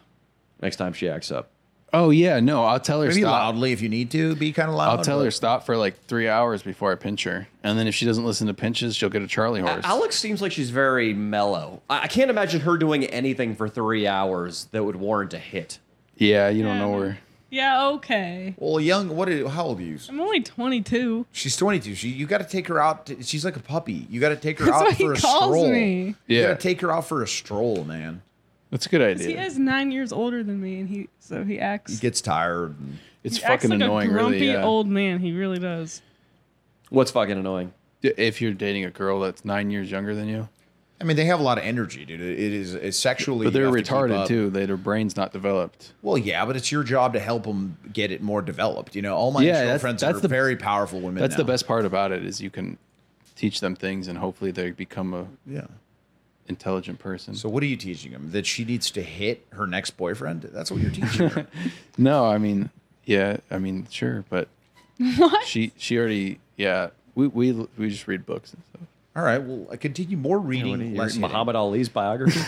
next time she acts up. Oh yeah, no, I'll tell her Maybe stop. loudly if you need to. Be kind of loud. I'll tell but- her stop for like three hours before I pinch her, and then if she doesn't listen to pinches, she'll get a Charlie horse. Alex seems like she's very mellow. I, I can't imagine her doing anything for three hours that would warrant a hit. yeah, you don't Yeah. know her. yeah okay. Well, young. What? Are, how old are you? I'm only 22. She's 22. She you got to take her out. to- she's like a puppy. You got to take her That's out what for he a calls stroll. me. You Yeah. got to take her out for a stroll, man. That's a good 'Cause He idea. is nine years older than me, and he so he acts. He gets tired. and- it's he acts fucking like annoying, a grumpy really. Yeah. old man. He really does. What's fucking annoying? if you're dating a girl that's nine years younger than you, I mean, they have a lot of energy, dude. It it is it's sexually. but they're you have to keep retarded up. too. They, their brain's not developed. Well, yeah, but it's your job to help them get it more developed. You know, all my Yeah, yeah, that's- girlfriends that's are the- very powerful women. That's the now. best part about it is you can teach them things and hopefully they become a Yeah. intelligent person. So what are you teaching them? That she needs to hit her next boyfriend? That's what you're teaching (laughs) her. no, I mean, yeah, I mean, sure, (laughs) but she she already yeah. We we we just read books and stuff. all right. Well, I continue more reading. You're less reading hitting. Muhammad Ali's biography.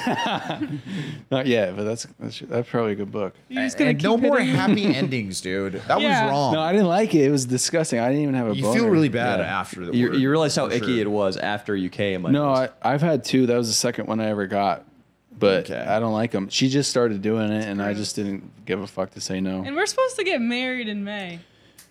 Not yeah, but that's that's, that's probably a good book. You're just gonna And keep no more hitting him. (laughs) happy endings, dude. That Yeah. was wrong. No, I didn't like it. It was disgusting. I didn't even have a. you boner. feel really bad Yeah. after the you, word, you realize how for icky sure. it was after you came. I No, guess. I, I've had two. That was the second one I ever got, but Okay. I don't like them. She just started doing it, and I just didn't give a fuck to say no. And we're supposed to get married in May,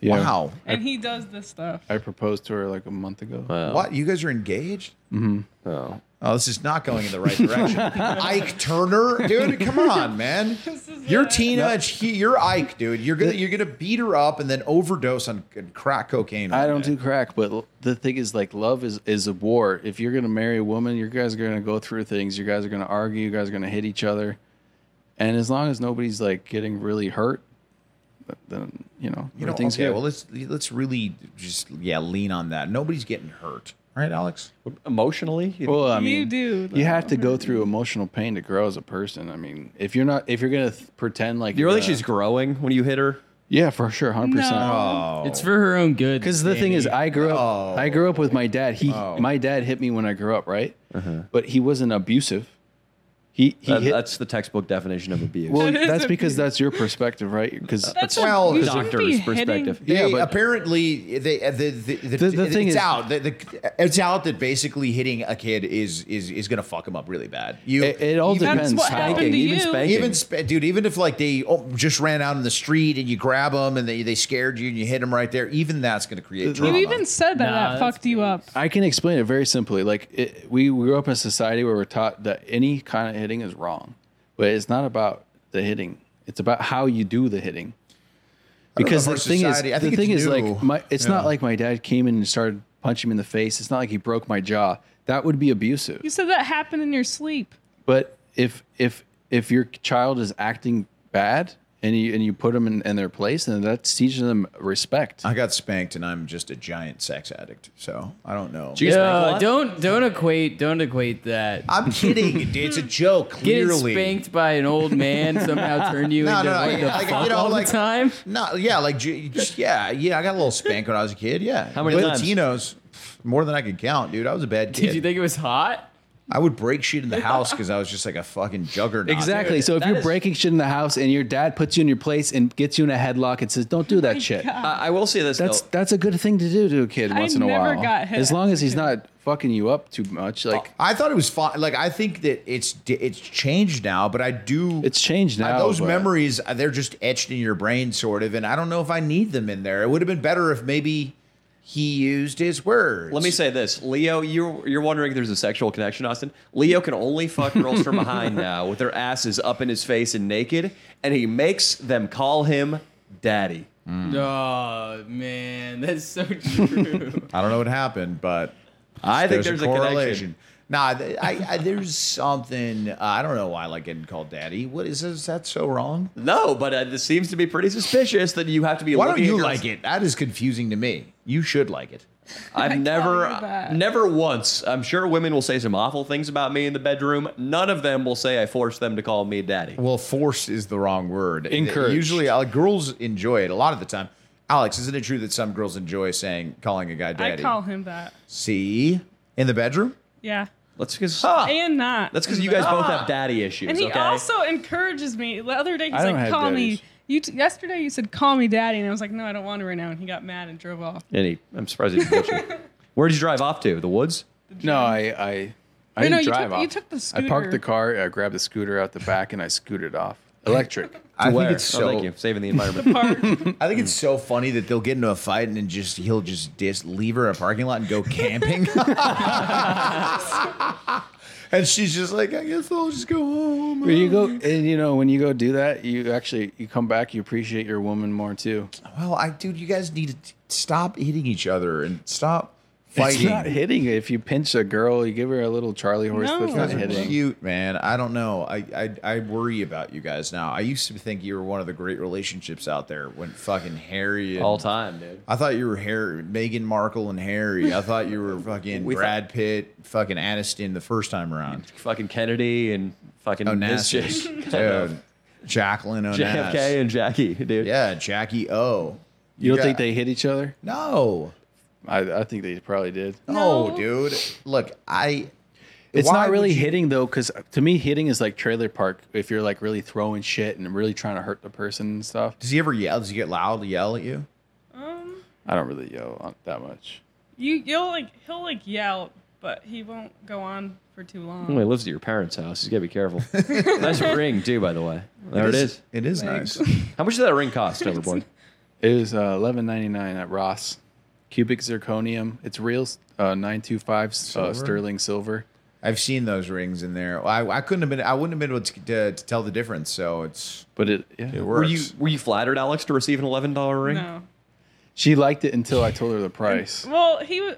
Yeah. Wow. and he does this stuff. I proposed to her like a month ago. What? You guys are engaged? Mm-hmm. Oh. Oh, this is not going in (laughs) the right direction. Ike Turner, dude, come on, man. (laughs) is You're it. Tina, and she, you're Ike, dude. You're gonna you're gonna beat her up and then overdose on c- crack cocaine. I one don't day. do crack, but l- the thing is, like, love is is a war. If you're gonna marry a woman, you guys are gonna go through things. You guys are gonna argue. You guys are gonna hit each other. And as long as nobody's like getting really hurt, th- then you know, You know, everything's okay, good. well let's let's really just yeah lean on that. Nobody's getting hurt, right, Alex? Emotionally? Well, I You mean, do, You have to go through emotional pain to grow as a person. I mean, if you're not, if you're gonna th- pretend like you really the- think she's growing when you hit her? yeah, for sure, hundred percent. No. Oh, It's for her own good. Because the thing is, Danny. I grew up. I grew up with my dad. He, Oh. my dad hit me when I grew up, right? But he wasn't abusive. He he That- hit. that's the textbook definition of abuse. Well, That is that's a- because that's your perspective, right? Because That's well, a, you doctor's shouldn't be hitting- perspective. They, Yeah, but- apparently they uh, the the, the, The- the it's thing is- out the, the, it's out that basically hitting a kid is is is gonna fuck him up really bad. You it, it all even- depends. what how- happened Spanking, to even you. spanking. Even sp- dude, even if like they oh, just ran out in the street and you grab them and they, they scared you and you hit them right there, even that's going to create You trauma. even said that Nah, that that's fucked you up. I can explain it very simply. Like it, we we grew up in a society where we're taught that any kind of hitting is wrong, but it's not about the hitting. It's about how you do the hitting. I don't know if Because the our thing society- I is, the think thing it's is new. like my. It's Yeah. not like my dad came in and started punching me in the face. It's not like he broke my jaw. That would be abusive. You said that happened in your sleep. But if if if your child is acting bad and you and you put them in, in their place, then that's teaching them respect. I got spanked and I'm just a giant sex addict, so I don't know. Did you spank a Yeah, lot? don't don't equate don't equate that. I'm kidding. dude. It's a joke. Getting Clearly, spanked by an old man somehow turned (laughs) you No, into no, I- what the I- you fuck know, all like- the time. (laughs) No, yeah, like ju- just- yeah, yeah. I got a little spanked when I was a kid. Yeah, How many With times? Latinos, pff, more than I could count, dude. I was a bad kid. Did you think it was hot? I would break shit (laughs) in the house because I was just like a fucking juggernaut. Exactly. dude. so if you're breaking shit in the house and your dad puts you in your place and gets you in a headlock and says, "Don't do (laughs) Oh that shit," I, I will say this. that's though. that's a good thing to do to a kid I once in a never while. got hit Oh. as long as as a he's kid. not fucking you up too much. Like I thought it was fine. Like I think that it's di- it's changed now, but I do. it's changed Uh, now. those but- memories, uh, they're just etched in your brain, sort of. And I don't know if I need them in there. It would have been better if maybe He used his words. Let me say this, Leo. You're you're wondering if there's a sexual connection, Austin. Leo can only fuck girls from behind now, with their asses up in his face and naked, and he makes them call him daddy. Hmm. Oh man, (laughs) that's so true. I don't know what happened, but I think there's, a, connection. Nah, th- I, I, there's something. uh, I don't know why I like getting called daddy. What is, is that so wrong? No, but uh, this seems to be pretty suspicious that you have to be. Why don't looking at you girls- like it? That is confusing to me. You should like it. (laughs) I've never, you that. never once. I'm sure women will say some awful things about me in the bedroom. None of them will say I forced them to call me daddy. Well, forced is the wrong word. Encouraged. Usually, uh, girls enjoy it a lot of the time. Alex, isn't it true that some girls enjoy saying calling a guy daddy? I call him that. See, in the bedroom. Ah, Yeah. That's because Ah, And not. that's because you guys both have daddy issues. Ah. And he okay. also encourages me. The other day I he's don't like, have "Call daddies. me." You t- yesterday you said, "Call me daddy," and I was like, "No, I don't want to right now." And he got mad and drove off. and he, I'm surprised he didn't get you. (laughs) Where'd you drive off to? The woods. No, I I, I No, didn't no, you drive took- off. you took the I parked the scooter. car. I grabbed the scooter out the back and I scooted (laughs) off. Electric. I Where? think it's Oh, so. thank you. Mm. Saving the (laughs) environment. Park. (laughs) I think it's so funny that they'll get into a fight and then just he'll just dis- leave her in a parking lot and go (laughs) camping. (laughs) and she's just like, I guess I'll just go home. when you go and you know when you go do that, you actually you come back. You appreciate your woman more too. Well, I dude, you guys need to t- stop hitting each other and stop It's not fighting. hitting. If you pinch a girl, you give her a little Charlie horse. No. That's You not guys are hitting. cute, man. I don't know. I, I I worry about you guys now. I used to think you were one of the great relationships out there when fucking Harry and All time, dude. I thought you were Harry, Meghan Markle and Harry. I thought you were fucking We thought- Brad Pitt, fucking Aniston the first time around. Fucking Kennedy and fucking Oh, this (laughs) nasty. chick. Dude, Jacqueline Onassis. JFK and Jackie, dude. Yeah, Jackie O. You don't Yeah. think they hit each other? No. I, I think they probably did. No, No. dude. Look, I. It's why not would really you- hitting though, because to me, hitting is like trailer park. If you're like really throwing shit and really trying to hurt the person and stuff, Does he ever yell? Does he get loud and yell at you? um, I don't really yell on that much. you you'll like he'll like yell, but he won't go on for too Well, long. he lives at your parents' house. You gotta be (laughs) careful. nice ring too, by the way. There it is. It is nice. How much did that ring (laughs) cost, Overboard? It was uh, eleven ninety nine at Ross, cubic zirconium. It's real uh, nine two five uh, Silver? sterling silver. I've seen those rings in there. I, I couldn't have been. I wouldn't have been able to, to, to tell the difference. So it's But it, yeah. it Were works. you were you flattered, Alex, to receive an eleven dollar ring? No. she liked it until I told her the price. Well, he. w-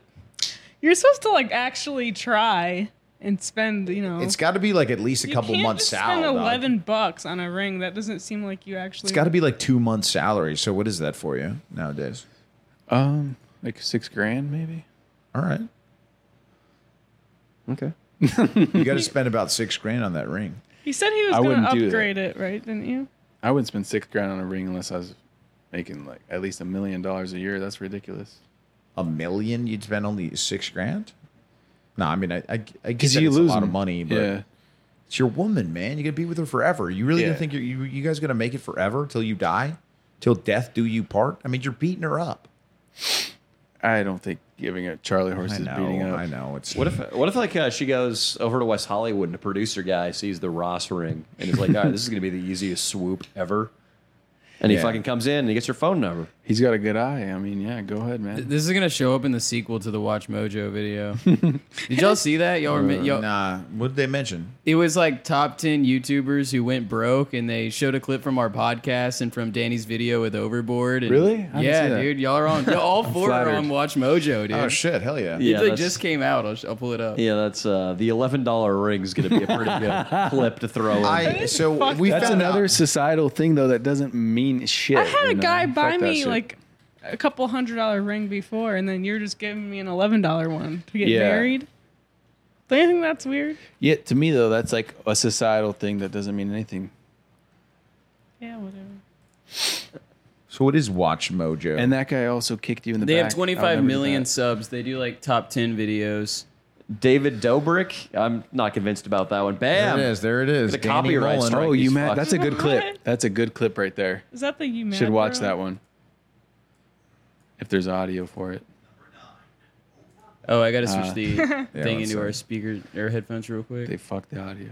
You're supposed to like actually try and spend. You know. it's got to be like at least a you couple can't months' just spend salary. dog. eleven bucks on a ring. That doesn't seem like you actually. It's got to be like two months' salary. So what is that for you nowadays? Um, like six grand maybe. All right, Okay. you (laughs) got to spend about six grand on that ring. He said he was I going wouldn't to do that. upgrade it, right? Didn't you? I wouldn't spend six grand on a ring unless I was making like at least a million dollars a year. That's ridiculous. a million you'd spend only six grand no i mean i i, I guess Because that you it's lose a lot of them. money but yeah. it's your woman man you're gonna be with her forever you really Yeah. gonna think you're, you you guys gonna make it forever till you die till death do you part i mean you're beating her up I don't think giving a Charlie horse i is know beating up. i know it's What if what if like uh, she goes over to West Hollywood and a producer guy sees the Ross ring and is like, all right, this is gonna be the easiest swoop ever. And he Yeah. fucking comes in and he gets her phone number. He's got a good eye. I mean, yeah, go ahead, man. this is gonna show up in the sequel to the Watch Mojo (laughs) video. Did y'all see that? Y'all, remi- y'all nah what did they mention it was like top 10 YouTubers who went broke and they showed a clip from our podcast and from Danny's video with Overboard. And Really? I didn't see Yeah, that. dude. Y'all are (laughs) on, y'all- all four flattered. are on Watch Mojo, dude. oh shit hell yeah, Yeah, it like, that's- just came out. I'll, sh- I'll pull it up. Yeah, that's uh, the eleven dollar ring is gonna be a pretty good (laughs) clip to throw in. I, so we That's found another out- societal thing, though, that doesn't mean shit. I had you a know? guy Fuck buy that me shit. like a couple hundred dollar ring before, and then you're just giving me an eleven dollar one to get Yeah. married. Do you think that's weird? Yeah, to me though, that's like a societal thing that doesn't mean anything. Yeah, whatever. so what is watch mojo And that guy also kicked you in the They back. have I'll 25 never do million that. subs. They do like top 10 videos. David Dobrik, I'm not convinced about that one. there Bam. it is there it is The Danny copyright Mullen. strike. Oh, you He's mad? fucked. That's a good clip. That's a good clip right there. Is that the you mad Should watch bro? that one if there's audio for it. Oh, I gotta switch (laughs) Uh, the one thing into second. our speaker or headphones real quick. They fucked the audio.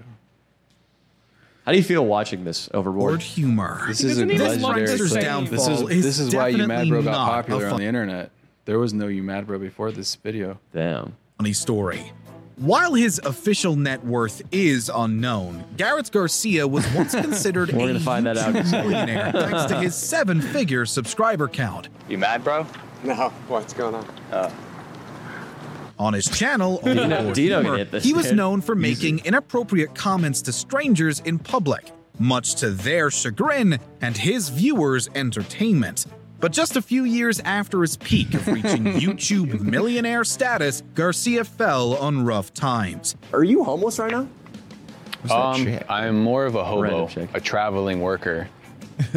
How do you feel watching this Board overboard? humor. This is a Doesn't even legendary look clip. Dexter's This downfall is is this is why you mad definitely bro not got a popular fu- on the internet. There was no you mad bro before this video. Damn. Funny story. While his official net worth is unknown, Garrett Garcia was (laughs) once considered We're a gonna find that out. YouTube millionaire thanks to his seven-figure subscriber count. You mad, bro? No, what's going on? On his (laughs) channel, Overlord Dino Humor, hit this, he was dude. known for making inappropriate comments to strangers in public, much to their chagrin and his viewers' entertainment. But just a few years after his peak (laughs) of reaching YouTube millionaire status, Garcia fell on rough times. Are you homeless right now? Um, I'm more of a Random hobo, chick. a traveling worker.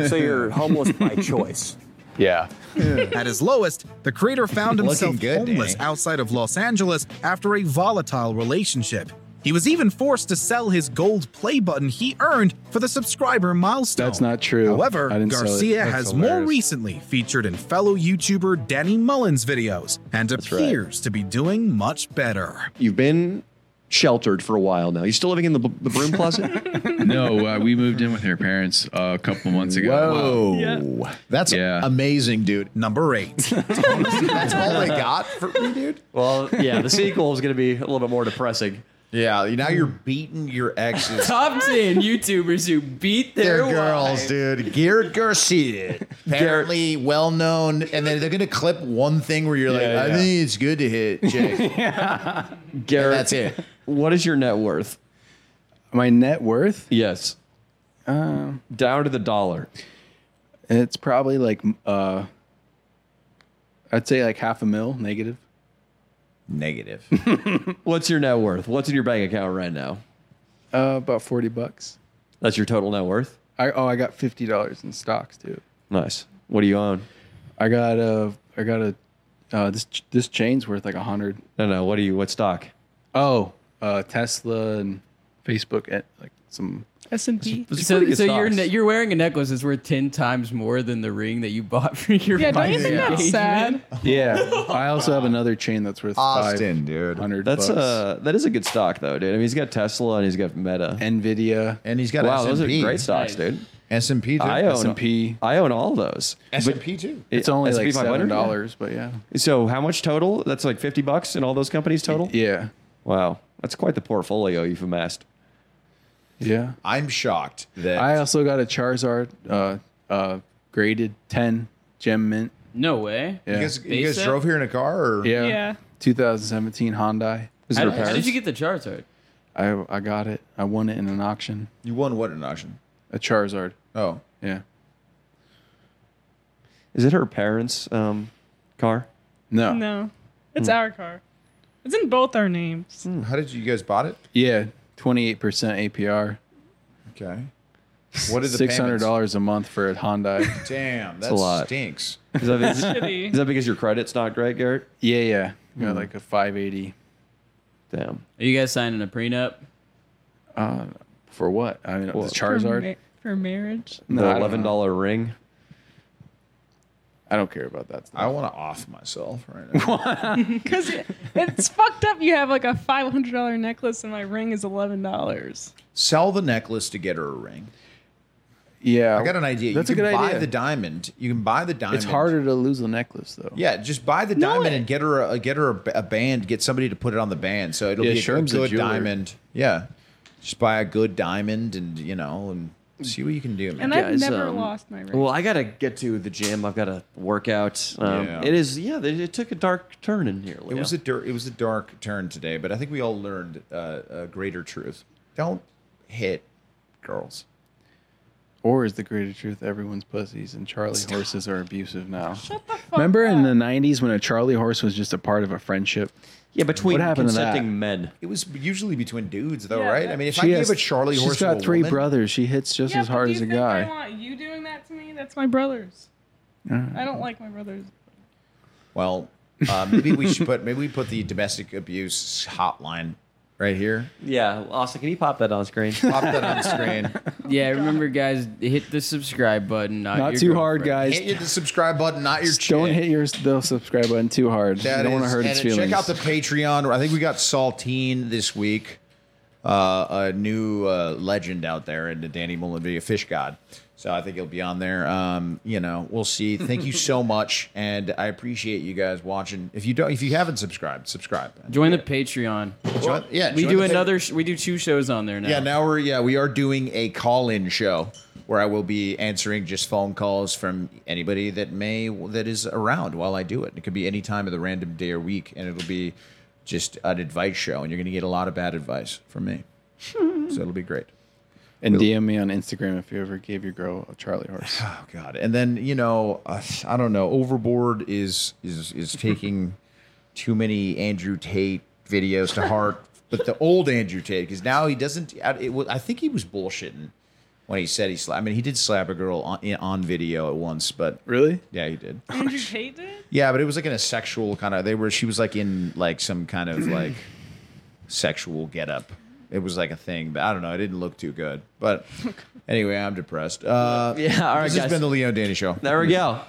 So you're homeless (laughs) by choice. Yeah. At his lowest, the creator found himself Looking good, homeless Danny. outside of Los Angeles after a volatile relationship. He was even forced to sell his gold play button he earned for the subscriber milestone. That's not true. However, I didn't sell it. Garcia That's has more hilarious. recently featured in fellow YouTuber Danny Mullins' videos and right. appears to be doing much better. You've been sheltered for a while now. You're still living in the, the broom closet? (laughs) No, uh, we moved in with her parents uh, a couple months ago. Whoa, Yeah. that's Yeah. amazing, dude. Number eight. That's (laughs) all they got for me, dude. (laughs) well, yeah, the sequel is going to be a little bit more depressing. Yeah, now you're beating your (laughs) exes. Top 10 YouTubers who beat their, They're girls, dude. Garrett (laughs) Garcia, apparently well known, and then they're gonna clip one thing where you're like, Yeah, I yeah. think it's good to hit Jake. Garrett, That's it. what is your net worth? My net worth? Yes. Down to the dollar. It's probably like uh I'd say like half a mil negative. Negative. What's your net worth? What's in your bank account right now? Uh about 40 bucks. That's your total net worth? I oh, I got $50 in stocks, too. Nice. What do you own? I got a I got a uh this ch- this chain's worth like a 100. No, no. What do you, what stock? Oh, uh Tesla and Facebook and like some S&P. That's So, pretty good so you're stocks. ne- you're wearing a necklace that's worth 10 times more than the ring that you bought for your (laughs) (laughs) (laughs) Yeah, don't you wedding think that's engagement. sad? Yeah. (laughs) I also have another chain that's worth Austin, dude. 500 That's bucks. uh that is a good stock though, dude. I mean, he's got Tesla and he's got Meta. Nvidia, And he's got wow, S&P. those are great stocks, Nice. dude. S&P too. I own S&P. Uh, I own all those. S&P too. It's only S&P like 500, seven dollars, but yeah, So how much total? That's like fifty bucks in all those companies total. yeah, Wow, that's quite the portfolio you've amassed. yeah. I'm shocked that I also got a Charizard, uh, uh, graded ten gem mint. No way. Yeah, you guys, you Base guys set? drove here in a car or yeah. Yeah. 2017 Hyundai. Is it How, repairs? how did you get the Charizard? I I got it. I won it in an auction. you won what an auction? A Charizard. Oh. Yeah. Is it her parents' um, car? No. No. It's Hmm. our car. It's in both our names. How did you, you guys bought it? Yeah. 28% APR. Okay. What is the Six hundred payments? dollars a month for a Hyundai. Damn, a that lot. (laughs) stinks. Is that, is, is Shitty. that because your credit's not great, Garrett? yeah, yeah. Hmm. You know, like a five eighty. Damn. Are you guys signing a prenup? For what? I mean, the For, Charizard. ma- for (laughs) marriage. No, I the don't eleven know. dollar ring. I don't care about that. Stuff. I want to off myself right now. Because it's fucked up. You have like a $500 necklace and my ring is $11. Sell the necklace to get her a ring. Yeah. I got an idea. That's you a can good buy idea. the diamond. You can buy the diamond. it's harder to lose the necklace though. Yeah, just buy the No, diamond it- and get her a get her a, a band. Get somebody to put it on the band, so it'll Yeah, be a Sherm's a good jeweler. diamond. Yeah, just buy a good diamond, and you know, and see what you can do, man. And I've Guys, never um, lost my ring. Well, I gotta get to the gym. I've got to work out. Um, Yeah. It is yeah. It, it took a dark turn in here. it was a dir- it was a dark turn today, but I think we all learned uh, a greater truth. Don't hit girls. Or is the greater truth everyone's pussies and Charlie horses are abusive now? Shut the fuck Remember up. in the 90s when a Charlie horse was just a part of a friendship? yeah between What happened to that? consenting men. It was usually between dudes, though, Yeah, right? I that- mean, if I gave a Charlie she's horse, to got a three woman- brothers. She hits just Yeah, as but hard do as you a think I guy. want you doing that to me? That's my brothers. I don't like my brothers. Well, uh, maybe we should put maybe we put the domestic abuse hotline right here. Yeah, Austin, can you pop that on (laughs) screen? Pop that on screen. Yeah, remember guys, hit the subscribe button. Not, Not your too hard, girlfriend. guys. Hit you the subscribe button, not your Just Don't chick. hit your the subscribe button too hard. That you don't want to is- hurt and its then feelings. Check out the Patreon. I think we got Saltine this week, uh, a new uh, legend out there in the Danny Mullen video, Fish God. So I think he'll be on there. Um, you know, we'll see. Thank you (laughs) so much, and I appreciate you guys watching. If you don't, if you haven't subscribed, subscribe. Join the Patreon. Join- yeah, We join do the- another. Sh- we do two shows on there now. Yeah, now we're yeah we are doing a call in show where I will be answering just phone calls from anybody that may that is around while I do it. It could be any time of the random day or week, and it'll be just an advice show, and you're going to get a lot of bad advice from me. so it'll be great. And DM me on Instagram if you ever gave your girl a Charlie horse. Oh God! And then you know, uh, I don't know. Overboard is is is taking too many Andrew Tate videos to heart, but the old Andrew Tate because now he doesn't. I- It was, I think he was bullshitting when he said he slapped. I mean, he did slap a girl on, in- on video at once, but Really? yeah, he did. Andrew Tate did? Yeah, but it was like in a sexual kind of. They were. She was like in like some kind of like sexual getup. It was like a thing, but I don't know. It didn't look too good. But anyway, I'm depressed. Uh, Yeah, all right, This guys. has been the Leo Danny Show. There we go.